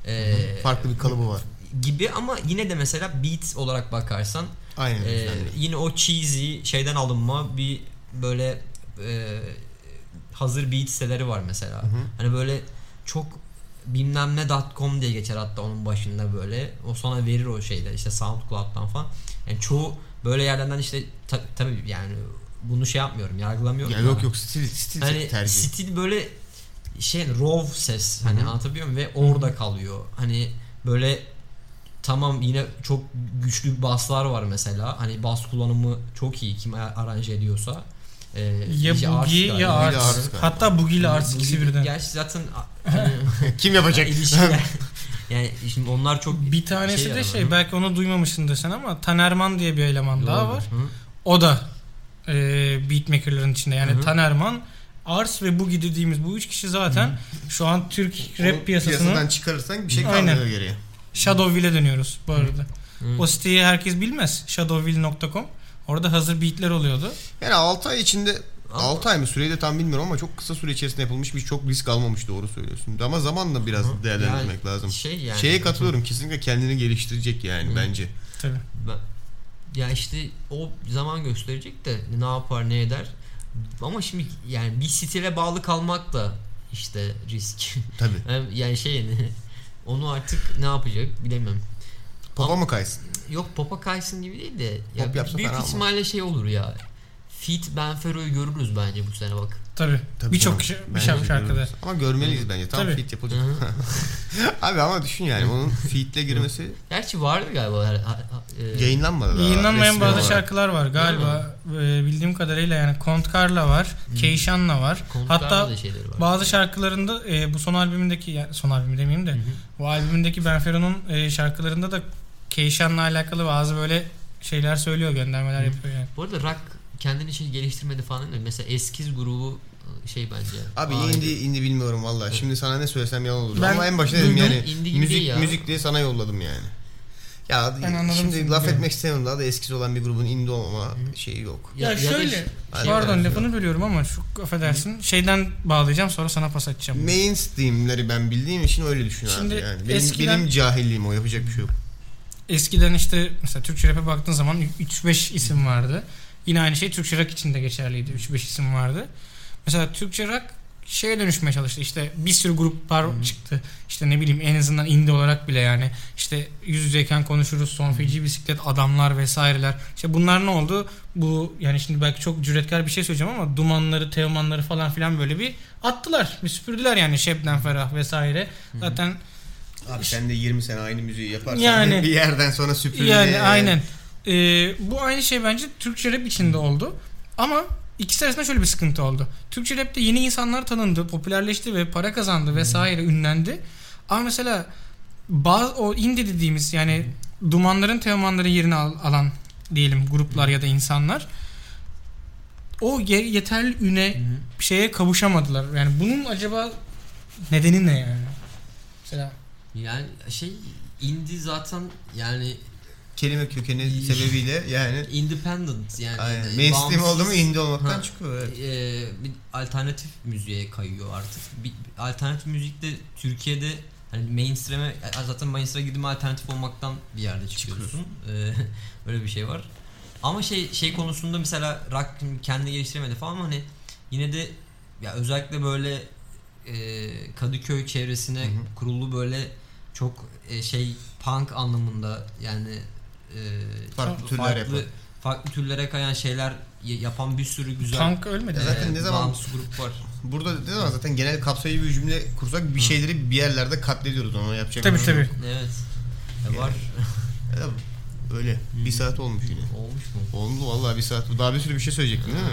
Speaker 3: Ee,
Speaker 2: Farklı bir kalıbı var.
Speaker 3: gibi ama yine de mesela beat olarak bakarsan
Speaker 2: Aynen.
Speaker 3: ee,
Speaker 2: sen de.
Speaker 3: yine o cheesy şeyden alınma bir böyle e, hazır beat siteleri var mesela. Hani böyle çok bilmem ne .com diye geçer hatta onun başında böyle. O sana verir o şeyler işte SoundCloud'dan falan. Yani çoğu böyle yerlerden işte ta- tabii yani bunu şey yapmıyorum, yargılamıyorum.
Speaker 2: Ya
Speaker 3: ama
Speaker 2: yok yok stil stil
Speaker 3: hani
Speaker 2: tercih.
Speaker 3: stil böyle şey raw ses hani anlatabiliyor muyum ve orada kalıyor. Hani böyle tamam yine çok güçlü baslar var mesela. Hani bas kullanımı çok iyi kim a- aranje ediyorsa. Ee,
Speaker 1: ya
Speaker 3: DJ Arts
Speaker 1: Boogie
Speaker 3: galiba.
Speaker 1: ya
Speaker 2: Boogie
Speaker 1: Arts.
Speaker 2: Arts galiba.
Speaker 1: Hatta Boogie ile Arts
Speaker 3: Boogie-
Speaker 1: ikisi birden.
Speaker 3: Gerçi zaten a- hani,
Speaker 2: Kim yapacak?
Speaker 3: ilişkiler. yani şimdi onlar çok
Speaker 1: Bir tanesi
Speaker 3: şey
Speaker 1: de
Speaker 3: yaramıyor.
Speaker 1: şey belki onu duymamışsındır sen ama Tanerman diye bir eleman daha
Speaker 3: Doğru.
Speaker 1: var.
Speaker 3: Hı.
Speaker 1: O da e, beatmakerların içinde yani
Speaker 3: Hı hı.
Speaker 1: Tanerman, Ars ve Bugi dediğimiz bu üç kişi zaten şu an Türk
Speaker 2: Onu
Speaker 1: rap
Speaker 2: piyasadan
Speaker 1: piyasasının
Speaker 2: çıkarırsan bir şey
Speaker 1: Aynen.
Speaker 2: kalmıyor geriye.
Speaker 1: Shadowville'e dönüyoruz bu arada.
Speaker 3: Hı.
Speaker 1: O siteyi herkes bilmez. Shadowville.com. Orada hazır beatler oluyordu.
Speaker 2: Yani 6 ay içinde
Speaker 3: Ama
Speaker 2: 6 ay mı süreyi de tam bilmiyorum ama çok kısa süre içerisinde yapılmış bir çok risk almamış doğru söylüyorsun. Ama zamanla biraz
Speaker 3: Hı.
Speaker 2: değerlendirmek
Speaker 3: Yani
Speaker 2: lazım.
Speaker 3: Şey yani.
Speaker 2: Şeye katılıyorum kesinlikle kendini geliştirecek yani
Speaker 3: Hı.
Speaker 2: bence.
Speaker 1: Tabii.
Speaker 3: Ben- ya işte o zaman gösterecek de ne yapar ne eder. Ama şimdi yani bir stile bağlı kalmak da işte risk.
Speaker 2: Tabi.
Speaker 3: Hem yani şey yani, onu artık ne yapacak bilemem.
Speaker 2: Papa mı kaysın?
Speaker 3: Yok Papa kaysın gibi değil de
Speaker 2: Pop
Speaker 3: ya
Speaker 2: yapsa
Speaker 3: büyük
Speaker 2: fena olmaz.
Speaker 3: ihtimalle şey olur ya. Fit Benfero'yu görürüz bence bu sene bak.
Speaker 1: Tabii. Birçok kişi bir
Speaker 2: Bence
Speaker 1: şarkı- şarkıda.
Speaker 2: görürüz. Ama görmeliyiz bence. Tam
Speaker 1: Tabii.
Speaker 2: fit yapılacak. Abi ama düşün yani onun fitle girmesi
Speaker 3: Gerçi vardı galiba. her- ha- ha- e,
Speaker 2: yayınlanmadı daha.
Speaker 1: Yayınlanmayan
Speaker 2: resmi
Speaker 1: bazı
Speaker 2: olarak.
Speaker 1: şarkılar var galiba. Ee, bildiğim kadarıyla yani Kontkar'la var, Keyşan'la var.
Speaker 3: konuklarda
Speaker 1: Hatta
Speaker 3: da şeyleri var.
Speaker 1: bazı şarkılarında e, bu son albümündeki yani son albüm demeyeyim de
Speaker 3: Hı hı.
Speaker 1: bu albümündeki Benfero'nun e, şarkılarında da Keyşan'la alakalı bazı böyle şeyler söylüyor, göndermeler
Speaker 3: Hı.
Speaker 1: yapıyor yani.
Speaker 3: Bu arada rock kendini şey geliştirmedi falan değil mi? Mesela Eskiz grubu e, şey bence.
Speaker 2: Abi
Speaker 3: Aa,
Speaker 2: indi indi bilmiyorum valla. Şimdi sana ne söylesem yalan olur.
Speaker 1: Ben
Speaker 2: Ama en başta dedim
Speaker 1: duydum.
Speaker 2: yani
Speaker 3: İndi gibi
Speaker 2: müzik
Speaker 3: değil ya.
Speaker 2: müzik diye sana yolladım yani. Ya
Speaker 1: Ben anladım
Speaker 2: şimdi
Speaker 1: seni
Speaker 2: laf
Speaker 1: biliyorum.
Speaker 2: etmek istemiyorum daha da eskisi olan bir grubun indi olmama şeyi yok.
Speaker 1: Ya,
Speaker 3: da
Speaker 1: şöyle,
Speaker 3: işte-
Speaker 2: Aynen.
Speaker 1: pardon lafını bölüyorum ama şu affedersin şeyden bağlayacağım sonra sana pas açacağım.
Speaker 2: Mainstream'leri ben bildiğim için öyle düşün
Speaker 1: Şimdi
Speaker 2: abi yani. Benim,
Speaker 1: eskiden-
Speaker 2: benim cahilliğim o yapacak bir şey yok.
Speaker 1: Eskiden işte mesela Türkçe rap'e baktığın zaman 3-5 isim vardı. Yine aynı şey Türkçe rock için de geçerliydi. 3-5 isim vardı. Mesela Türkçe rock şeye dönüşmeye çalıştı. İşte bir sürü gruplar çıktı. İşte ne bileyim en azından indie olarak bile yani. İşte yüz yüzeyken konuşuruz. Son feci bisiklet adamlar vesaireler. İşte bunlar ne oldu? Bu yani şimdi belki çok cüretkar bir şey söyleyeceğim ama dumanları, teomanları falan filan böyle bir attılar. Bir süpürdüler yani Şebnem Ferah vesaire. Zaten
Speaker 2: Abi sen de 20 sene aynı müziği yaparsan
Speaker 1: Yani-
Speaker 2: bir yerden sonra süpürge.
Speaker 1: yani aynen. Ee, bu aynı şey bence Türkçe rap içinde oldu. Ama ikisi arasında şöyle bir sıkıntı oldu. Türkçe rapte yeni insanlar tanındı, popülerleşti ve para kazandı vesaire ünlendi. Ama mesela bazı o indie dediğimiz yani dumanların teomanların yerini al- alan diyelim gruplar ya da insanlar o ye- yeterli üne şeye kavuşamadılar. Yani bunun acaba nedeni ne yani? Mesela
Speaker 3: Yani şey indi zaten yani
Speaker 2: Kelime kökeni sebebiyle yani
Speaker 3: independent yani.
Speaker 2: aynen.
Speaker 3: e,
Speaker 2: mainstream oldu mu
Speaker 3: bağımsız,
Speaker 2: indie olmaktan
Speaker 3: Ha.
Speaker 2: çıkıyor. Evet.
Speaker 3: e, bir alternatif müziğe kayıyor artık. Bir, bir alternatif müzik de Türkiye'de hani mainstream'e zaten mainstream'e gidip alternatif olmaktan bir yerde çıkıyorsun. E, öyle bir şey var. Ama şey şey konusunda mesela rock kendini geliştiremedi falan ama hani yine de ya özellikle böyle e, Kadıköy çevresine
Speaker 2: Hı hı.
Speaker 3: kurulu böyle çok e, şey punk anlamında yani e,
Speaker 2: Farklı türler
Speaker 3: farklı,
Speaker 2: yapan.
Speaker 3: farklı türlere kayan şeyler y- yapan bir sürü güzel
Speaker 1: Tank ölmedi.
Speaker 2: Evet. Zaten
Speaker 3: ee,
Speaker 2: ne zaman-
Speaker 3: bağımsız grup var.
Speaker 2: Burada ne zaman zaten genel kapsayıcı bir cümle kursak bir şeyleri bir yerlerde katlediyoruz ona yapacak. bir
Speaker 1: Tabii
Speaker 2: şey
Speaker 1: tabii.
Speaker 3: Evet. E, var.
Speaker 2: Ya öyle. Bir saat olmuş yine.
Speaker 3: Olmuş mu?
Speaker 2: Oldu vallahi bir saat. Daha bir sürü bir şey söyleyecektin değil mi?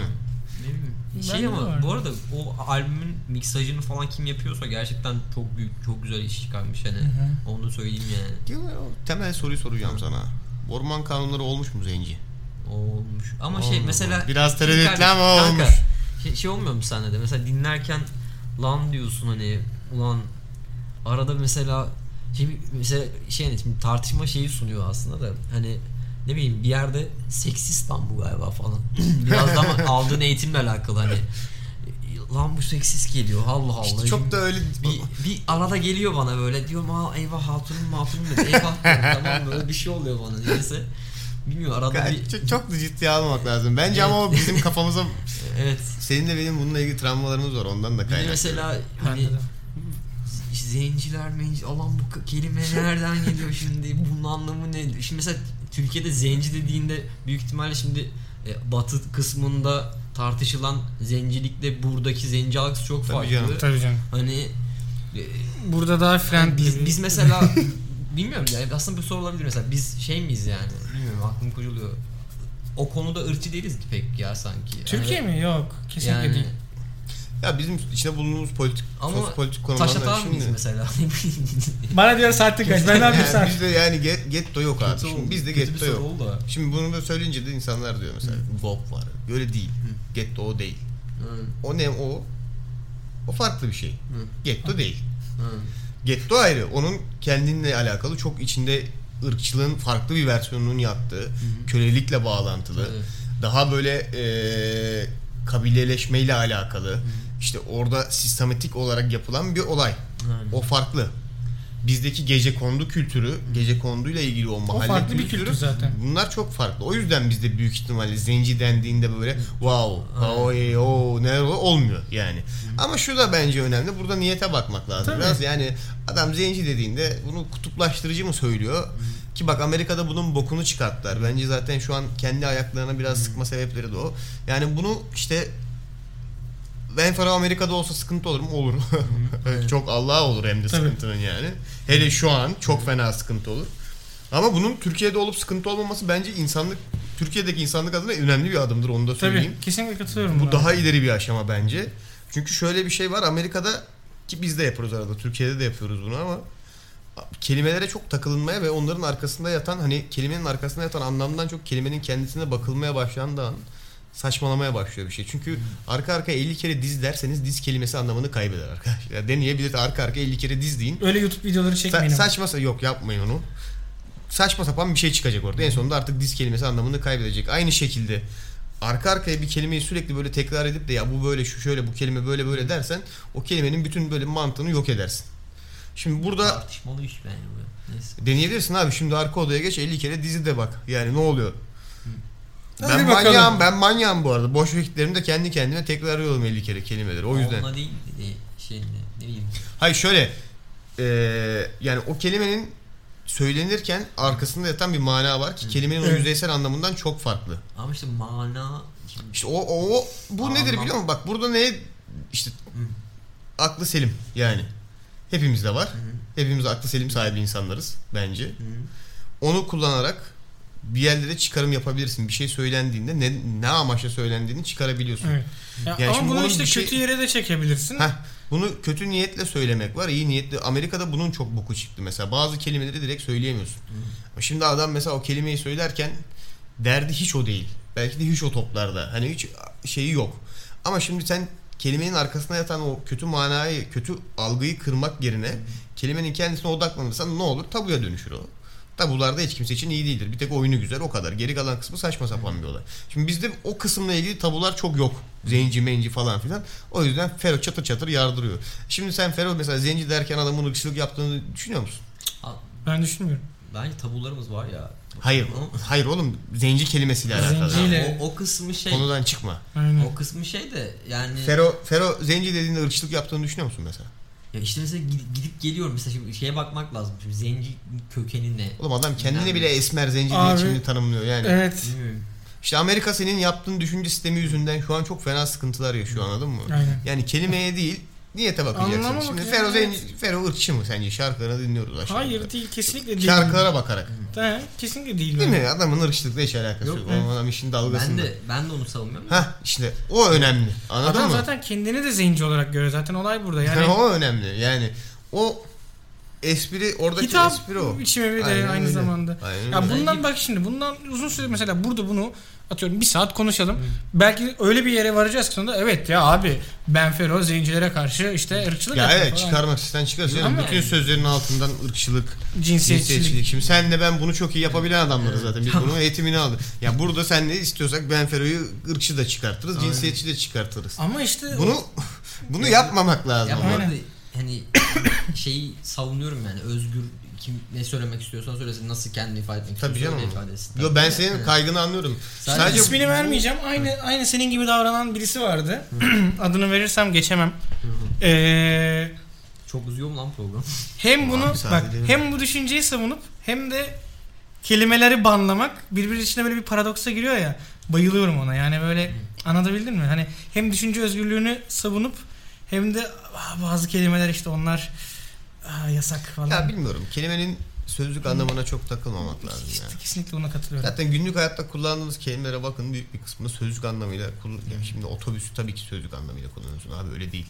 Speaker 3: Ne bileyim.
Speaker 1: Bence
Speaker 3: Şey ama
Speaker 1: var.
Speaker 3: bu arada o albümün miksajını falan kim yapıyorsa gerçekten çok büyük, çok güzel iş çıkarmış hani.
Speaker 1: hı.
Speaker 3: Onu da söyleyeyim yani.
Speaker 2: Gel o temel soruyu soracağım sana. Orman kanunları olmuş mu zenci?
Speaker 3: Olmuş. Ama şey
Speaker 2: Olmuyor
Speaker 3: mesela...
Speaker 2: mu? Biraz
Speaker 3: Şimdi
Speaker 2: tereddütlü
Speaker 3: kardeşim,
Speaker 2: ama
Speaker 3: kanka,
Speaker 2: olmuş.
Speaker 3: Şey, şey olmuyor mu sende de? Mesela dinlerken lan diyorsun hani ulan arada mesela şey mesela şey hani şimdi tartışma şeyi sunuyor aslında da hani ne bileyim bir yerde seksist lan bu galiba falan. Biraz da ama aldığın eğitimle alakalı hani. Lan bu seksist geliyor Allah Allah.
Speaker 2: İşte çok da öyle
Speaker 3: bir, bir arada geliyor bana böyle diyorum aa eyvah hatunum matunum dedi eyvah diyorum, tamam böyle bir şey oluyor bana neyse. Bilmiyorum arada
Speaker 2: Kanka,
Speaker 3: bir
Speaker 2: çok, çok da ciddiye almamak lazım. Bence ama o bizim kafamıza
Speaker 3: evet
Speaker 2: senin de benim bununla ilgili travmalarımız var ondan da
Speaker 3: Bir de
Speaker 2: kaynaklı.
Speaker 3: mesela hani
Speaker 1: Bende de.
Speaker 3: zenciler menci alan bu k- kelime nereden geliyor şimdi bunun anlamı ne? Şimdi mesela Türkiye'de zenci dediğinde büyük ihtimalle şimdi e, batı kısmında tartışılan zencilikle buradaki zenci algısı çok
Speaker 2: Tabii
Speaker 3: farklı.
Speaker 2: canım.
Speaker 1: Tabii canım.
Speaker 3: Hani e,
Speaker 1: Burada daha friendly.
Speaker 3: biz, biz mesela bilmiyorum ya aslında bu soru olabilir mesela biz şey miyiz yani bilmiyorum aklım kurcalıyor. O konuda ırkçı değiliz ki pek ya sanki.
Speaker 1: Türkiye
Speaker 3: Yani-
Speaker 1: mi? Yok. Kesinlikle
Speaker 3: yani
Speaker 1: değil.
Speaker 2: Ya bizim içinde bulunduğumuz politik,
Speaker 3: Ama
Speaker 2: sosyopolitik
Speaker 3: Taş
Speaker 2: konulardan
Speaker 3: atar mıyız
Speaker 2: şimdi.
Speaker 3: mesela? Ne bileyim.
Speaker 1: Bana diyor saatlik kaç. Ben ne yapayım
Speaker 2: Yani
Speaker 1: saat?
Speaker 2: bizde yani get, getto yok abi. Şimdi bizde getto yok.
Speaker 3: oldu.
Speaker 2: Şimdi bunu da söyleyince de insanlar diyor mesela Bob var. Öyle değil. Getto o değil. O ne o? O farklı bir şey. Getto değil. Getto ayrı. Onun kendinle alakalı çok içinde ırkçılığın farklı bir versiyonunun yattığı, kölelikle bağlantılı, daha böyle eee, kabileleşmeyle alakalı. İşte orada sistematik olarak yapılan bir olay.
Speaker 3: Aynen.
Speaker 2: O farklı. Bizdeki gece kondu kültürü, gece konduyla ilgili o
Speaker 1: O
Speaker 2: mahalle
Speaker 1: farklı bir
Speaker 2: kültürü,
Speaker 1: kültür zaten.
Speaker 2: Bunlar çok farklı. O yüzden bizde büyük ihtimalle zenci dendiğinde böyle wow, oy, o neler oluyor? olmuyor yani. Ama şu da bence önemli. Burada niyete bakmak lazım.
Speaker 1: Tabii.
Speaker 2: Biraz yani adam zenci dediğinde bunu kutuplaştırıcı mı söylüyor? Ki bak Amerika'da bunun bokunu çıkarttılar. Bence zaten şu an kendi ayaklarına biraz sıkma sebepleri de o. Yani bunu işte ben Faro Amerika'da olsa sıkıntı olur mu? Olur. çok Allah'a olur hem de
Speaker 1: Tabii.
Speaker 2: sıkıntının yani. Hele şu an çok fena sıkıntı olur. Ama bunun Türkiye'de olup sıkıntı olmaması bence insanlık Türkiye'deki insanlık adına önemli bir adımdır onu da söyleyeyim.
Speaker 1: Tabii kesinlikle katılıyorum.
Speaker 2: Bu
Speaker 1: buna.
Speaker 2: daha ileri bir aşama bence. Çünkü şöyle bir şey var Amerika'da ki biz de yapıyoruz arada Türkiye'de de yapıyoruz bunu ama kelimelere çok takılınmaya ve onların arkasında yatan hani kelimenin arkasında yatan anlamdan çok kelimenin kendisine bakılmaya başlandığı an saçmalamaya başlıyor bir şey. Çünkü arka arka 50 kere diz derseniz diz kelimesi anlamını kaybeder arkadaşlar. Yani Deneyebilir arka arka 50 kere diz deyin.
Speaker 1: Öyle YouTube videoları
Speaker 2: Sa-
Speaker 1: çekmeyin. ama.
Speaker 2: saçma sa- yok yapmayın onu. Saçma sapan bir şey çıkacak orada. En sonunda artık diz kelimesi anlamını kaybedecek. Aynı şekilde arka arkaya bir kelimeyi sürekli böyle tekrar edip de ya bu böyle şu şöyle bu kelime böyle böyle dersen o kelimenin bütün böyle mantığını yok edersin. Şimdi burada
Speaker 3: Tartışmalı iş bence bu. Neyse.
Speaker 2: deneyebilirsin abi şimdi arka odaya geç 50 kere dizi de bak. Yani ne oluyor?
Speaker 1: Hadi
Speaker 2: ben
Speaker 1: bakalım.
Speaker 2: manyağım ben manyağım bu arada. Boş vakitlerimde kendi kendime tekrarlıyorum 50 kere kelimeleri. O yüzden.
Speaker 3: Onunla değil de şey ne bileyim.
Speaker 2: Hayır şöyle eee, yani o kelimenin söylenirken arkasında yatan bir mana var ki kelimenin o
Speaker 1: Evet.
Speaker 2: yüzeysel anlamından çok farklı.
Speaker 3: Ama işte mana şimdi
Speaker 2: İşte o, o, o- bu
Speaker 3: Anlam.
Speaker 2: nedir biliyor musun? Bak burada ne işte aklı selim yani. Hepimizde var. Hepimiz aklı selim sahibi insanlarız bence. Onu kullanarak bir yerlere çıkarım yapabilirsin. Bir şey söylendiğinde ne, ne amaçla söylendiğini çıkarabiliyorsun.
Speaker 1: Evet. Ya
Speaker 2: Yani
Speaker 1: ama
Speaker 2: şimdi
Speaker 1: bunu
Speaker 2: bunun
Speaker 1: işte
Speaker 2: bir şey-
Speaker 1: kötü yere de çekebilirsin.
Speaker 2: Heh, bunu kötü niyetle söylemek var. iyi niyetle. Amerika'da bunun çok boku çıktı mesela. Bazı kelimeleri direkt söyleyemiyorsun. Ama Şimdi adam mesela o kelimeyi söylerken derdi hiç o değil. Belki de hiç o toplarda. Hani hiç şeyi yok. Ama şimdi sen kelimenin arkasına yatan o kötü manayı, kötü algıyı kırmak yerine kelimenin kendisine odaklanırsan ne olur? Tabuya dönüşür o. Tabularda hiç kimse için iyi değildir. Bir tek oyunu güzel o kadar. Geri kalan kısmı saçma sapan bir olay. Şimdi bizde o kısımla ilgili tabular çok yok. Zenci menci falan filan. O yüzden Fero çatır çatır yardırıyor. Şimdi sen Fero mesela zenci derken adamın ırkçılık yaptığını düşünüyor musun?
Speaker 3: Al-
Speaker 1: Ben düşünmüyorum.
Speaker 3: bence tabularımız var ya.
Speaker 2: Hayır.
Speaker 3: Ama
Speaker 2: Hayır oğlum zenci kelimesiyle alakalı.
Speaker 1: Zenciyle-
Speaker 3: O, o kısmı şey.
Speaker 2: Konudan çıkma.
Speaker 1: Aynen.
Speaker 3: O kısmı şey de yani
Speaker 1: Hmm.
Speaker 2: Fero, Fero zenci dediğinde ırkçılık yaptığını düşünüyor musun mesela?
Speaker 3: ya işte mesela gidip, gidip geliyorum mesela şimdi şeye bakmak lazım. Şimdi zenci kökeni ne?
Speaker 2: Oğlum adam kendini
Speaker 3: Yani-
Speaker 2: bile esmer zenci diye
Speaker 1: Abi-
Speaker 2: şimdi tanımlıyor yani.
Speaker 1: Evet.
Speaker 3: Bilmiyorum.
Speaker 2: İşte Amerika senin yaptığın düşünce sistemi yüzünden şu an çok fena sıkıntılar yaşıyor anladın mı?
Speaker 1: Aynen.
Speaker 2: Yani kelimeye değil niyete bakacaksın.
Speaker 1: Anlama
Speaker 2: Şimdi
Speaker 1: bak ya,
Speaker 2: Fero,
Speaker 1: evet.
Speaker 2: zenci, Fero ırkçı mı sence? Şarkılarını dinliyoruz aşağıda.
Speaker 1: Hayır değil kesinlikle değil.
Speaker 2: Şarkılara bakarak.
Speaker 1: He, kesinlikle değil.
Speaker 2: Değil
Speaker 1: bence.
Speaker 2: mi? Adamın ırkçılıkla hiç alakası
Speaker 3: Yok,
Speaker 2: yok.
Speaker 1: evet.
Speaker 2: O adam işin
Speaker 3: Ben
Speaker 2: dalgasında.
Speaker 3: de ben de onu savunmuyorum.
Speaker 2: Hah işte o önemli. Anladın
Speaker 1: Adam
Speaker 2: mı?
Speaker 1: zaten kendini de zenci olarak görüyor. Zaten olay burada. Yani
Speaker 2: o önemli. Yani o espri oradaki
Speaker 1: hitap
Speaker 2: espri o.
Speaker 1: biçimi bir şey de
Speaker 2: Aynen
Speaker 1: aynı
Speaker 2: öyle.
Speaker 1: zamanda.
Speaker 2: Aynen
Speaker 1: Ya
Speaker 2: öyle.
Speaker 1: bundan bak şimdi bundan uzun süre mesela burada bunu atıyorum bir saat konuşalım. Belki öyle bir yere varacağız ki sonunda evet ya abi ben Fero zencilere karşı işte ırkçılık
Speaker 2: Ya
Speaker 1: yapıyor
Speaker 2: evet
Speaker 1: falan.
Speaker 2: çıkarmak sizden çıkarız. canım.
Speaker 1: Ama-
Speaker 2: Bütün sözlerin altından ırkçılık,
Speaker 1: Cinsiyetçilik.
Speaker 2: cinsiyetçilik. Şimdi senle ben bunu çok iyi yapabilen adamlarız zaten. Biz bunun eğitimini aldık. Ya burada sen ne istiyorsak ben Fero'yu ırkçı da çıkartırız, cinsiyetçi de çıkartırız.
Speaker 1: Ama işte
Speaker 2: Bunu bunu yapmamak lazım.
Speaker 3: Ya bu
Speaker 2: ama.
Speaker 3: arada hani şeyi savunuyorum yani özgür kim ne söylemek istiyorsan söylesin nasıl kendini ifade etmek
Speaker 2: Tabii
Speaker 3: istiyorsan
Speaker 2: canım.
Speaker 3: öyle ifade etsin.
Speaker 2: Yo ben
Speaker 3: Tabii.
Speaker 2: senin
Speaker 3: Hı.
Speaker 2: kaygını anlıyorum.
Speaker 3: Sadece
Speaker 2: Sadece
Speaker 1: ismini vermeyeceğim. Aynı aynı senin gibi davranan birisi vardı. Adını verirsem geçemem. Ee,
Speaker 3: Çok uzuyor mu lan program?
Speaker 1: hem
Speaker 2: Ulan
Speaker 1: bunu
Speaker 2: bir saat
Speaker 1: bak
Speaker 2: edelim.
Speaker 1: hem bu düşünceyi savunup hem de kelimeleri banlamak birbiri içine böyle bir paradoksa giriyor ya. Bayılıyorum ona. Yani böyle anladabildin mi? Hani hem düşünce özgürlüğünü savunup hem de "Aa, bazı kelimeler işte onlar aa, yasak falan.
Speaker 2: ya bilmiyorum. Kelimenin sözlük anlamına çok takılmamak lazım
Speaker 1: İşte
Speaker 2: yani.
Speaker 1: kesinlikle ona katılıyorum.
Speaker 2: Zaten günlük hayatta kullandığımız kelimelere bakın büyük bir kısmı sözlük anlamıyla kullan. Yani şimdi otobüsü tabii ki sözlük anlamıyla kullanıyorsun abi öyle değil.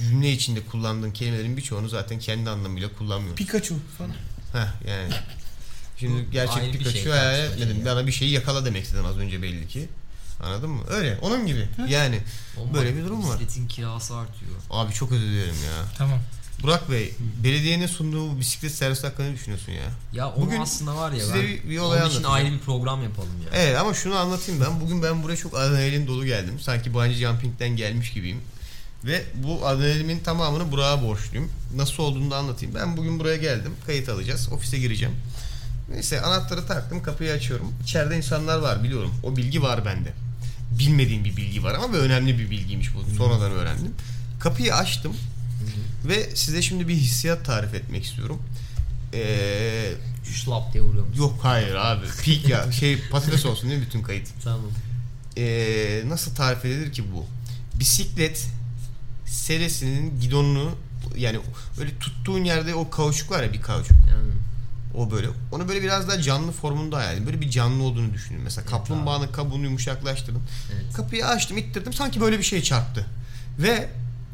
Speaker 2: Cümle içinde kullandığın kelimelerin birçoğunu zaten kendi anlamıyla kullanmıyorsun.
Speaker 1: Pikachu falan.
Speaker 2: Heh yani. Şimdi
Speaker 3: Bu
Speaker 2: gerçek
Speaker 3: ayrı bir
Speaker 2: bir
Speaker 3: şey
Speaker 2: kaçıyor hayal
Speaker 3: tartışma
Speaker 2: etmedim.
Speaker 3: şeyi.
Speaker 2: Bana bir şeyi yakala demek istedin az önce belli ki. Anladın mı? Öyle. Onun gibi. Yani.
Speaker 3: Oğlum
Speaker 2: Böyle
Speaker 3: bak,
Speaker 2: bir durum var.
Speaker 3: Bisikletin kirası artıyor.
Speaker 2: Abi çok özür dilerim ya.
Speaker 1: Tamam.
Speaker 2: Burak Bey, belediyenin sunduğu bu bisiklet servisi hakkında ne düşünüyorsun ya?
Speaker 3: Ya onu
Speaker 2: Bugün
Speaker 3: aslında var ya
Speaker 2: size
Speaker 3: ben
Speaker 2: bir- bir olay
Speaker 3: onun için
Speaker 2: anlatacağım.
Speaker 3: ayrı bir program yapalım ya.
Speaker 2: Evet ama şunu anlatayım ben. Bugün ben buraya çok adrenalin dolu geldim. Sanki bungee jumping'den gelmiş gibiyim. Ve bu adrenalinimin tamamını Burak'a borçluyum. Nasıl olduğunu da anlatayım. Ben bugün buraya geldim. Kayıt alacağız. Ofise gireceğim. Neyse anahtarı taktım. Kapıyı açıyorum. İçeride insanlar var biliyorum. O bilgi var bende. Bilmediğim bir bilgi var ama bu önemli bir bilgiymiş bu. Sonradan öğrendim. Kapıyı açtım. Ve size şimdi bir hissiyat tarif etmek istiyorum. Ee,
Speaker 3: Şlap diye vuruyorum.
Speaker 2: yok hayır abi. Pik ya. Şey patates olsun değil mi bütün kayıt?
Speaker 3: Tamam.
Speaker 2: Ee, nasıl tarif edilir ki bu? Bisiklet seresinin gidonunu yani böyle tuttuğun yerde o kauçuk var ya bir kauçuk.
Speaker 3: Yani
Speaker 2: O böyle. Onu böyle biraz daha canlı formunda yani. Böyle bir canlı olduğunu düşünün. Mesela kaplumbağanın kabuğunu yumuşaklaştırdım.
Speaker 3: Evet.
Speaker 2: Kapıyı açtım ittirdim. Sanki böyle bir şey çarptı. Ve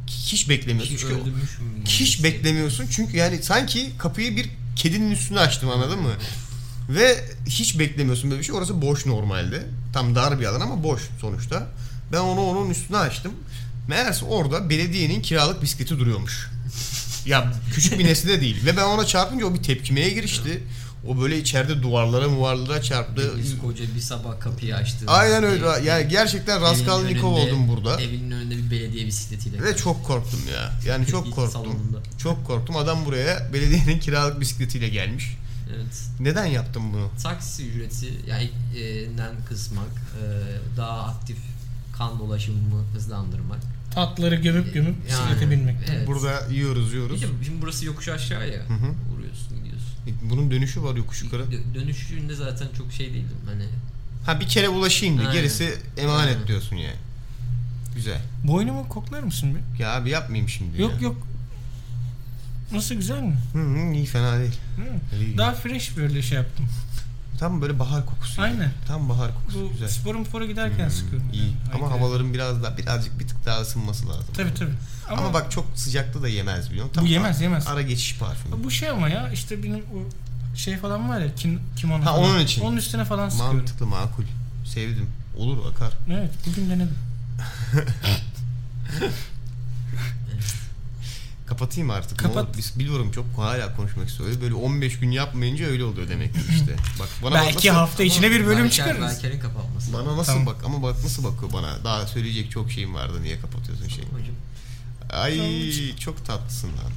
Speaker 2: hiç beklemiyorsun.
Speaker 3: hiç
Speaker 2: Çünkü o-
Speaker 3: öldürmüşüm.
Speaker 2: hiç beklemiyorsun çünkü yani sanki kapıyı bir kedinin üstüne açtım anladın mı? Ve hiç beklemiyorsun böyle bir şey. Orası boş normalde. Tam dar bir alan ama boş sonuçta. Ben onu onun üstüne açtım. Meğerse orada belediyenin kiralık bisikleti duruyormuş. ya küçük bir nesne de değil. Ve ben ona çarpınca o bir tepkimeye girişti. O böyle içeride duvarlara muvarlara çarptı.
Speaker 3: Biz koca bir sabah kapıyı açtı.
Speaker 2: Aynen öyle.
Speaker 3: Evin-
Speaker 2: Yani gerçekten
Speaker 3: evin
Speaker 2: Raskolnikov
Speaker 3: önünde-
Speaker 2: oldum burada.
Speaker 3: Evinin önünde bir belediye bisikletiyle.
Speaker 2: Ve çok korktum ya. Yani çok
Speaker 3: İlk
Speaker 2: korktum.
Speaker 3: salonunda.
Speaker 2: Çok korktum. Adam buraya belediyenin kiralık bisikletiyle gelmiş.
Speaker 3: Evet.
Speaker 2: Neden yaptım bunu?
Speaker 3: Taksi ücreti yani e, nen kısmak, e, daha aktif kan dolaşımını hızlandırmak.
Speaker 1: Tatları gömüp gömüp
Speaker 3: Yani,
Speaker 1: bisiklete binmek.
Speaker 3: evet.
Speaker 2: Burada yiyoruz
Speaker 3: Bir
Speaker 2: yiyoruz.
Speaker 3: de şimdi burası yokuş aşağı ya.
Speaker 2: Hı hı.
Speaker 3: Vuruyorsun gidiyorsun.
Speaker 2: E, Bunun dönüşü var yokuş yukarı.
Speaker 3: Dö- dönüşünde zaten çok şey değildim. Hani
Speaker 2: Ha bir kere ulaşayım diye
Speaker 3: Aynen.
Speaker 2: gerisi emanet
Speaker 3: Aynen.
Speaker 2: diyorsun yani. Güzel.
Speaker 1: Boynumu koklar mısın bir?
Speaker 2: Ya abi yapmayayım şimdi ya.
Speaker 1: Yok yok. Nasıl güzel mi?
Speaker 2: Hı hı, iyi fena değil.
Speaker 1: Değil mi?
Speaker 2: İyi.
Speaker 1: Daha fresh böyle şey yaptım.
Speaker 2: Tam böyle bahar kokusu.
Speaker 1: Aynen.
Speaker 2: Tam bahar kokusu
Speaker 1: Bu
Speaker 2: güzel.
Speaker 1: sporum spora giderken
Speaker 2: Hmm,
Speaker 1: sıkıyorum.
Speaker 2: iyi.
Speaker 1: yani.
Speaker 2: Ama
Speaker 1: Haydi.
Speaker 2: havaların biraz daha birazcık bir tık daha ısınması lazım.
Speaker 1: Tabii tabii. Ama,
Speaker 2: Ama, bak çok sıcakta da yemez biliyor musun?
Speaker 1: bu
Speaker 2: Tam
Speaker 1: yemez yemez.
Speaker 2: Ara geçiş parfümü.
Speaker 1: Bu şey ama ya işte benim o şey falan var ya kin, kimono
Speaker 2: Ha,
Speaker 1: falan.
Speaker 2: onun için.
Speaker 1: Onun üstüne falan sıkıyorum.
Speaker 2: Mantıklı makul. Sevdim. Olur akar.
Speaker 1: Evet bugün denedim.
Speaker 2: Kapatayım artık.
Speaker 1: Kapat.
Speaker 2: Ne olur? Biz biliyorum çok hala konuşmak istiyor. Böyle 15 gün yapmayınca öyle oluyor demek ki işte. Bak bana bak
Speaker 1: Belki
Speaker 2: nasıl-
Speaker 1: hafta içine bir bölüm
Speaker 3: Berker-
Speaker 1: çıkarırız.
Speaker 3: Berker'in kapatması.
Speaker 2: Bana nasıl
Speaker 1: Tamam.
Speaker 2: bak ama bak nasıl bakıyor bana. Daha söyleyecek çok şeyim vardı niye kapatıyorsun şey.
Speaker 3: Hocam
Speaker 2: Ay çok tatlısın lan.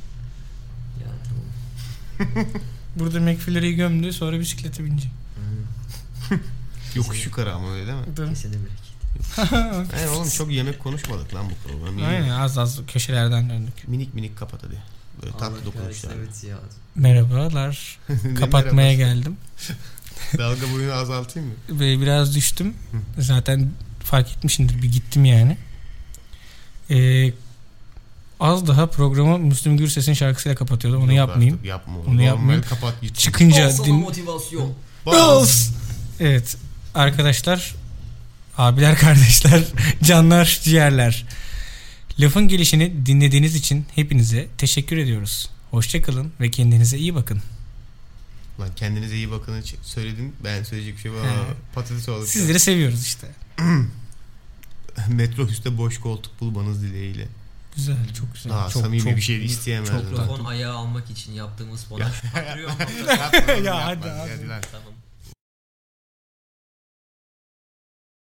Speaker 3: ya tamam.
Speaker 1: Burada McFlurry'i gömdü sonra bisiklete binecek.
Speaker 2: Yokuş yukarı ama öyle değil mi?
Speaker 1: Dur.
Speaker 3: Kesene bereket.
Speaker 2: Hayır oğlum çok yemek konuşmadık lan bu programı. İyi.
Speaker 1: Aynen az az köşelerden döndük.
Speaker 2: Minik minik kapat hadi. Böyle
Speaker 3: Allah
Speaker 2: tatlı dokunuşlar.
Speaker 3: kahretsin evet ya.
Speaker 1: Merhabalar.
Speaker 2: Ne
Speaker 1: Kapatmaya
Speaker 2: merhaba.
Speaker 1: geldim.
Speaker 2: Dalga boyunu azaltayım mı?
Speaker 1: Ve biraz düştüm. Zaten fark etmişsindir bir gittim yani. Ee, az daha programı Müslüm Gürses'in şarkısıyla kapatıyordum. Onu
Speaker 2: Yok
Speaker 1: yapmayayım.
Speaker 2: Artık, yapma onu.
Speaker 1: Onu
Speaker 2: Normal
Speaker 1: yapmayayım.
Speaker 2: Kapat git.
Speaker 1: Çıkınca
Speaker 3: Al sana
Speaker 1: din...
Speaker 3: motivasyon.
Speaker 1: Bills. Evet arkadaşlar, abiler kardeşler, canlar ciğerler. Lafın gelişini dinlediğiniz için hepinize teşekkür ediyoruz. Hoşçakalın ve kendinize iyi bakın.
Speaker 2: Lan kendinize iyi bakın hiç söyledin. Ben söyleyecek bir şey var.
Speaker 1: He.
Speaker 2: Patates oldu.
Speaker 1: Sizleri seviyoruz işte.
Speaker 2: Metrobüste boş koltuk bulmanız dileğiyle.
Speaker 1: Güzel, çok güzel.
Speaker 2: Daha
Speaker 1: çok,
Speaker 2: samimi
Speaker 1: çok-
Speaker 2: bir şey isteyemezdim.
Speaker 1: çok-
Speaker 3: Mikrofon ayağı almak için yaptığımız falan. Patlıyorum.
Speaker 2: Yapma oğlum,
Speaker 1: Ya
Speaker 2: yapma.
Speaker 1: hadi abi.
Speaker 2: lan.
Speaker 3: tamam.